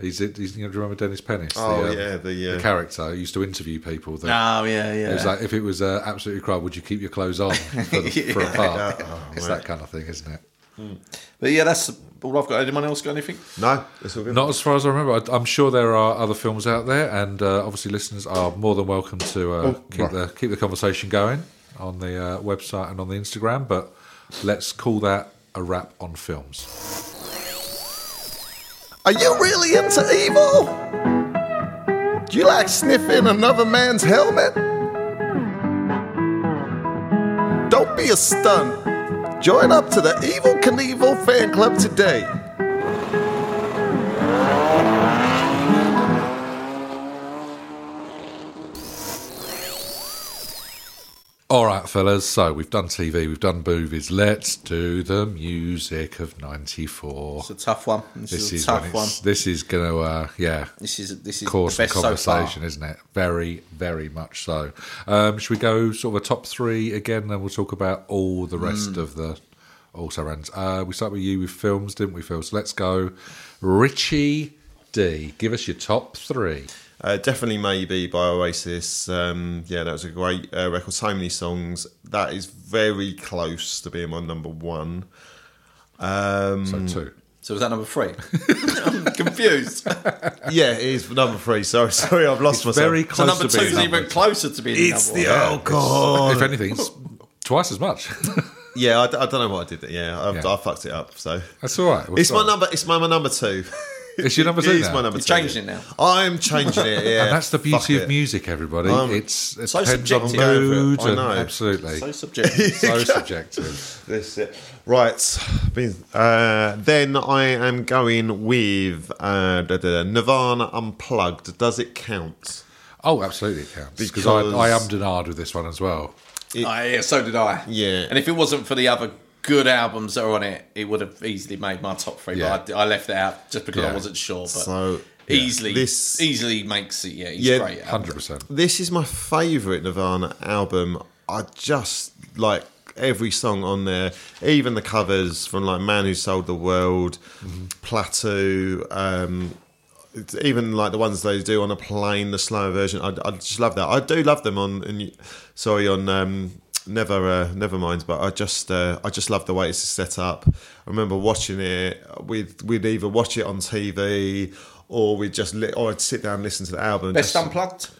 A: He's, he's, you know, do you remember Dennis Pennis?
C: Oh,
A: the, um,
C: yeah, the, uh,
A: the character who used to interview people. That,
B: it? Oh yeah, yeah.
A: It was like, if it was uh, absolutely crap, would you keep your clothes on for, the, for a part?
B: Oh,
A: it's that kind of thing, isn't it?
B: but yeah, that's all I've got. Anyone else got anything?
C: No, it's all good.
A: Not as far as I remember. I, I'm sure there are other films out there, and uh, obviously listeners are more than welcome to uh,
B: Oh,
A: keep the keep the conversation going on the uh, website and on the Instagram. But let's call that a wrap on films.
C: Are you really into evil? Do you like sniffing another man's helmet? Don't be a stunt. Join up to the Evil Knievel fan club today.
A: All right, fellas. So we've done TV, we've done movies. Let's do the music of '94.
B: It's a tough one. This,
A: This
B: is
A: is
B: a
A: when
B: tough one.
A: it's, this is going to uh, yeah
B: This is this is
A: cause
B: the
A: some
B: best so far.
A: conversation, isn't it? Very, very much so. Um, should we go sort of a top three again? Then we'll talk about all the rest of the also runs. Uh, we start with you with films, didn't we, Phil? So let's go. Richie D, give us your top three.
C: Uh, definitely, maybe by Oasis. Um, yeah, that was a great uh, record. So many songs. That is very close to being my number one. Um,
A: So two.
B: So was that number three? I'm confused.
C: yeah, it is number three. Sorry, sorry, I've lost myself.
A: uh, Very
B: so
A: close
B: number
A: to
B: two
A: being
B: is even
A: numbered.
B: closer to being
C: It's
B: number
C: the
B: one.
C: alcohol.
A: If anything, it's twice as much.
C: Yeah, I, d- I don't know what I did. there. Yeah, I,
A: Yeah.
C: I fucked it up. So
A: That's all right. We'll
C: it's my
A: start.
C: number. It's my, my number two.
A: It's your number
C: It
A: two
C: is
A: now?
C: my number
B: You've
C: two.
B: changed it now.
C: I'm changing it. Yeah,
A: And that's the
C: Fuck
A: beauty of
C: it.
A: music, everybody.
C: Um,
A: it's it
B: so
A: depends on
B: subjective.
A: mood.
C: I
A: and-
C: know.
A: absolutely.
B: So subjective.
A: so subjective.
C: That's it. Right. Been- Uh, then I am going with uh, da, da, da, Nirvana Unplugged. Does it count?
A: Oh, absolutely it counts. Because I,
C: Because-
A: I am denied with this one as well.
B: Ah, yeah, so did I.
C: Yeah.
B: And if it wasn't for the other good albums that are on it, it would have easily made my top three.
A: Yeah.
B: But I, I left it out just because
A: Yeah.
B: I wasn't sure. But
C: So,
B: easily,
C: This-
B: easily makes it. Yeah, he's
C: Yeah,
B: great. at it.
A: 100%.
C: This is my favourite Nirvana album. I just like every song on there, even the covers from like Man Who Sold the World, Plateau. Um, it's even like the ones they do on a plane, the slower version. I, I just love that. I do love them on. And, sorry, on um, Never, uh, never mind. But I just, uh, I just love the way it's set up. I remember watching it. We'd, we'd either watch it on TV or we'd just, li- or I'd sit down and listen to the album.
B: Best
C: just-
B: unplugged.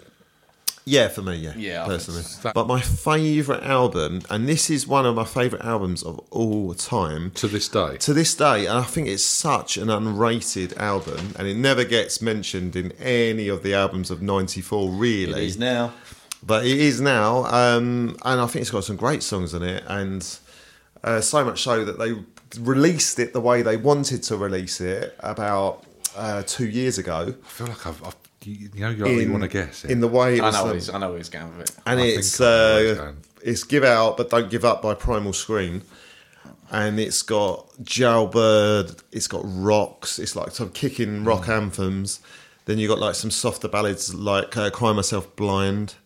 C: yeah, for me, yeah.
B: Yeah, I think
C: personally. But my favourite album, and this is one of my favourite albums of all time
A: To this day.
C: to this day, and I think it's such an unrated album, and it never gets mentioned in any of the albums of '94, really.
B: He's now.
C: But it is now, um, and I think it's got some great songs in it, and uh, so much so that they released it the way they wanted to release it about uh, two years ago.
A: I feel like I've, I've you you know,
B: Oh,
A: you, you want to guess. It.
C: in the way it
B: I
C: was
B: know.
C: done.
B: he's, I know he's going with it.
C: and
A: I
C: it's
A: think I know where it's
C: uh,
A: going.
C: it's give out but don't give up by primal screen and it's got jailbird it's got rocks it's like some kicking
A: Hmm.
C: rock anthems then you got like some softer ballads like uh, cry myself blind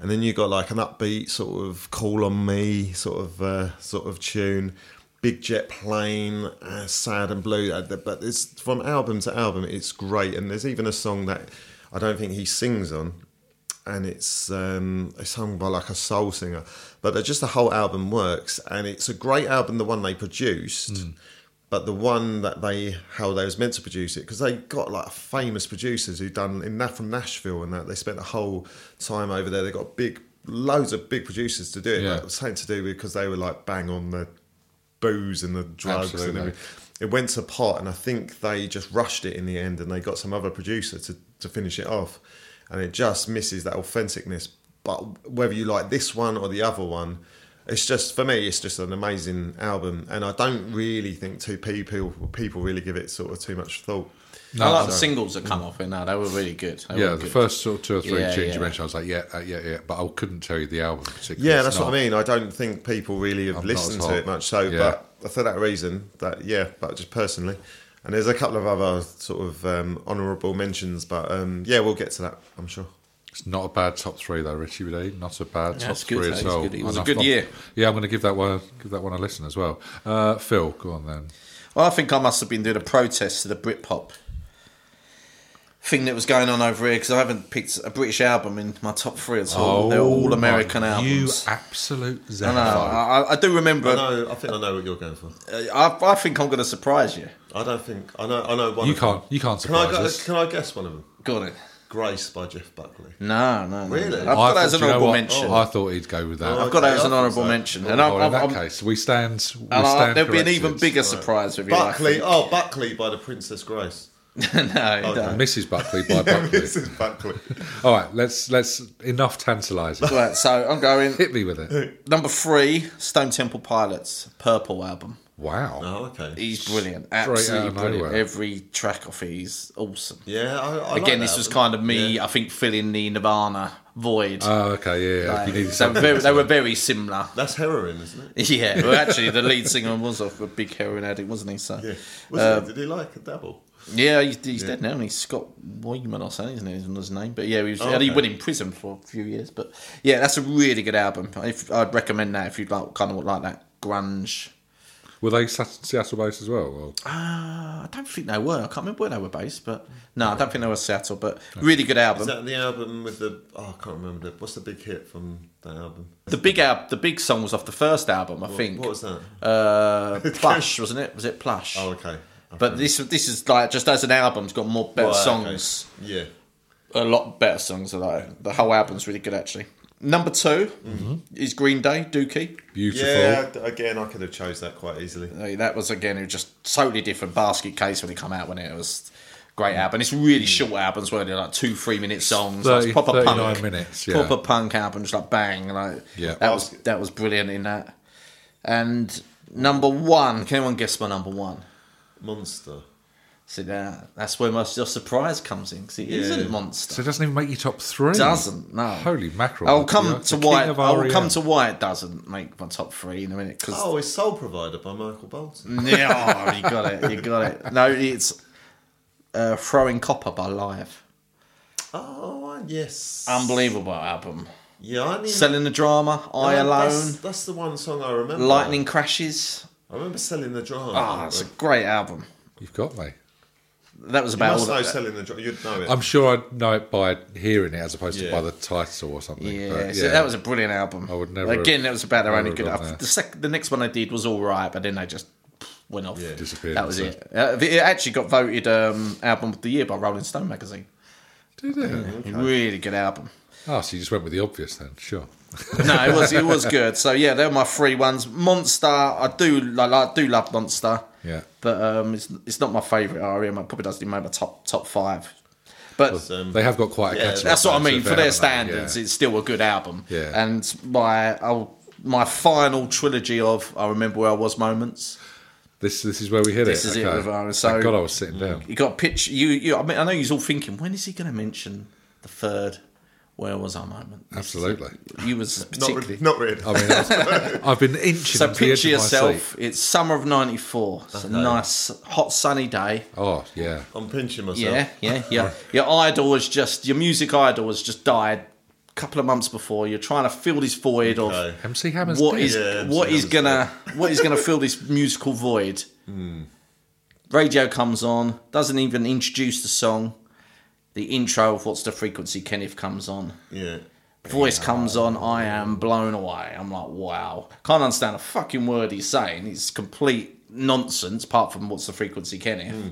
C: and then you got like an upbeat sort of call on me sort of uh, sort of tune big jet plane uh, sad and blue uh, but it's from album to album it's great and there's even a song that i don't think he sings on and it's um, it's sung by like a soul singer. But they're- just the whole album works, and it's a great album. The one they produced, but the one that they how they was meant to produce it because they got like famous producers who done in that from Nashville and that they spent the whole time over there. They got big loads of big producers to do it.
A: Yeah.
C: But it was something to do with because they were like bang on the booze and the drugs
A: Absolutely.
C: and everything. It went to pot, and I think they just rushed it in the end, and they got some other producer to, to finish it off, and it just misses that authenticness But whether you like this one or the other one, it's just for me, it's just an amazing album, and I don't really think two people people really give it sort of too much thought.
B: I like the singles that come off it now. They were really good. They
A: Yeah,
B: were
A: the
B: good.
A: first sort of two or three
B: Yeah,
A: tunes
B: yeah.
A: you mentioned, I was like, yeah, uh, yeah, yeah, but I couldn't tell you the album particularly.
C: Yeah,
A: It's
C: that's
A: not-
C: what I mean. I don't think people really have
A: I'm not
C: listened
A: as
C: to
A: hot.
C: it much. So,
A: Yeah.
C: but for that reason, that yeah, but just personally, and there's a couple of other sort of um, honourable mentions, but um, yeah, we'll get to that. I'm sure.
A: It's not a bad top three though, Richie Boudet. Not a bad top
B: That's good,
A: three
B: that
A: at
B: is
A: all.
B: good. It was
A: And
B: a
A: I've
B: good
A: got-
B: year.
A: Yeah, I'm going to give that one give that one a listen as well. Uh, Phil, go on then.
B: Well, I think I must have been doing a protest to the Britpop thing that was going on over here because I haven't picked a British album in my top three at all. Oh, They're all
A: Oh
C: Oh
A: my-
B: American albums.
A: You absolute
B: I know.
A: xenophobe.
B: I, I- I do remember. I,
C: No, I think I know what you're going for.
B: I, think I'm going to surprise you.
C: I don't think I know. I know one.
A: You
C: of them.
A: can't. You can't
C: Can I?
A: surprise
C: Go,
A: us.
C: can I guess one of them?
B: Got it.
C: Grace by Jeff Buckley.
B: No, no, no. I've
C: Really? I
B: got
A: thought-
B: that as an
A: do you know
B: honourable
A: what?
B: mention.
A: I thought he'd go
C: Oh,
A: with that.
B: I've got that as
C: Okay,
B: an
C: I thought
B: honourable
C: so.
B: mention,
C: Well,
B: and I'm,
A: Well, in
B: I'm,
A: that
B: I'm,
A: case, we stand. We
B: and I,
A: stand
B: there'll be an
A: corrected.
B: even bigger surprise with you. I
C: Buckley.
B: think.
C: Oh, Buckley by the Princess Grace.
B: no,
C: Okay.
B: don't.
A: Mrs. Buckley by Buckley.
C: Mrs. Buckley.
A: All right, let's let's enough tantalising.
B: Right, so I'm going
A: Hit me with it.
B: number three. Stone Temple Pilots, Purple album.
A: Wow.
C: Oh, okay.
B: He's brilliant,
A: out of
B: absolutely brilliant.
A: nowhere.
B: Every track off it is awesome.
C: Yeah. I, I
B: Again, this was kind of me, I think, filling the Nirvana void.
A: Oh, okay. Yeah. yeah. you needed
B: they, were
A: something.
B: very, they were very similar.
C: That's heroin, isn't it?
B: Yeah, well, actually, the lead singer was off a big heroin addict, wasn't he? So,
C: Yeah. Was it?
B: Uh,
C: Did he like a dabble?
B: yeah, he's, he's dead now. and He's Scott Wyman or something, isn't he? Isn't his name? But yeah, he, was, and he
C: Oh, okay.
B: went in prison for a few years. But yeah, that's a really good album. If, I'd recommend that if you'd like, kind of like that grunge.
A: Were they Sat- Seattle-based as well? Or?
C: Ah,
B: I don't think they were. I can't remember where they were based, but no, I don't think they were Seattle. But really good album.
C: Is that the album with the? Oh, I can't remember. The, what's the big hit from that album?
B: The big al- the big song was off the first album, I think.
C: What was that?
B: Uh, Plush, wasn't it? Was it Plush?
C: oh, okay. I
B: But this this is like just as an album, it's got more better
C: remember. Right, okay.
B: songs,
C: Yeah.
B: a lot better songs. Though the whole album's really good, actually. Number 2
A: Mm-hmm.
B: is Green Day, Dookie.
A: Beautiful.
C: Yeah. Again, I could have chose that quite easily.
B: Hey, That was again it was just totally different basket case when it come out. When it was great album, it's really
A: Mm.
B: short albums where they're like two three minute songs. Like, it's
A: 30
B: proper
A: 39
B: punk,
A: minutes, yeah.
B: proper punk album, just like bang. Like
A: Yeah.
B: that was that was brilliant in that. And number one, can anyone guess my number one?
C: Monster.
B: See that that's where my your surprise comes in because it not monster.
A: So it doesn't even make you top three.
B: doesn't no.
A: Holy mackerel!
B: I'll come
A: You're
B: to
A: the king
B: why.
A: of
B: I'll
A: REM.
B: come to why it doesn't make my top three in a minute. Because
C: Oh, it's Soul Provider by Michael Bolton.
B: yeah, oh, you got it, you got it. No, it's uh, throwing copper by Live.
C: Oh, yes.
B: Unbelievable album.
C: Yeah, I mean,
B: Selling the drama. I
C: Yeah, That's,
B: alone.
C: that's the one song I remember.
B: Lightning crashes.
C: I remember selling the drama.
B: Ah, it's a great album.
A: You've got me.
B: That was
C: you
B: about all
C: must know
B: that.
C: selling the drama. You'd know it.
A: I'm sure I'd know it by hearing it as opposed to
C: Yeah.
A: by the title or something.
B: Yeah,
A: but
B: so that was a brilliant album.
A: I would never
B: Again,
A: have-
B: that was about their
A: never
B: only
A: have
B: good.
A: gone there.
B: The sec- the next one I did was all right, but then they just went off.
C: Yeah,
A: disappeared
B: That was
A: and
B: it. Uh, it actually got voted um, album of the year by Rolling Stone magazine.
A: Did it?
B: Mm-hmm. Really good album.
A: Oh, so you just went with the obvious then? Sure.
B: No, it was it was good. So yeah, they're my three ones. Monster, I do like I do love Monster.
A: Yeah.
B: But um, it's it's not my favourite REM. It probably doesn't even make my top top five. But
C: Um,
A: They have got quite a
C: Yeah,
A: catalogue,
B: That's what I
A: though, to
B: mean.
A: be
B: For
A: fair,
B: their
A: haven't they?
B: standards,
A: Yeah.
B: it's still a good album.
A: Yeah.
B: And my I'll, my final trilogy of I remember where I was moments.
A: This this is where we hit
B: This
A: it.
B: is it
A: okay.
B: with REM. So- Mm.
A: Thank God I was sitting down.
B: You got a picture. You, you. I mean, I know you're all thinking, when is he going to mention the third? Where was I moment?
A: Absolutely.
B: You was
C: not,
B: particularly.
C: really, not really.
A: I mean, I was, I've been inching.
B: so
A: to the edge
B: picture
A: of my
B: yourself.
A: seat.
B: It's summer of '94. It's a nice, hot, sunny day.
A: Oh yeah.
C: I'm pinching myself.
B: Yeah, yeah, yeah. your idol has just your music idol has just died a couple of months before. You're trying to fill this void
C: Okay.
B: of
A: MC Hammer's
B: what
A: dead.
B: is
C: Yeah,
B: what
C: MC
B: is
C: Hammer's
B: gonna what is gonna fill this musical void. Radio comes on, doesn't even introduce the song. The intro of what's the frequency? Kenneth comes on.
C: Yeah.
B: Voice comes on. I am blown away. I'm like, wow. Can't understand a fucking word he's saying. It's complete nonsense, apart from what's the frequency, Kenneth.
C: Hmm.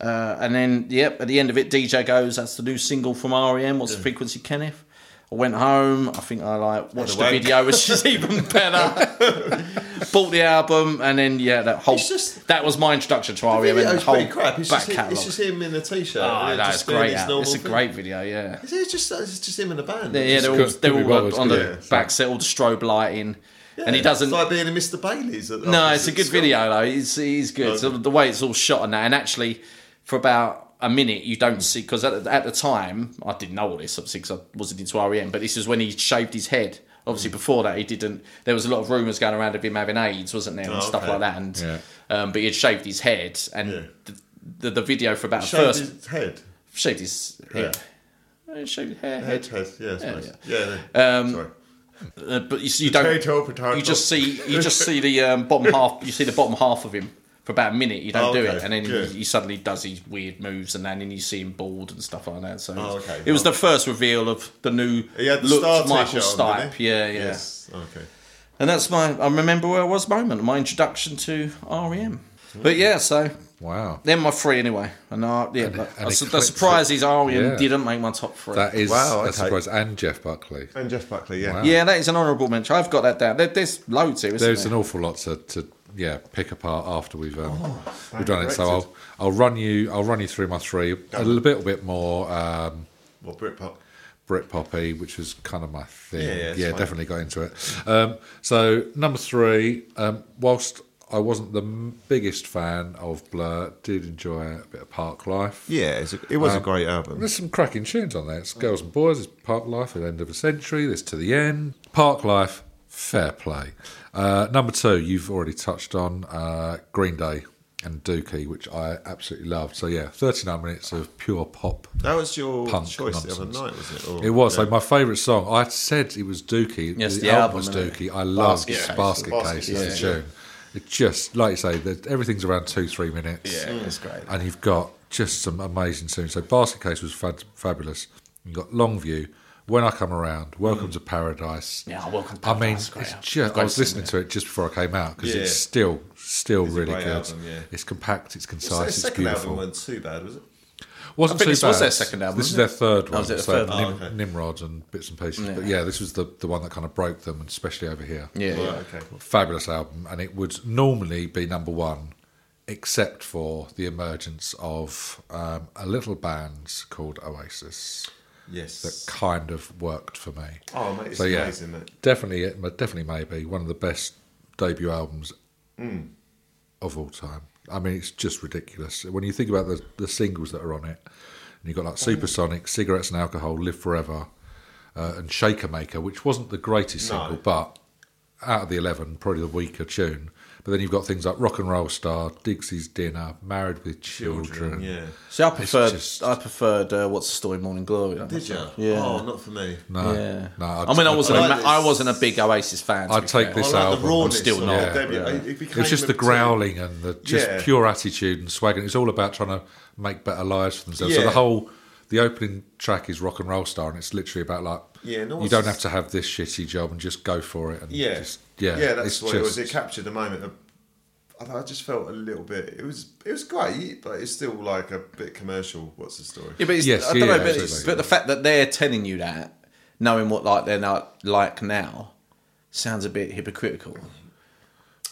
B: Uh, and then, yep, at the end of it, DJ goes, "That's the new single from REM.
C: Hmm.
B: What's the frequency, Kenneth?" I went home. I think I like watched the
C: wank.
B: video, which is even better. bought the album, and then yeah, that whole
C: It's just-
B: that was my introduction to REM and Oh, the
C: Video's
B: whole
C: pretty crap. It's
B: back
C: just, him,
B: catalogue.
C: it's just him in a t-shirt.
B: Oh,
C: yeah,
B: no,
C: just
B: it's
C: doing
B: great.
C: his
B: out.
C: normal
B: It's a
C: thing.
B: great video, yeah.
C: Is it just it's just him in a band?
B: Yeah, yeah,
C: It's
B: they're all,
A: could- could
B: they're
A: be
B: all
A: bothered,
B: on
A: could
B: the
A: it?
B: back set, all the strobe lighting,
C: just-
B: and he
C: yeah,
B: doesn't.
C: It's like being in Mr. Bailey's. At the
B: No,
C: office
B: it's a
C: at
B: good
C: school.
B: video though. It's it's good. So the way it's all shot and that, and actually, for about a minute, you don't see because at, at the time I didn't know all this obviously because I wasn't into REM. But this is when he shaved his head.
C: Mm.
B: Obviously, before that, he didn't. There was a lot of rumors going around of him having AIDS, wasn't there, and
C: Oh,
B: stuff
C: okay.
B: like that. And
A: Yeah.
B: um, but he had shaved his head, and
C: Yeah.
B: the, the the video for about
C: Shaved
B: first
C: his head.
B: shaved his hair. Uh, Shaved his hair, head.
C: Head, head. Yeah, it's
B: Yeah,
C: nice.
B: yeah.
C: Yeah. yeah.
B: Um,
C: Sorry.
B: Uh, but you, you
C: Potato,
B: don't.
C: potato.
B: You just see. You just see the um, bottom half. You see the bottom half of him for about a minute. You don't
C: Oh,
B: do
C: okay.
B: it, and then
C: Yeah.
B: he, he suddenly does these weird moves, and then you see him bald and stuff like that. So
C: Oh,
B: it's-
C: okay.
B: it was
C: Oh.
B: the first reveal of the new
C: He had the
B: look,
C: star
B: Michael
C: t-shirt on, didn't
B: Stipe.
C: he?
B: Yeah, yeah.
C: Yes. Okay.
B: And that's my. I remember where I was moment. My introduction to REM. But yeah, so
A: Wow.
B: they're my three anyway. And I, yeah, but
A: and
B: I
A: it
B: su- the
A: clicked.
B: surprise is REM
A: Yeah.
B: didn't make my top three.
A: That is
C: Wow,
A: a
C: okay.
A: surprise. And Jeff Buckley.
C: And Jeff Buckley. Yeah.
B: yeah, that is an honourable mention. I've got that down. There, there's loads here, isn't
A: There's
B: there?
A: an awful lot to, to yeah pick apart after we've um,
B: Oh,
A: we've done it. So
C: directed.
A: I'll I'll run you I'll run you through my three a little bit, bit more um,
C: Well, Britpop.
A: Brit poppy, which was kind of my thing.
C: Yeah, yeah, it's fine.
A: definitely got into it. Um, so number three, um, whilst I wasn't the m- biggest fan of Blur, did enjoy a bit of Park Life.
C: Yeah, it's a, it
B: Um,
C: was a great album.
A: There's some cracking tunes on there. It's Girls and Boys, it's Park Life at the end of a century, there's To the End. Park Life, fair play. Uh, number two, you've already touched on uh, Green Day and Dookie, which I absolutely loved. So, yeah, 39 minutes of pure pop.
C: That was your
A: Punk
C: choice the other
A: nonsense.
C: night, wasn't it? Or-
A: It was.
C: Yeah.
A: So, my favourite song, I said it was Dookie.
B: Yes,
A: the,
B: the
A: album,
B: album,
A: was
B: isn't
A: Dookie. I love
B: Basket Case.
A: Basket,
C: Basket
A: Case
C: Case,
A: is the
C: yeah.
A: tune. It just, like you say, that everything's around two, three minutes
B: Yeah, it's great.
A: and you've got just some amazing tunes. So Basket Case was fad- fabulous. You've got Longview, When I Come Around, Welcome to Paradise.
B: Yeah, welcome.
A: I mean,
B: Paradise,
A: it's
B: great album.
A: just, I
B: Great
A: was
B: singer.
A: listening to it just before I came out because
C: Yeah.
A: it's still, still really
C: great
A: good.
C: album, yeah.
A: It's compact, it's
C: So
A: concise,
C: the
A: it's
C: second album
A: beautiful.
C: wasn't too bad, was it?
A: Wasn't
B: I think
A: too
B: this was
A: bad.
B: their second album,
A: This is
B: wasn't
A: their third one.
B: was it the
A: so
B: third?
A: Nim-
C: Oh, okay.
A: Nimrods and bits and pieces. But yeah, this was the, the one that kind of broke them, and especially over here.
B: Yeah, yeah.
C: Right, okay.
A: fabulous album, and it would normally be number one, except for the emergence of um, a little band called Oasis that
C: Yes.
A: kind of worked for me.
C: Oh, mate, it's
A: so yeah,
C: amazing, mate.
A: definitely, it- definitely, maybe one of the best debut albums
C: Mm.
A: of all time. I mean, it's just ridiculous when you think about the the singles that are on it. And you've got like Supersonic, Cigarettes and Alcohol, Live Forever, uh, and Shaker Maker, which wasn't the greatest
C: No.
A: single, but out of the 11, probably the weaker tune. But then you've got things like Rock and Roll Star, Dixie's Dinner, Married with Children.
C: Yeah.
B: See, I preferred
A: just-
B: I preferred uh, what's the story, Morning Glory. I
C: Did
B: think.
C: you?
B: Yeah.
C: Oh, not for me.
A: No,
B: yeah.
A: no.
B: I,
A: I'd-
B: mean, I wasn't.
C: I
B: a
C: like
B: ma- I
C: this.
B: wasn't a big Oasis fan. to
A: I'd
B: be
A: take
B: fair.
A: this
C: I like
A: album,
C: the
A: I'm
C: rawness
B: still
C: of
B: not.
C: the debut.
A: Yeah.
C: It, it
A: It
C: became
A: was just the
C: a-
A: growling and the just
C: Yeah.
A: pure attitude and swag, and it's all about trying to make better lives for themselves. So
C: Yeah.
A: the whole, the opening track is rock and roll star, and it's literally about like,
C: Yeah, no
A: you
C: one's-
A: don't have to have this shitty job and just go for it. And
C: Yeah.
A: just, yeah,
C: Yeah, that's
A: it's
C: what it was. It
A: just-
C: captured the moment. Of, I I just felt a little bit. It was it was great, but it's still like a bit commercial. What's the story?
B: Yeah, but it's,
A: Yes,
B: I don't
A: yeah,
B: know, but, it's-
A: absolutely.
B: but the fact that they're telling you that, knowing what like they're not like now, sounds a bit hypocritical.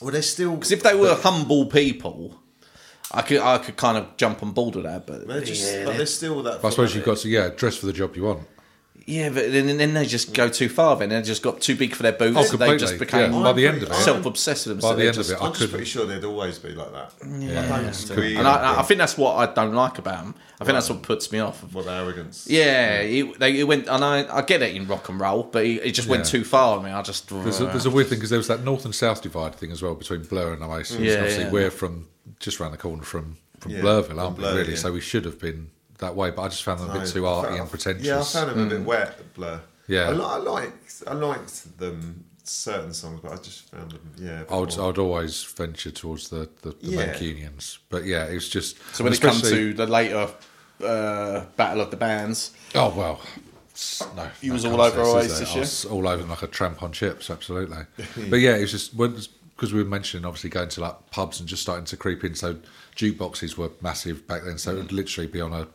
C: Well, they're still
B: Because if they were humble people, I could I could kind of jump on board with that. But
C: they're just
B: yeah,
C: but they're still that.
A: I suppose you've got to yeah, dress for the job you want.
B: yeah, but then, then they just go too far. Then they just got too big for their boots.
A: Oh,
B: and they
A: completely.
B: just became
A: yeah. By the end of it,
B: self obsessed with
A: by
B: themselves.
A: the end
B: They just-
A: of it, I
C: I'm just
A: couldn't.
C: pretty sure they'd always be like that.
A: Yeah.
B: And I, I think that's what I don't like about them. I think that's what puts me off.
C: what the arrogance.
B: Yeah, it, they, it went, and I, I get it in rock and roll, but it, it just went
A: Yeah.
B: too far. I mean, I just
A: There's a, there's a weird thing because there was that north and south divide thing as well between Blur and Oasis.
B: Yeah,
A: Obviously,
B: yeah.
A: we're from just around the corner from from
C: Yeah,
A: Blurville, aren't
C: Blur,
A: we? Really,
C: yeah.
A: so we should have been that way. But I just found them a bit too
C: I
A: arty
C: found-
A: and pretentious.
C: Yeah, I found them a bit wet, Blur.
A: Mm. Yeah.
C: I, li- I liked I liked them certain songs, but I just found them yeah. a bit
A: I would, I
C: more-
A: would always venture towards the, the, the
C: Yeah.
A: Mancunians. But yeah, it was just.
B: So when it comes
A: especially-
B: to the later uh, Battle of the Bands,
A: Oh, well. s- No.
B: You
A: no
B: was all over
A: contest, is
B: Oasis,
A: there? I was all over them like a tramp on chips, absolutely. but yeah, it was just. Because we were mentioning obviously going to like pubs and just starting to creep in. So jukeboxes were massive back then. So it would literally be on a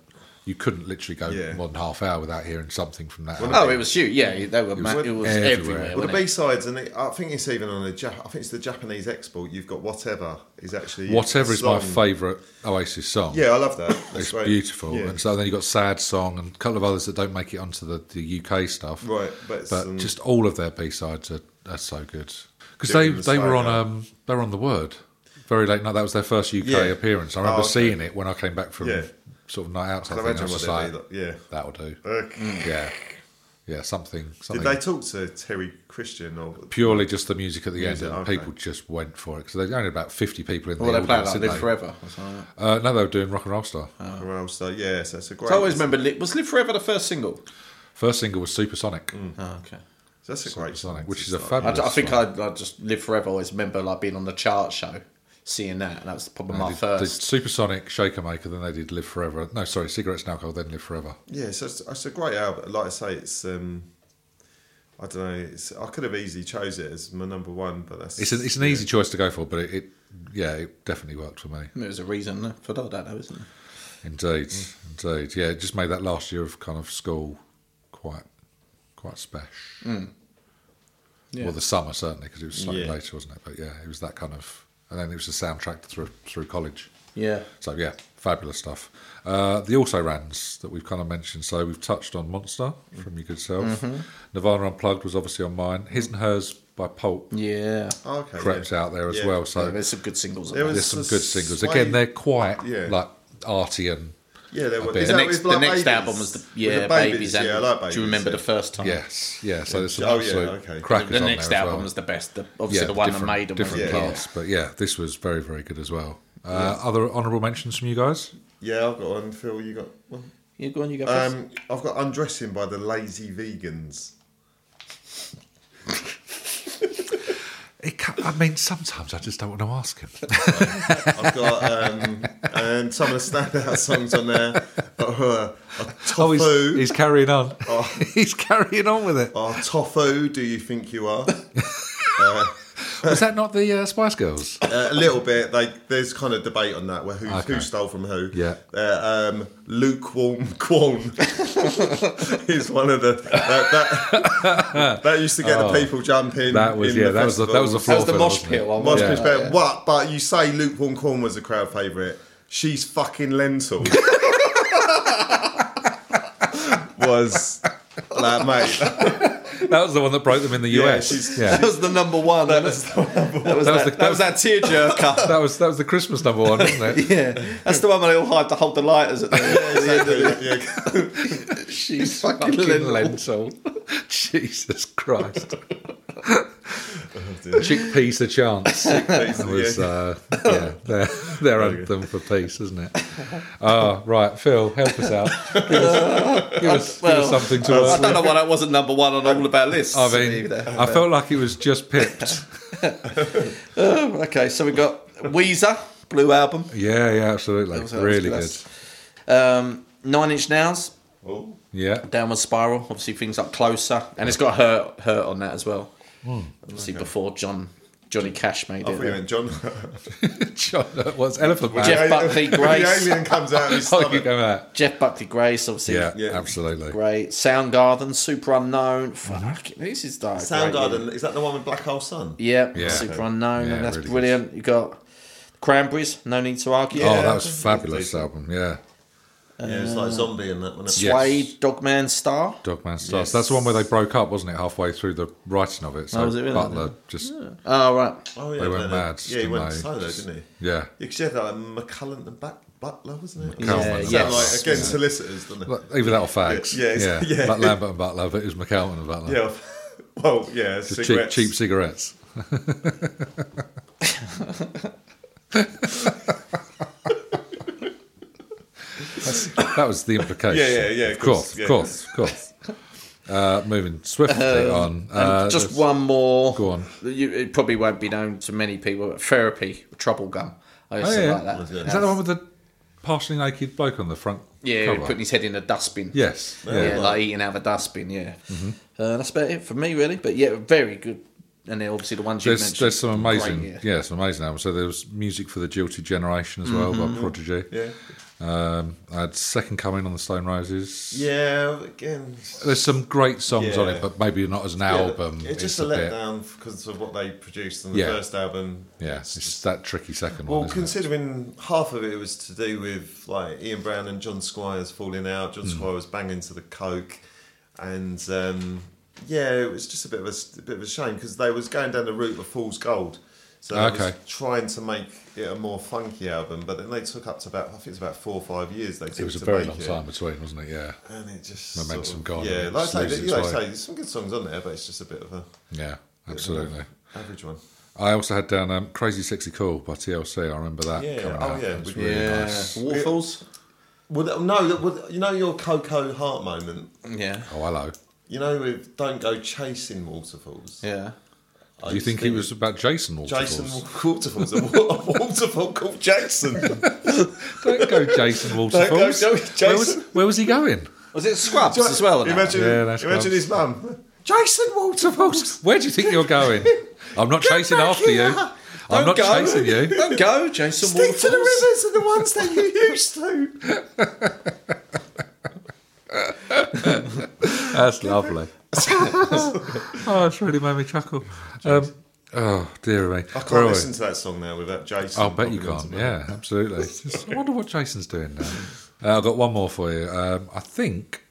A: you couldn't literally go
C: Yeah.
A: more than half hour without hearing something from that. album.
B: Oh, it was huge. Yeah, they were. It was, ma- it was
A: everywhere.
B: everywhere.
A: Well,
C: Well, the
B: wasn't
C: B
B: it?
C: sides, and it, I think it's even on a. Ja- I think it's the Japanese export. You've got whatever is actually
A: Whatever is my
C: song.
A: favourite Oasis song.
C: Yeah, I love that. That's
A: It's
C: great.
A: beautiful,
C: Yeah.
A: and so then you got "Sad Song" and a couple of others that don't make it onto the, the UK stuff.
C: Right, but it's, um,
A: just all of their B sides are, are so good because they
C: Doing the
A: they were on
C: side up.
A: um they were on the Word very late night. That was their first UK
C: Yeah.
A: appearance. I remember
C: Oh, okay.
A: seeing it when I came back from
C: Yeah.
A: sort of night out.
C: I
A: Something. I
C: imagine
A: was
C: what
A: just
C: they
A: like,
C: do, like, yeah.
A: that will do.
C: Okay.
A: Yeah, yeah, something. something
C: Did they talk to Terry Christian or?
A: purely just the music at the
C: Music,
A: end, and
C: okay.
A: people just went for it because there's only about fifty people in the
B: Well, they played
A: audience.
B: like
A: didn't
B: Live
A: they?
B: Forever. Oh. or something like that.
A: Uh, no, they were doing rock and roll star.
C: Or else, so, yeah, so it's a great.
B: So I always remember. Li- Was Live Forever the first single?
A: First single was Supersonic,
C: Mm.
B: Oh, okay.
C: so that's a great song,
A: Sonic, which is a
B: I,
A: fabulous.
B: I think
A: song.
B: I, I just Live Forever. Always remember like being on the chart show, seeing that, and that was probably my
A: They did-
B: first.
A: did Supersonic, Shaker Maker, then they did Live Forever. No, sorry, Cigarettes and Alcohol, then Live Forever.
C: Yeah, so it's, it's a great album. Like I say, it's. Um, I don't know. It's, I could have easily chose it as my number one, but that's
A: It's an, it's an easy choice to go for, but it, it yeah, it definitely worked for me.
B: There was a reason for that, though, isn't there?
A: Indeed,
B: Mm.
A: indeed. Yeah, it just made that last year of kind of school quite quite special.
B: Mm. Yeah.
A: Well, the summer certainly because it was slightly
C: Yeah.
A: later, wasn't it? But yeah, it was that kind of, and then it was the soundtrack through through college.
B: Yeah.
A: So yeah, fabulous stuff. Uh, the also rans that we've kind of mentioned. So we've touched on Monster from Your Good Self.
C: Mm-hmm.
A: Nirvana Unplugged was obviously on mine. His and Hers by Pulp
B: Yeah.
C: Oh, okay,
A: crept out there as
C: Yeah.
A: well. So
B: Yeah, there's some good singles. on
C: There
B: that.
A: there's some
C: It's a
A: good singles.
C: slight-
A: Again, they're quite
C: Yeah.
A: like arty and
C: Yeah, there was.
A: bit.
C: is
A: The
C: that
B: next,
C: with
B: the
C: Black
B: next
C: Babies?
B: album was the
C: With
B: yeah
C: the
B: babies. album.
C: yeah, I like babies.
B: Do you remember
C: yeah.
B: the first time?
A: yes, yeah. So there's some
C: Oh, yeah,
A: absolute
C: okay.
A: crackers
B: The
A: on
B: next
A: there as
B: album
A: well.
B: was the best. The, obviously, the
A: but
B: one that
A: different,
B: made them.
A: different
C: Yeah.
A: class, but yeah, this was very very good as well. Uh, Other honourable mentions from you guys?
C: Yeah, I've got one. Phil, you got one.
B: You go on. You go first.
C: Um, I've got Undressing by the Lazy Vegans.
A: It ca I mean, sometimes I just don't want to ask him.
C: I've got um, and some of the standout songs on there are uh, are
A: Oh, he's,
C: Tofu.
A: he's carrying on. he's carrying on with it.
C: are Tofu, Do You Think You Are?
A: Was that not the uh, Spice Girls?
C: Uh, a little bit. Like there's kind of debate on that, where who
A: Okay.
C: who stole from who.
A: Yeah.
C: Uh, um, lukewarm Quan is one of the that that, that used to get the people jumping.
A: Oh. That was
C: in
A: yeah.
C: the
A: That was the, that was the
C: festivals.
B: that
A: floor
B: was the
A: filler,
B: mosh
A: wasn't it?
B: pit one. wasn't
C: Mosh Pit's
B: it?
C: better. What? But you say lukewarm corn was a crowd favourite. She's fucking lentil. was like mate.
A: That was the one that broke them in the
C: Yeah,
A: US.
C: she's-
A: Yeah,
B: That was the number one. That was the number one. That was
A: was
B: that,
A: the-
B: that was that tearjerker.
A: that was that was the Christmas number one, wasn't it?
B: yeah, that's the one where they all hide to hold the lighters at the
C: yeah,
A: She's
B: fucking lentil.
A: Jesus Christ.
C: dear.
A: Chickpeas the chance.
C: yeah.
A: was uh, yeah, their, their anthem for peace, isn't it? Ah, right, Phil, help us out. Give us, give us, give us
B: well,
A: something to
B: I
A: work
B: don't
A: with.
B: know why that wasn't number one on all of our lists.
A: I mean, I felt like it was just pipped.
B: Uh, okay, so we got Weezer, Blue Album,
A: Yeah, yeah, absolutely,
B: was- that was
A: really
B: good.
A: good.
B: um, Nine Inch Nails,
C: Oh.
A: Yeah,
B: Downward Spiral. Obviously, things like Closer, and it's got Hurt, Hurt on that as well.
A: Hmm.
B: Obviously, before John Johnny Cash made
C: I thought you
B: it.
C: meant John.
A: John, what's Elephant Man?
B: Jeff Buckley, Grace.
C: the alien comes out of his
A: Oh, you
C: stomach.
A: go out.
B: Jeff Buckley, Grace, obviously.
A: Yeah,
C: Yeah.
A: absolutely.
B: Great. Soundgarden, Super Unknown. Fuck,
A: Mm-hmm.
B: this is dark.
C: Soundgarden, is that the one with Black Hole Sun?
B: Yeah,
A: Yeah.
B: super unknown,
A: Yeah,
B: and that's
A: really good.
B: brilliant. You got Cranberries, no need to argue.
A: Oh,
C: Yeah.
A: that was fabulous album. Yeah,
C: Yeah, it's like zombie and that one.
A: Yeah.
B: Suede, Dogman Star.
A: Dogman Stars.
C: Yes.
A: That's the one where they broke up, wasn't it? Halfway through the writing of it, so
B: Oh, was it really?
A: Butler just
B: Oh, right.
C: Oh, yeah,
A: They went
C: no, no.
A: mad,
C: Yeah, he
A: didn't
C: went
A: they?
C: solo, didn't he?
A: yeah.
C: Yeah, because you had that like, McCullen and Back Butler, wasn't it?
A: McCullen
B: Yeah,
C: Sound
B: yes.
C: like, again, solicitors, doesn't it?
A: Well, Either that or fags.
C: Yeah, yeah,
A: yeah.
C: yeah.
A: Like Lambert and Butler, but it was McCowan and Butler.
C: yeah. Well, yeah,
A: Just cheap,
C: cigarettes.
A: cheap cigarettes. That's- that was the implication.
C: Yeah, yeah, yeah,
A: Of
C: of
A: course,
C: course,
A: of
C: yeah.
A: course, of course. Uh, moving swiftly on. Uh,
B: Um, And just
A: there's-
B: one more.
A: Go on.
B: You, it probably won't be known to many people, but Therapy, Trouble Gum. I
A: Oh,
B: used to
A: yeah.
B: like that.
A: Is that the one with the partially naked bloke on the front?
B: Yeah,
A: cover?
B: putting his head in a dustbin.
A: Yes. Yeah. Mm-hmm.
B: Yeah, like eating out of a dustbin, yeah. Uh, that's about it for me, really. But yeah, very good and then obviously the ones you
A: There's,
B: mentioned.
A: there's some
B: great
A: amazing,
B: year.
A: yeah, some amazing albums. So there was music for the Guilty Generation as well
B: Mm-hmm.
A: by Prodigy.
C: Yeah.
A: Um, I had Second Coming on the Stone Roses.
C: Yeah, again,
A: There's some great songs on
C: Yeah.
A: it, but maybe not as an
C: yeah,
A: album.
C: It's just a letdown because of what they produced on the
A: Yeah.
C: first album.
A: Yeah, it's just that tricky second
C: Well,
A: one. Isn't it?
C: considering half of it was to do with like Ian Brown and John Squires falling out,
A: Hmm.
C: John Squire was banging to the coke, and um, yeah, it was just a bit of a, s- a bit of a shame because they was going down the route of Fool's Gold, so they was
A: Okay.
C: trying to make it a more funky album, but then they took up to about I think it's about four or five years. They took
A: It was a
C: to
A: very
C: make
A: long
C: it.
A: time between, wasn't it? Yeah,
C: and it just
A: Momentum
C: sort of-
A: gone,
C: Yeah,
A: it
C: like I say,
A: loses its
C: like I
A: way.
C: say, there's some good songs on there, but it's just a bit of a
A: yeah, absolutely.
C: average one.
A: I also had down um, "Crazy Sexy Cool" by TLC. I remember that.
C: Yeah.
A: coming
C: Oh,
A: out.
C: yeah.
A: It was
C: Yeah.
A: really
B: Yeah.
A: nice.
B: Waterfalls?
C: Well, th- no, that- well, you know your Coco Heart moment.
B: Yeah.
A: Oh, hello.
C: You know, with don't go chasing waterfalls.
B: Yeah.
C: I
A: Do you
C: used
A: think
C: to
A: it was about Jason Waterfalls?
C: Jason waterfalls? A wa- a waterfall called Jackson.
A: Don't go, Jason Waterfalls.
C: go,
A: Where, was,
C: Jason.
A: where was he going?
B: Was it Scrubs as well? and that?
C: Imagine,
A: Yeah, that's
C: imagine
A: right.
C: his mum. Jason waterfalls.
A: Where do you think you're going? I'm not chasing
C: back
A: after you.
C: here.
A: I'm not
B: Don't go.
A: chasing you.
B: Don't go, Jason
C: Stick to the
B: Waterfalls.
C: rivers and the ones that you used to.
A: That's lovely. oh, it's really made me chuckle. Um, oh, dear me.
C: I
A: Where
C: can't
A: are we?
C: listen to that song now without Jason.
A: I'll bet you
C: popping
A: can't.
C: into my-
A: Yeah, absolutely. Just- I wonder what Jason's doing now. Uh, I've got one more for you. Um, I think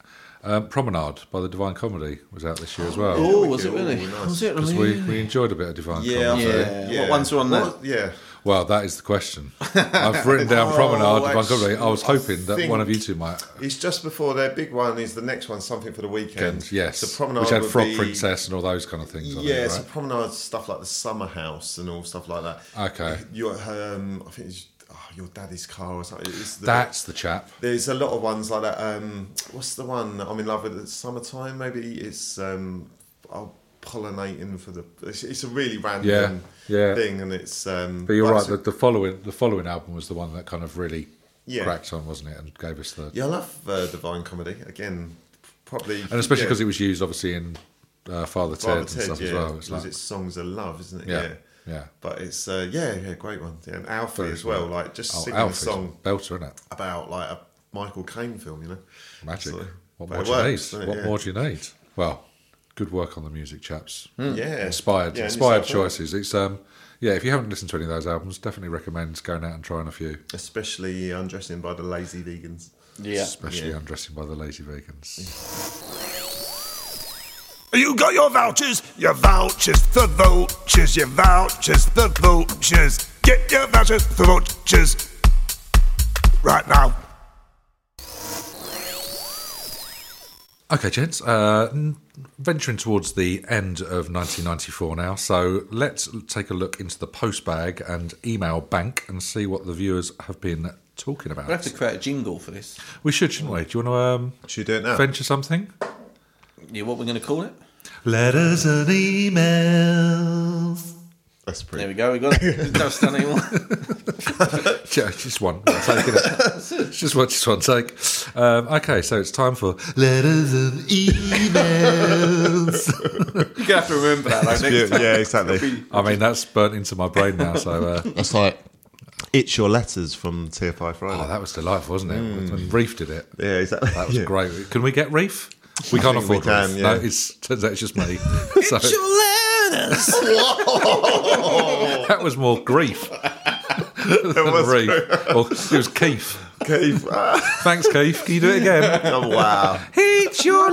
A: um, Promenade by the Divine Comedy was out this year as well.
B: Oh, was it really?
C: Ooh, nice.
B: Was it
A: Because
B: really?
A: we, we enjoyed a bit of Divine
C: Yeah,
A: Comedy.
C: I
B: Yeah.
C: think-
B: What ones are on there?
C: What- Yeah.
A: Well, that is the question. I've written down Promenade, Divine Comedy. I was hoping that
C: Oh, think-
A: one of you two might.
C: It's just before their big one is the next one, something for the weekend.
A: Yes.
C: the promenade
A: Which had
C: would
A: Frog
C: be-
A: Princess and all those kind of things on
C: Yeah,
A: it,
C: so
A: right?
C: promenade stuff like the summer house and all stuff like that.
A: Okay.
C: Your, um, I think it's oh, your daddy's car or something. It's the,
A: That's the chap.
C: There's a lot of ones like that. Um, what's the one that I'm in love with? It's summertime, maybe. It's um, oh, pollinating for the. It's, it's a really random
A: Yeah, yeah.
C: thing, and it's. Um,
A: But you're right.
C: so-
A: The, the following the following album was the one that kind of really
C: Yeah.
A: cracked on, wasn't it? And gave us the
C: yeah, I love uh, divine comedy again. Probably
A: and especially
C: yeah.
A: because it was used obviously in uh, Father Ted
C: Father
A: and
C: Ted,
A: stuff
C: yeah,
A: as well. It's like,
C: because it's songs of love, isn't it?
A: Yeah,
C: Yeah,
A: yeah.
C: But it's uh, yeah, yeah, great one. Yeah, and Alfie
A: Very
C: as well.
A: good.
C: Like just
A: oh,
C: singing
A: Alfie's
C: a song
A: belter, isn't it?
C: about like a Michael Caine film, you know?
A: Magic.
C: So-
A: what
C: but
A: more
C: it
A: do you
C: works,
A: need?
C: doesn't it?
A: What
C: yeah.
A: more do you need? Well, good work on the music, chaps.
C: Hmm. Yeah,
A: Inspired,
C: Yeah, and
A: inspired
C: it's like, well,
A: choices. It's um, yeah. If you haven't listened to any of those albums, definitely recommend going out and trying a few.
C: Especially uh, undressing by the lazy vegans.
B: yeah.
A: Especially undressing by the lazy vegans.
F: You got your vouchers, your vouchers, the vouchers, your vouchers, the vouchers. Get your vouchers, the vouchers, right now.
A: Okay, gents. Uh, n- venturing towards the end of 1994 now, so let's take a look into the post bag and email bank and see what the viewers have been talking about.
B: We have to create a jingle for this.
A: We should, shouldn't we? Do you want to
C: Should we do it
A: um,
C: now?
A: venture something?
B: Yeah, what we're going to call it?
A: Letters and emails.
C: That's
B: There we
C: pretty.
B: go. We got it. no stunning one.
A: Yeah, just one. I'll take it. It's just one. Just one take. Um, okay, so it's time for letters and emails.
B: You're going to have to remember that. Like, next
C: Yeah, exactly.
A: I mean, that's burnt into my brain now. So uh,
C: That's like it's your letters from TFI Friday.
A: oh, that was delightful, wasn't it? When Reef did it.
C: yeah, exactly.
A: That was
C: Yeah.
A: great. Can we get Reef? We can't
C: think
A: afford
C: we can,
A: Reef.
C: yeah.
A: No, it's turns out it's just me. So that was more grief than
C: was-
A: Reef. Or it was Keith.
C: Keith, ah,
A: Thanks, Keith. Can you do it again?
C: oh, wow.
A: Eat your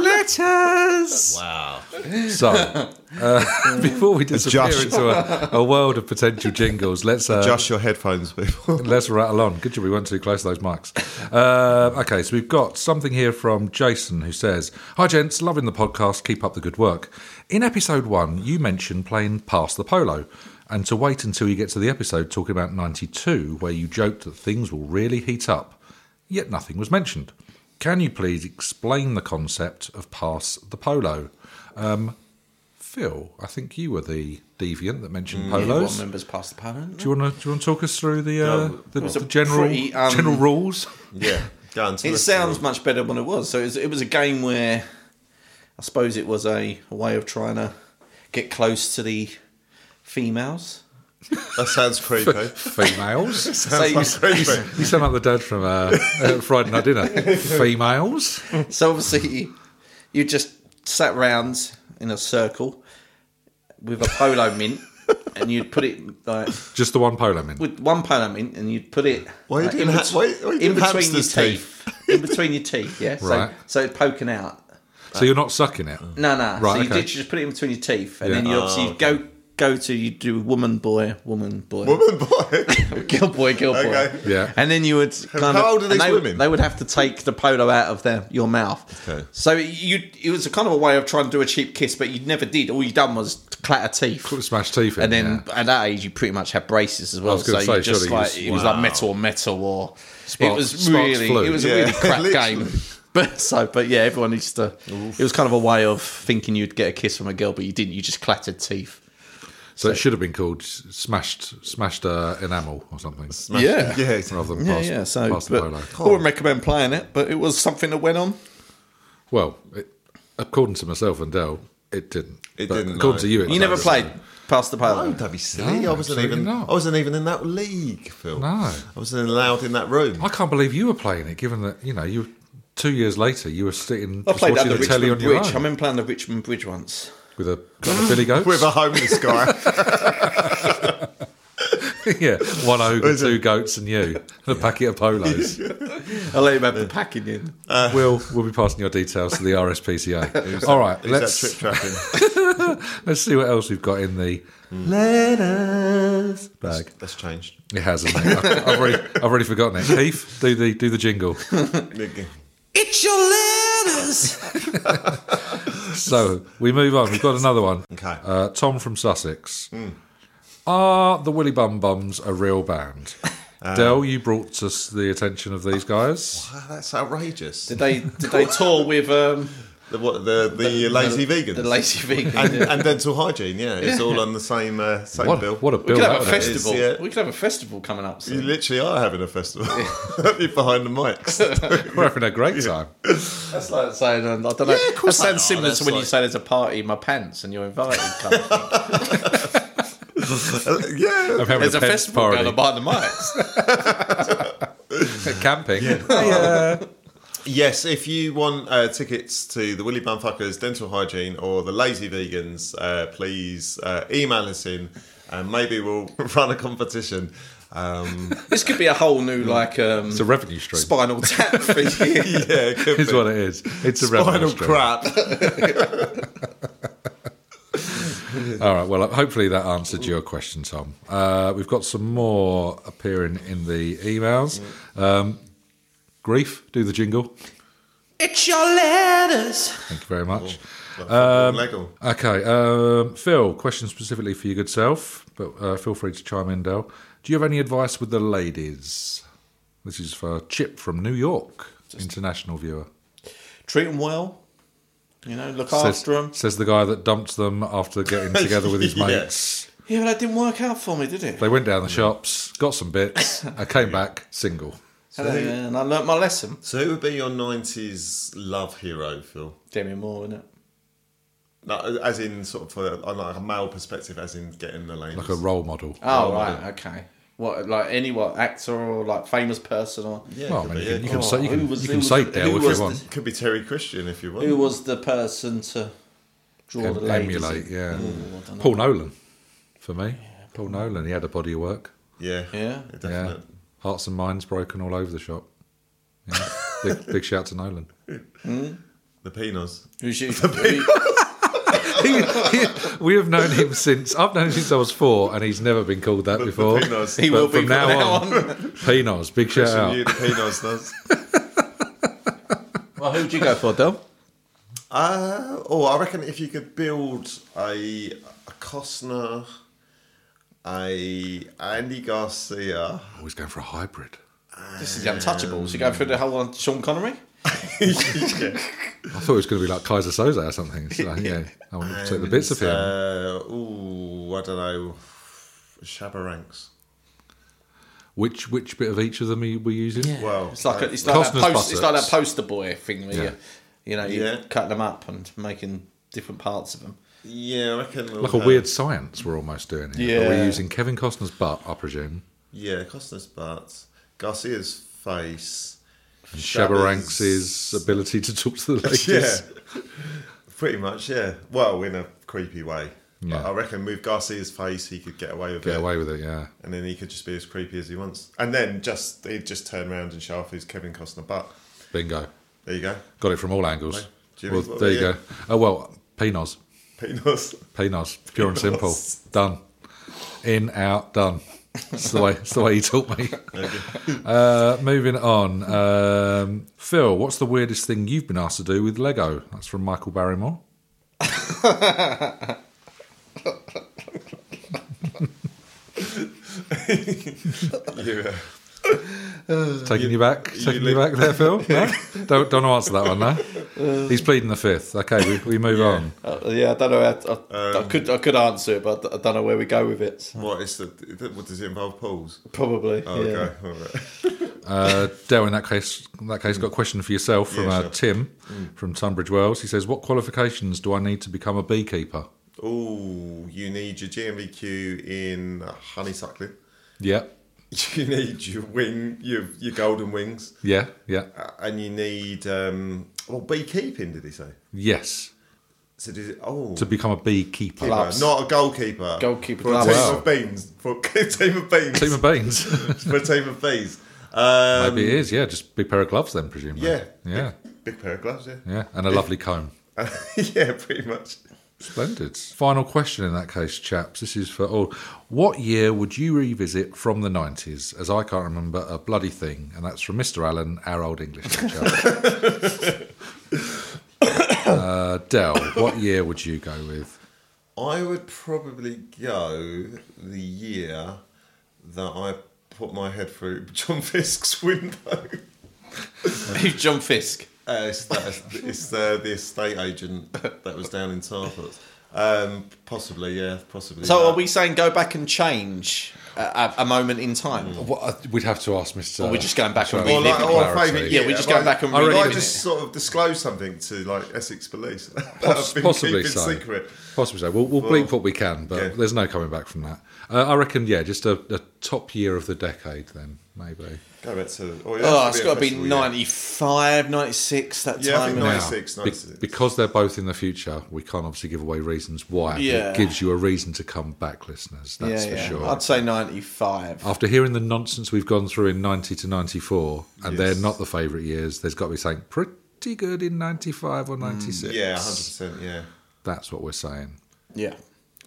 A: letters. Wow. So, uh, before we disappear
C: Josh.
A: into a, a world of potential jingles, let's uh,
C: Just your headphones, people.
A: let's rattle on. Good job we weren't too close to those mics. Uh, okay, so we've got something here from Jason who says, "Hi gents, loving the podcast. Keep up the good work." In episode one, you mentioned playing Pass the Polo. And to wait until you get to the episode talking about 92, where you joked that things will really heat up yet nothing was mentioned. Can you please explain the concept of pass the polo? Um, Phil, I think you were the deviant that mentioned
B: One
A: polos.
B: member's past the pattern.
A: do you want to do you want to talk us through the uh, the,
B: was a
A: the general
B: pretty, um,
A: general rules?
C: yeah, go on. tell
B: It
C: us.
B: sounds much better than it was. So it was, it was a game where I suppose it was a, a way of trying to get close to the females.
C: That sounds creepy.
A: Females.
B: So you-
C: creepy.
A: you sound like the dad from uh, uh, Friday Night Dinner. Females.
B: So obviously, you just sat round in a circle with a polo mint, and you'd put it like
A: Just the one polo min.
B: with one polo mint, and you'd put it
C: Why are you
B: like,
C: doing ha-
B: bet-
C: why- why are you doing
B: in between your
C: hamster's
B: teeth, in between your teeth. Yeah, so,
A: Right.
B: So it's poking out.
A: So you're not sucking it.
B: No, no.
A: Right,
B: so you
A: okay.
B: did just put it in between your teeth, and
A: Yeah.
B: then you obviously go go to you do woman boy, woman boy,
C: Oh, Woman boy.
B: girl boy, girl boy.
C: Okay.
A: Yeah.
B: And then you would kind of,
C: old are these
B: and they,
C: women?
B: They would have to take the polo out of their your mouth.
C: Okay.
B: So you it was a kind of a way of trying to do a cheap kiss, but you never did. All you done was clatter teeth.
A: Smash teeth in.
B: And then
A: yeah.
B: at that age, you pretty much had braces as well.
A: was gonna
B: so
A: say,
B: you just
A: surely
B: like
A: you-
B: it was like metal on metal or it
A: Sparks-
B: was
A: sparks
B: really
A: flew.
B: it was
C: Yeah,
B: a really crap
C: literally.
B: game. But so but yeah, everyone used to. It was kind of a way of thinking you'd get a kiss from a girl, but you didn't. You just clattered teeth.
A: so it should have been called smashed, smashed uh, enamel or something.
B: Yeah.
C: Yeah.
A: Rather than
B: Yeah,
A: past,
B: yeah. So,
A: past the
B: but
A: polo.
B: I wouldn't recommend playing it, but it was something that went on.
A: Well, it, according to myself and Dell, it didn't.
C: It
A: But
C: didn't,
A: According
C: no.
A: to you, it
B: You never
A: does.
B: played past the
C: Oh,
B: pilot.
C: don't be silly.
A: No,
C: I wasn't
A: absolutely
C: even.
A: not.
C: I wasn't even in that league, Phil.
A: No.
C: I wasn't allowed in that room.
A: I can't believe you were playing it, given that you know you. Two years later, you were sitting
B: I
A: just
B: played at
A: watching
B: the
A: the telly on
B: Richmond
A: your
B: Bridge. I
A: own
B: remember playing the Richmond Bridge once.
A: with a, with a billy goat.
C: With a homeless guy.
A: yeah, one ogre, two goats, and you, and a packet of polos.
B: I'll let you have the packing in.
A: we'll we'll be passing your details to the RSPCA. All right,
C: Is
A: let's
C: that trip trapping?
A: let's see what else we've got in the letters bag.
C: That's changed.
A: It has, hasn't it? I've, I've, already, I've already forgotten it. Keith, do the do the jingle.
B: It's your letters.
A: So we move on. We've got another one.
C: Okay.
A: Uh, Tom from Sussex. Are the Willy Bum Bums a real band? Dell, you brought to s- the attention of these guys.
C: Ah, that's outrageous.
B: Did they did they tour with um,
C: The, what, the, the, lazy vegans.
B: the lazy vegan?
C: and, and dental hygiene, yeah. It's all on the same, uh, same
A: What,
C: bill.
A: what a
B: we
A: bill!
B: could have a
A: that would be.
B: festival.
C: yeah.
B: We could have a festival coming up
C: You
B: soon.
C: literally are having a festival. You're behind the mics.
A: We're having a great time.
B: That's like saying um, I don't know.
C: Yeah, of course
B: that sounds
C: they are.
B: similar
C: That's
B: to when you
C: like-
B: say there's a party in my pants and you're invited. Kind of thing.
C: Uh, yeah.
A: I'm having
B: there's
A: a,
B: a
A: pet
B: festival
A: party.
B: going on behind the mics.
A: camping.
C: Yes, if you want uh, tickets to the Willy Bumfuckers, Dental Hygiene, or the Lazy Vegans, uh, please uh, email us in and maybe we'll run a competition. Um,
B: this could be a whole new like um,
A: Mm. It's a revenue stream.
B: spinal tap for you.
C: yeah, it could
A: is
C: be.
A: what it is. It's a revenue
C: Final
A: stream.
C: crap.
A: All right. Well, hopefully that answered your question, Tom. Uh, we've got some more appearing in the emails. Um, Grief, do the jingle.
B: It's your letters.
A: Thank you very much.
C: Lego.
A: Okay, um, Phil. Question specifically for your good self, but uh, feel free to chime in, Dell. Do you have any advice with the ladies? This is for Chip from New York, international viewer.
B: Treat them well. You know, look
A: Says,
B: after them.
A: says the guy that dumped them after getting together with his
C: Yeah.
A: mates.
B: Yeah, but that didn't work out for me, did it?
A: They went down the shops, got some bits. I came back single.
B: Hello, yeah, and I learnt my lesson.
C: So who would be your '90s love hero, Phil?
B: Demi Moore, innit?
C: No, as in sort of for, on like a male perspective, as in getting the ladies.
A: like a role model.
B: Oh, right, okay. What, like any what actor or like famous person or
C: yeah, it
A: well, I
C: could
A: mean,
C: be,
A: you can, you
C: yeah.
A: can
B: Oh,
A: say you
B: who
A: can,
B: was-
A: you
B: who
A: can
B: was
A: say
B: the-
A: Dale
B: who
A: if you
B: was
A: want.
C: Could be Terry Christian if you want.
B: who was the person to draw
A: Em-
B: the ladies?
A: emulate,
B: in? Ooh, I
A: yeah.
B: don't know.
A: Paul Nolan, for me. Paul Nolan, he had a body of work.
C: Yeah,
B: Yeah.
A: Yeah.
C: definitely.
A: Hearts and minds broken all over the shop. Yeah. big, big shout to Nolan.
C: The Pinos.
B: Who's you? who-
A: He- he- we have known him since I've known him since I was four, and he's never been called that before.
C: Pinos.
B: He
A: But
B: will be
A: from now, on, Pinos, big shout
C: Christian,
A: out.
C: you, the Pinos does.
B: well, who'd you go for, Dom?
C: Uh, oh, I reckon if you could build a, a Costner, a Andy Garcia.
A: Always going for a hybrid.
B: This is the Untouchables. You go through the whole one, Sean Connery?
C: yeah.
A: I thought it was going to be like Kaiser Soze or something. So, yeah, I want to take the bits of him.
C: Uh, ooh, I don't know. Shabba Ranks.
A: Which which bit of each of them are you- we're using?
C: Well,
B: It's like, a, it's,
C: uh,
B: like that
A: Costner's
B: post, it's like
A: buttocks.
B: that poster boy thing where
A: Yeah.
B: you, you know, you
C: Yeah.
B: cut them up and making different parts of them.
C: Yeah, I reckon. we'll
A: Like a
C: have-
A: weird science we're almost doing here.
B: Yeah.
A: But We're using Kevin Costner's butt, I presume.
C: Yeah, Costner's butt, Garcia's face, and
A: Shabaranks' ability to talk to the ladies.
C: Yeah, pretty much. Yeah. Well, in a creepy way.
A: Yeah.
C: Like, I reckon with Garcia's face, he could get away with
A: Get
C: it,
A: away with it, yeah.
C: and then he could just be as creepy as he wants, and then just he'd just turn around and show off his Kevin Costner butt.
A: Bingo.
C: There you go,
A: Got it from all angles.
C: Jimmy,
A: well,
C: what
A: there you
C: were you?
A: go. Oh, well, Pinos.
C: penis.
A: Pinos. Pure and simple.
C: Pinos.
A: Done. In, out, done. It's the way, it's the way you taught me. Uh, moving on. Um, Phil, what's the weirdest thing you've been asked to do with Lego? That's from Michael Barrymore.
C: yeah.
A: Taking you, back,
C: you
A: taking you,
C: look-
A: back there, Phil. No? don't don't answer that one. No, he's pleading the fifth. Okay, we, we move on.
B: Uh, yeah, I don't know. How I, I could I could answer it, but I don't know where we go with it.
C: What is the? What does it involve? Pools.
B: Probably.
C: Oh,
B: yeah.
C: okay. All right.
A: Uh, Dale, in that case, in that case, got a question for yourself from
C: Yeah,
A: uh,
C: sure.
A: Tim from Tunbridge Wells. He says, "What qualifications do I need to become a beekeeper?"
C: Oh, you need your GMVQ in honeysuckling.
A: Yeah,
C: You need your wing, your your golden wings,
A: yeah, yeah.
C: uh, and you need um. Well, beekeeping. Did he say?
A: Yes,
C: So did it, oh.
A: to become a beekeeper.
C: Uh, not a goalkeeper.
B: Goalkeeper
C: for a
B: gloves.
C: team
A: Wow.
C: of beans. For a team of beans.
A: Team of beans.
C: for a team of bees. Um,
A: Maybe it is. Yeah, just big pair of gloves then, presumably.
C: Yeah.
A: yeah,
C: Big pair of gloves. Yeah.
A: yeah, and a lovely comb.
C: yeah. Pretty much.
A: Splendid. Final question in that case, chaps. This is for all. What year would you revisit from the 90s? As I can't remember a bloody thing. And that's from Mr. Allen, our old English teacher. uh, Dell, what year would you go with?
C: I would probably go the year that I put my head through John Fisk's window.
B: Who's John Fisk?
C: Uh, it's that, it's uh, the estate agent that was down in Tarpus. Um, possibly, yeah, possibly.
B: So
C: that.
B: are we saying go back and change a, a, a moment in time?
A: What, uh, we'd have to ask Mr.
B: Or we're just going back and
A: Sorry.
C: Or
B: reliving
C: like
B: it.
C: our
A: Clarity.
C: favourite,
B: Yeah, we just go back and
C: I
B: relive
C: like
B: it.
C: just sort of disclose something to like Essex Police. that
A: Poss-
C: I've been
A: possibly
C: keeping
A: so.
C: secret.
A: Possibly so. We'll, we'll bleep what we can, but
C: yeah.
A: there's no coming back from that. Uh, I reckon, yeah, just a, a top year of the decade then, maybe.
C: Go back to. Oh,
B: Oh, it's got to be
C: ninety.
B: 95, 96, that
C: Yeah, I
B: time.
C: think
B: and-
C: 96,
A: Now,
C: 96.
A: because they're both in the future, we can't obviously give away reasons why. but
B: Yeah.
A: It gives you a reason to come back, listeners. That's
B: yeah,
A: for
B: yeah.
A: sure.
B: I'd say
C: Oh.
B: 95.
A: After hearing the nonsense we've gone through in 90 to 94, and
C: Yes.
A: they're not the favourite years, there's got to be something pretty good in 95 or 96.
C: Mm, Yeah, hundred percent. Yeah.
A: That's what we're saying.
B: Yeah.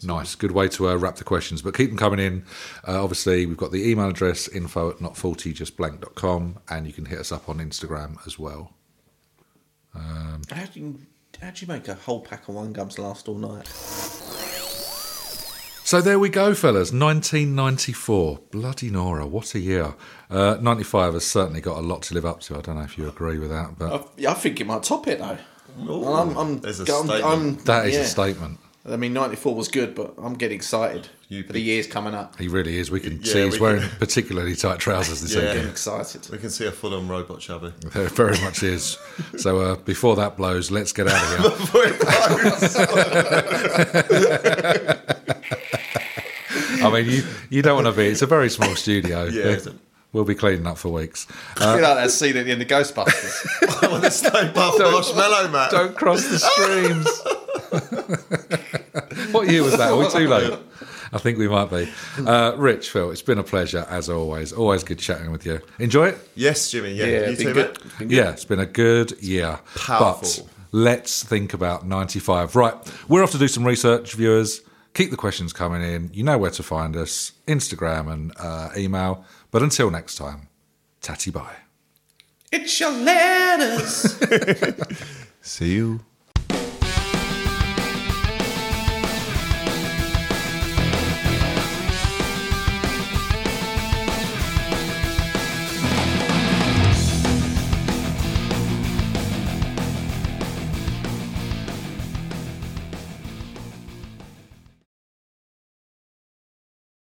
A: Nice. Good way to uh, wrap the questions, but keep them coming in. Uh, obviously, we've got the email address info at notfaultyjustblank.com, and you can hit us up on Instagram as well.
B: How do you, how do you make a whole pack of one gums last all night?
A: So there we go, fellas. 1994. Bloody Nora, what a year. Uh, 95 has certainly got a lot to live up to. I don't know if you agree with that, but
B: I, I think it might top it, though.
C: Ooh,
B: Well, I'm, I'm,
C: there's a
B: I'm,
C: statement.
B: I'm-
A: that is
B: yeah.
A: a statement.
B: I mean, 94 was good, but I'm getting excited
C: You
B: for the
C: picked-
B: years coming up.
A: He really is. We can
C: Yeah,
A: see he's
C: we
A: wearing
C: can-
A: particularly tight trousers this
C: Yeah. Uh.
A: evening.
B: Excited.
C: We can see a full-on robot chubby.
A: There very much is. So uh, before that blows, let's get out of here. I mean, you, you don't want to be. It's a very small studio.
C: Yeah, it's a-
A: We'll be cleaning up for weeks.
B: you know that scene at the end of Ghostbusters?
C: oh, the snow buff marshmallow man.
A: Don't cross the streams. what year was that? Are we too late? I think we might be. Uh, Rich, Phil, it's been a pleasure as always. Always good chatting with you. Enjoy it?
C: Yes, Jimmy. Yeah,
B: yeah,
C: you
B: been
C: too,
B: good.
C: mate.
A: Yeah, it's been a good year.
C: Powerful.
A: But let's think about 95. Right, we're off to do some research, viewers. Keep the questions coming in. You know where to find us Instagram and uh, email. But until next time, tatty bye.
B: it's your letters.
C: See you